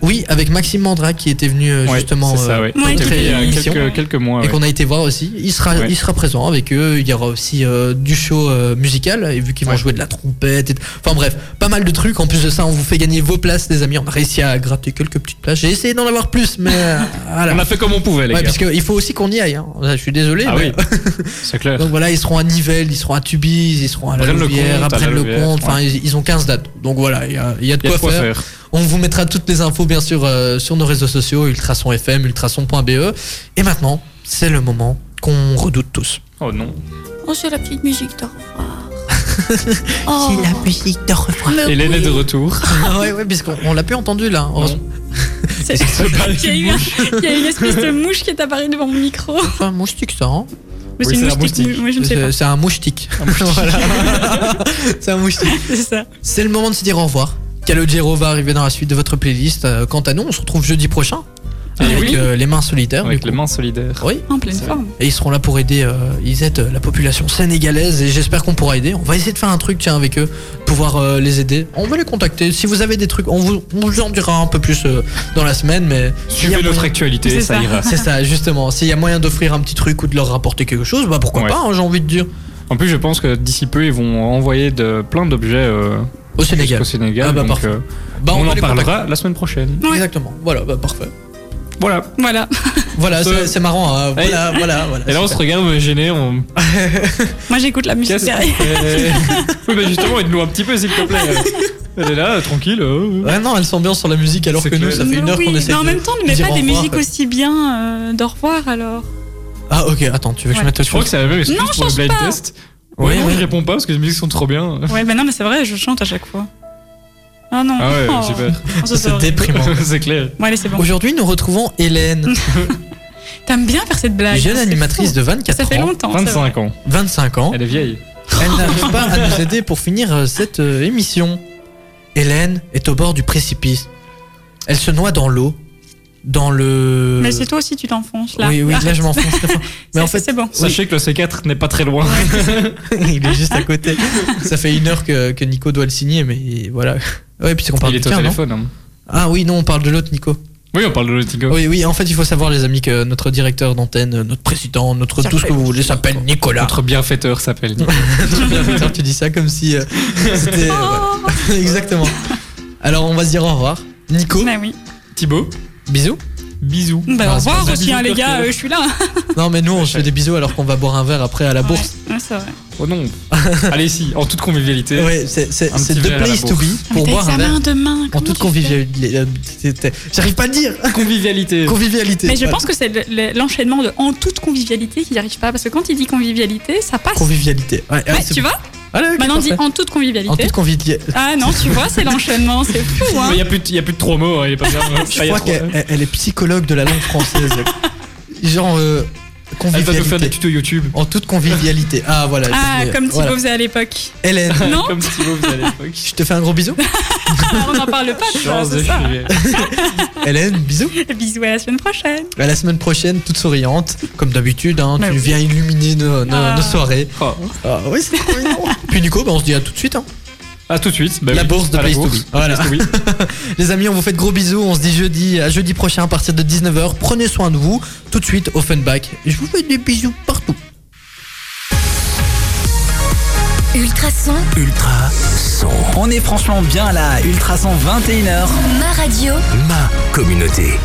Oui, avec Maxime Mandra qui était venu euh, Ouais, justement C'est ça, euh, ouais. Ouais, C'était il y a créer l'émission quelques, quelques mois. et ouais. qu'on a été voir aussi. Il sera, Ouais. il sera présent avec eux. Il y aura aussi euh, du show euh, musical, et vu qu'ils vont Ouais. jouer de la trompette. et t- Enfin bref, pas mal de trucs. En plus de ça, on vous fait gagner vos places, les amis. On a réussi à gratter quelques petites places. J'ai essayé d'en avoir plus, mais euh, voilà. On a fait comme on pouvait, les Ouais, gars. parce qu'il faut aussi qu'on y aille. hein. Je suis désolé. Ah mais- oui, c'est clair. Donc voilà, ils seront à Nivelles, ils seront à Tubize, ils seront à La Braine-le-Comte, Louvière, à à La Braine-le-Comte. Louvière, Enfin, ils, ils ont 15 dates. Donc voilà, il y a, il y a de Il y a quoi faire. On vous mettra toutes les infos bien sûr euh, sur nos réseaux sociaux ultrason fm, ultrason.be. Et maintenant, c'est le moment qu'on redoute tous. Oh non. On se la petite musique d'or. Oh. musique de revoir. Hélène est de retour. Ah ouais, ouais, puisqu'on on l'a plus entendu là. Oh, heureusement. C'est- Il y, a eu un- il y a eu une espèce de mouche qui est apparue devant mon micro. C'est pas un moustique ça, hein Mais c'est une la moustique. mou- Moi, je ne sais pas. C'est c'est un moustique. Voilà. c'est un moustique. C'est ça. C'est le moment de se dire au revoir. Calogero va arriver dans la suite de votre playlist. Euh, Quant à nous, on se retrouve jeudi prochain Eh avec oui. euh, les mains solitaires. Avec du les coup. mains solidaires. Oui. En pleine forme. Et ils seront là pour aider. euh, ils aident euh, la population sénégalaise et j'espère qu'on pourra aider. On va essayer de faire un truc tiens avec eux, pouvoir euh, les aider. On va les contacter. Si vous avez des trucs, on vous, on vous en dira un peu plus euh, dans la semaine, mais il y Suivez a notre moyen- actualité, C'est ça ça. ira. C'est ça, justement. S'il y a moyen d'offrir un petit truc ou de leur rapporter quelque chose, bah pourquoi Ouais. pas, hein, j'ai envie de dire. En plus, je pense que d'ici peu, ils vont envoyer de, plein d'objets euh, au Sénégal. Au Sénégal Ah bah, donc, parfait. euh, Bah, on on, va en les parlera contacter. la semaine prochaine. Exactement. Voilà, bah, parfait. Voilà. Ah, Voilà. Voilà, Ce- c'est c'est marrant. hein. Et- Voilà, voilà, voilà. Et là, on se super. Ah, regarde, on est gêné. On... Moi, j'écoute la musique Qu'est-ce qu'on derrière. fait Oui, bah justement, aide-nous un petit peu, s'il te plaît. Elle est là, tranquille. euh. Ouais, non, elle s'ambiance sur la musique alors C'est que nous, clair. ça fait une Mais heure oui, qu'on essaie mais en de même temps, ne mets dire pas au des revoir. musiques aussi bien euh, d'au revoir alors. Ah, ok, attends, tu veux que je Ouais. mette autre Je crois que chose c'est la même excuse Non, pour le change blind pas. test. Oui, Ouais, non, oui. je réponds pas parce que les musiques sont trop bien. Ouais, bah non, mais c'est vrai, je chante à chaque fois. Ah non. Ah ouais, Oh. super. Oh, ça, C'est horrible. déprimant. c'est clair. Bon, allez, c'est bon. Aujourd'hui, nous retrouvons Hélène, T'aimes bien faire cette blague. jeune c'est animatrice fou. de Ça 24 fait ans, longtemps. c'est vrai. 25 ans. 25 ans. Elle est vieille. Elle n'arrive pas à nous aider pour finir euh, cette euh, émission. Hélène est au bord du précipice. Elle se noie dans l'eau, dans le. Mais c'est toi aussi, tu t'enfonces là. Oui, oui, là Arrête. je m'enfonce très fort. Mais en C'est- fait, c'est bon. Sachez que le C4 n'est pas très loin. il est juste à côté. Ça fait une heure que, que Nico doit le signer, mais voilà. Ouais, puis c'est qu'on parle Il du est au tien, non téléphone. hein. Ah oui, non, on parle de l'autre, Nico. Oui, on parle de Lotigo. Oui, oui, en fait, il faut savoir, les amis, que notre directeur d'antenne, notre président, notre tout ce que vous voulez s'appelle Nicolas. Notre bienfaiteur s'appelle. Très bien, Victor, tu dis ça comme si euh, c'était. Oh. ouais. Exactement. Alors, on va se dire au revoir. Nico, Bah oui. Thibaut, bisous. bisous. Bah Non, au c'est revoir pas aussi, hein, ça. les gars, euh, je suis là. Non, mais nous, on se fait des bisous alors qu'on va boire un verre après à la bourse. Ouais, ouais, c'est vrai. Oh non. Allez, si, en toute convivialité. Ouais, c'est c'est- Un c'est petit the verre à la place to bourse. be Mais pour t'as boire un verre examen demain. en comment toute tu fais convivialité. euh, c'était- J'arrive pas à le dire. Convivialité. Convivialité. Mais je voilà. pense que c'est le- le- l'enchaînement de en toute convivialité qui n'y arrive pas. Parce que quand il dit convivialité, ça passe. Convivialité. Ouais, ah, Ouais, c'est- tu vois Allez, ok, Maintenant, on dit parfait. en toute En convivialité. toute convivialité. Ah non, tu vois, c'est l'enchaînement, c'est fou, Mais hein. il n'y a, plus de- y a plus de trois mots, hein, il est pas bien. Je crois qu'elle elle- elle est psychologue de la langue française. Genre, euh, Elle va nous faire des convivialité. tutos YouTube. En toute convivialité. Ah, voilà. Ah, c'est- comme Thibaut voilà. faisait à l'époque. Hélène, Non Comme Thibaut faisait à l'époque. je te fais un gros bisou. Ah, On n'en parle pas de ça, Chance de c'est ça. suivre. Hélène, bisous. Bisous à la semaine prochaine. À la semaine prochaine, toute souriante, comme d'habitude. hein, Mais tu Bah oui. viens illuminer nos, nos- Ah. nos soirées. Oh. Ah, oui, c'est trop mignon. Puis Nico, bah, on se dit à tout de suite. hein. À tout de suite. Bah La oui, bourse de à la Place to bourse, Be. Voilà. Place to Be. Les amis, on vous fait de gros bisous. On se dit jeudi, à jeudi prochain à partir de 19h. Prenez soin de vous. Tout de suite, Offenbach. Je vous fais des bisous partout. Ultrason, Ultra son. On est franchement bien là, Ultra son 21h. ma radio. Ma communauté.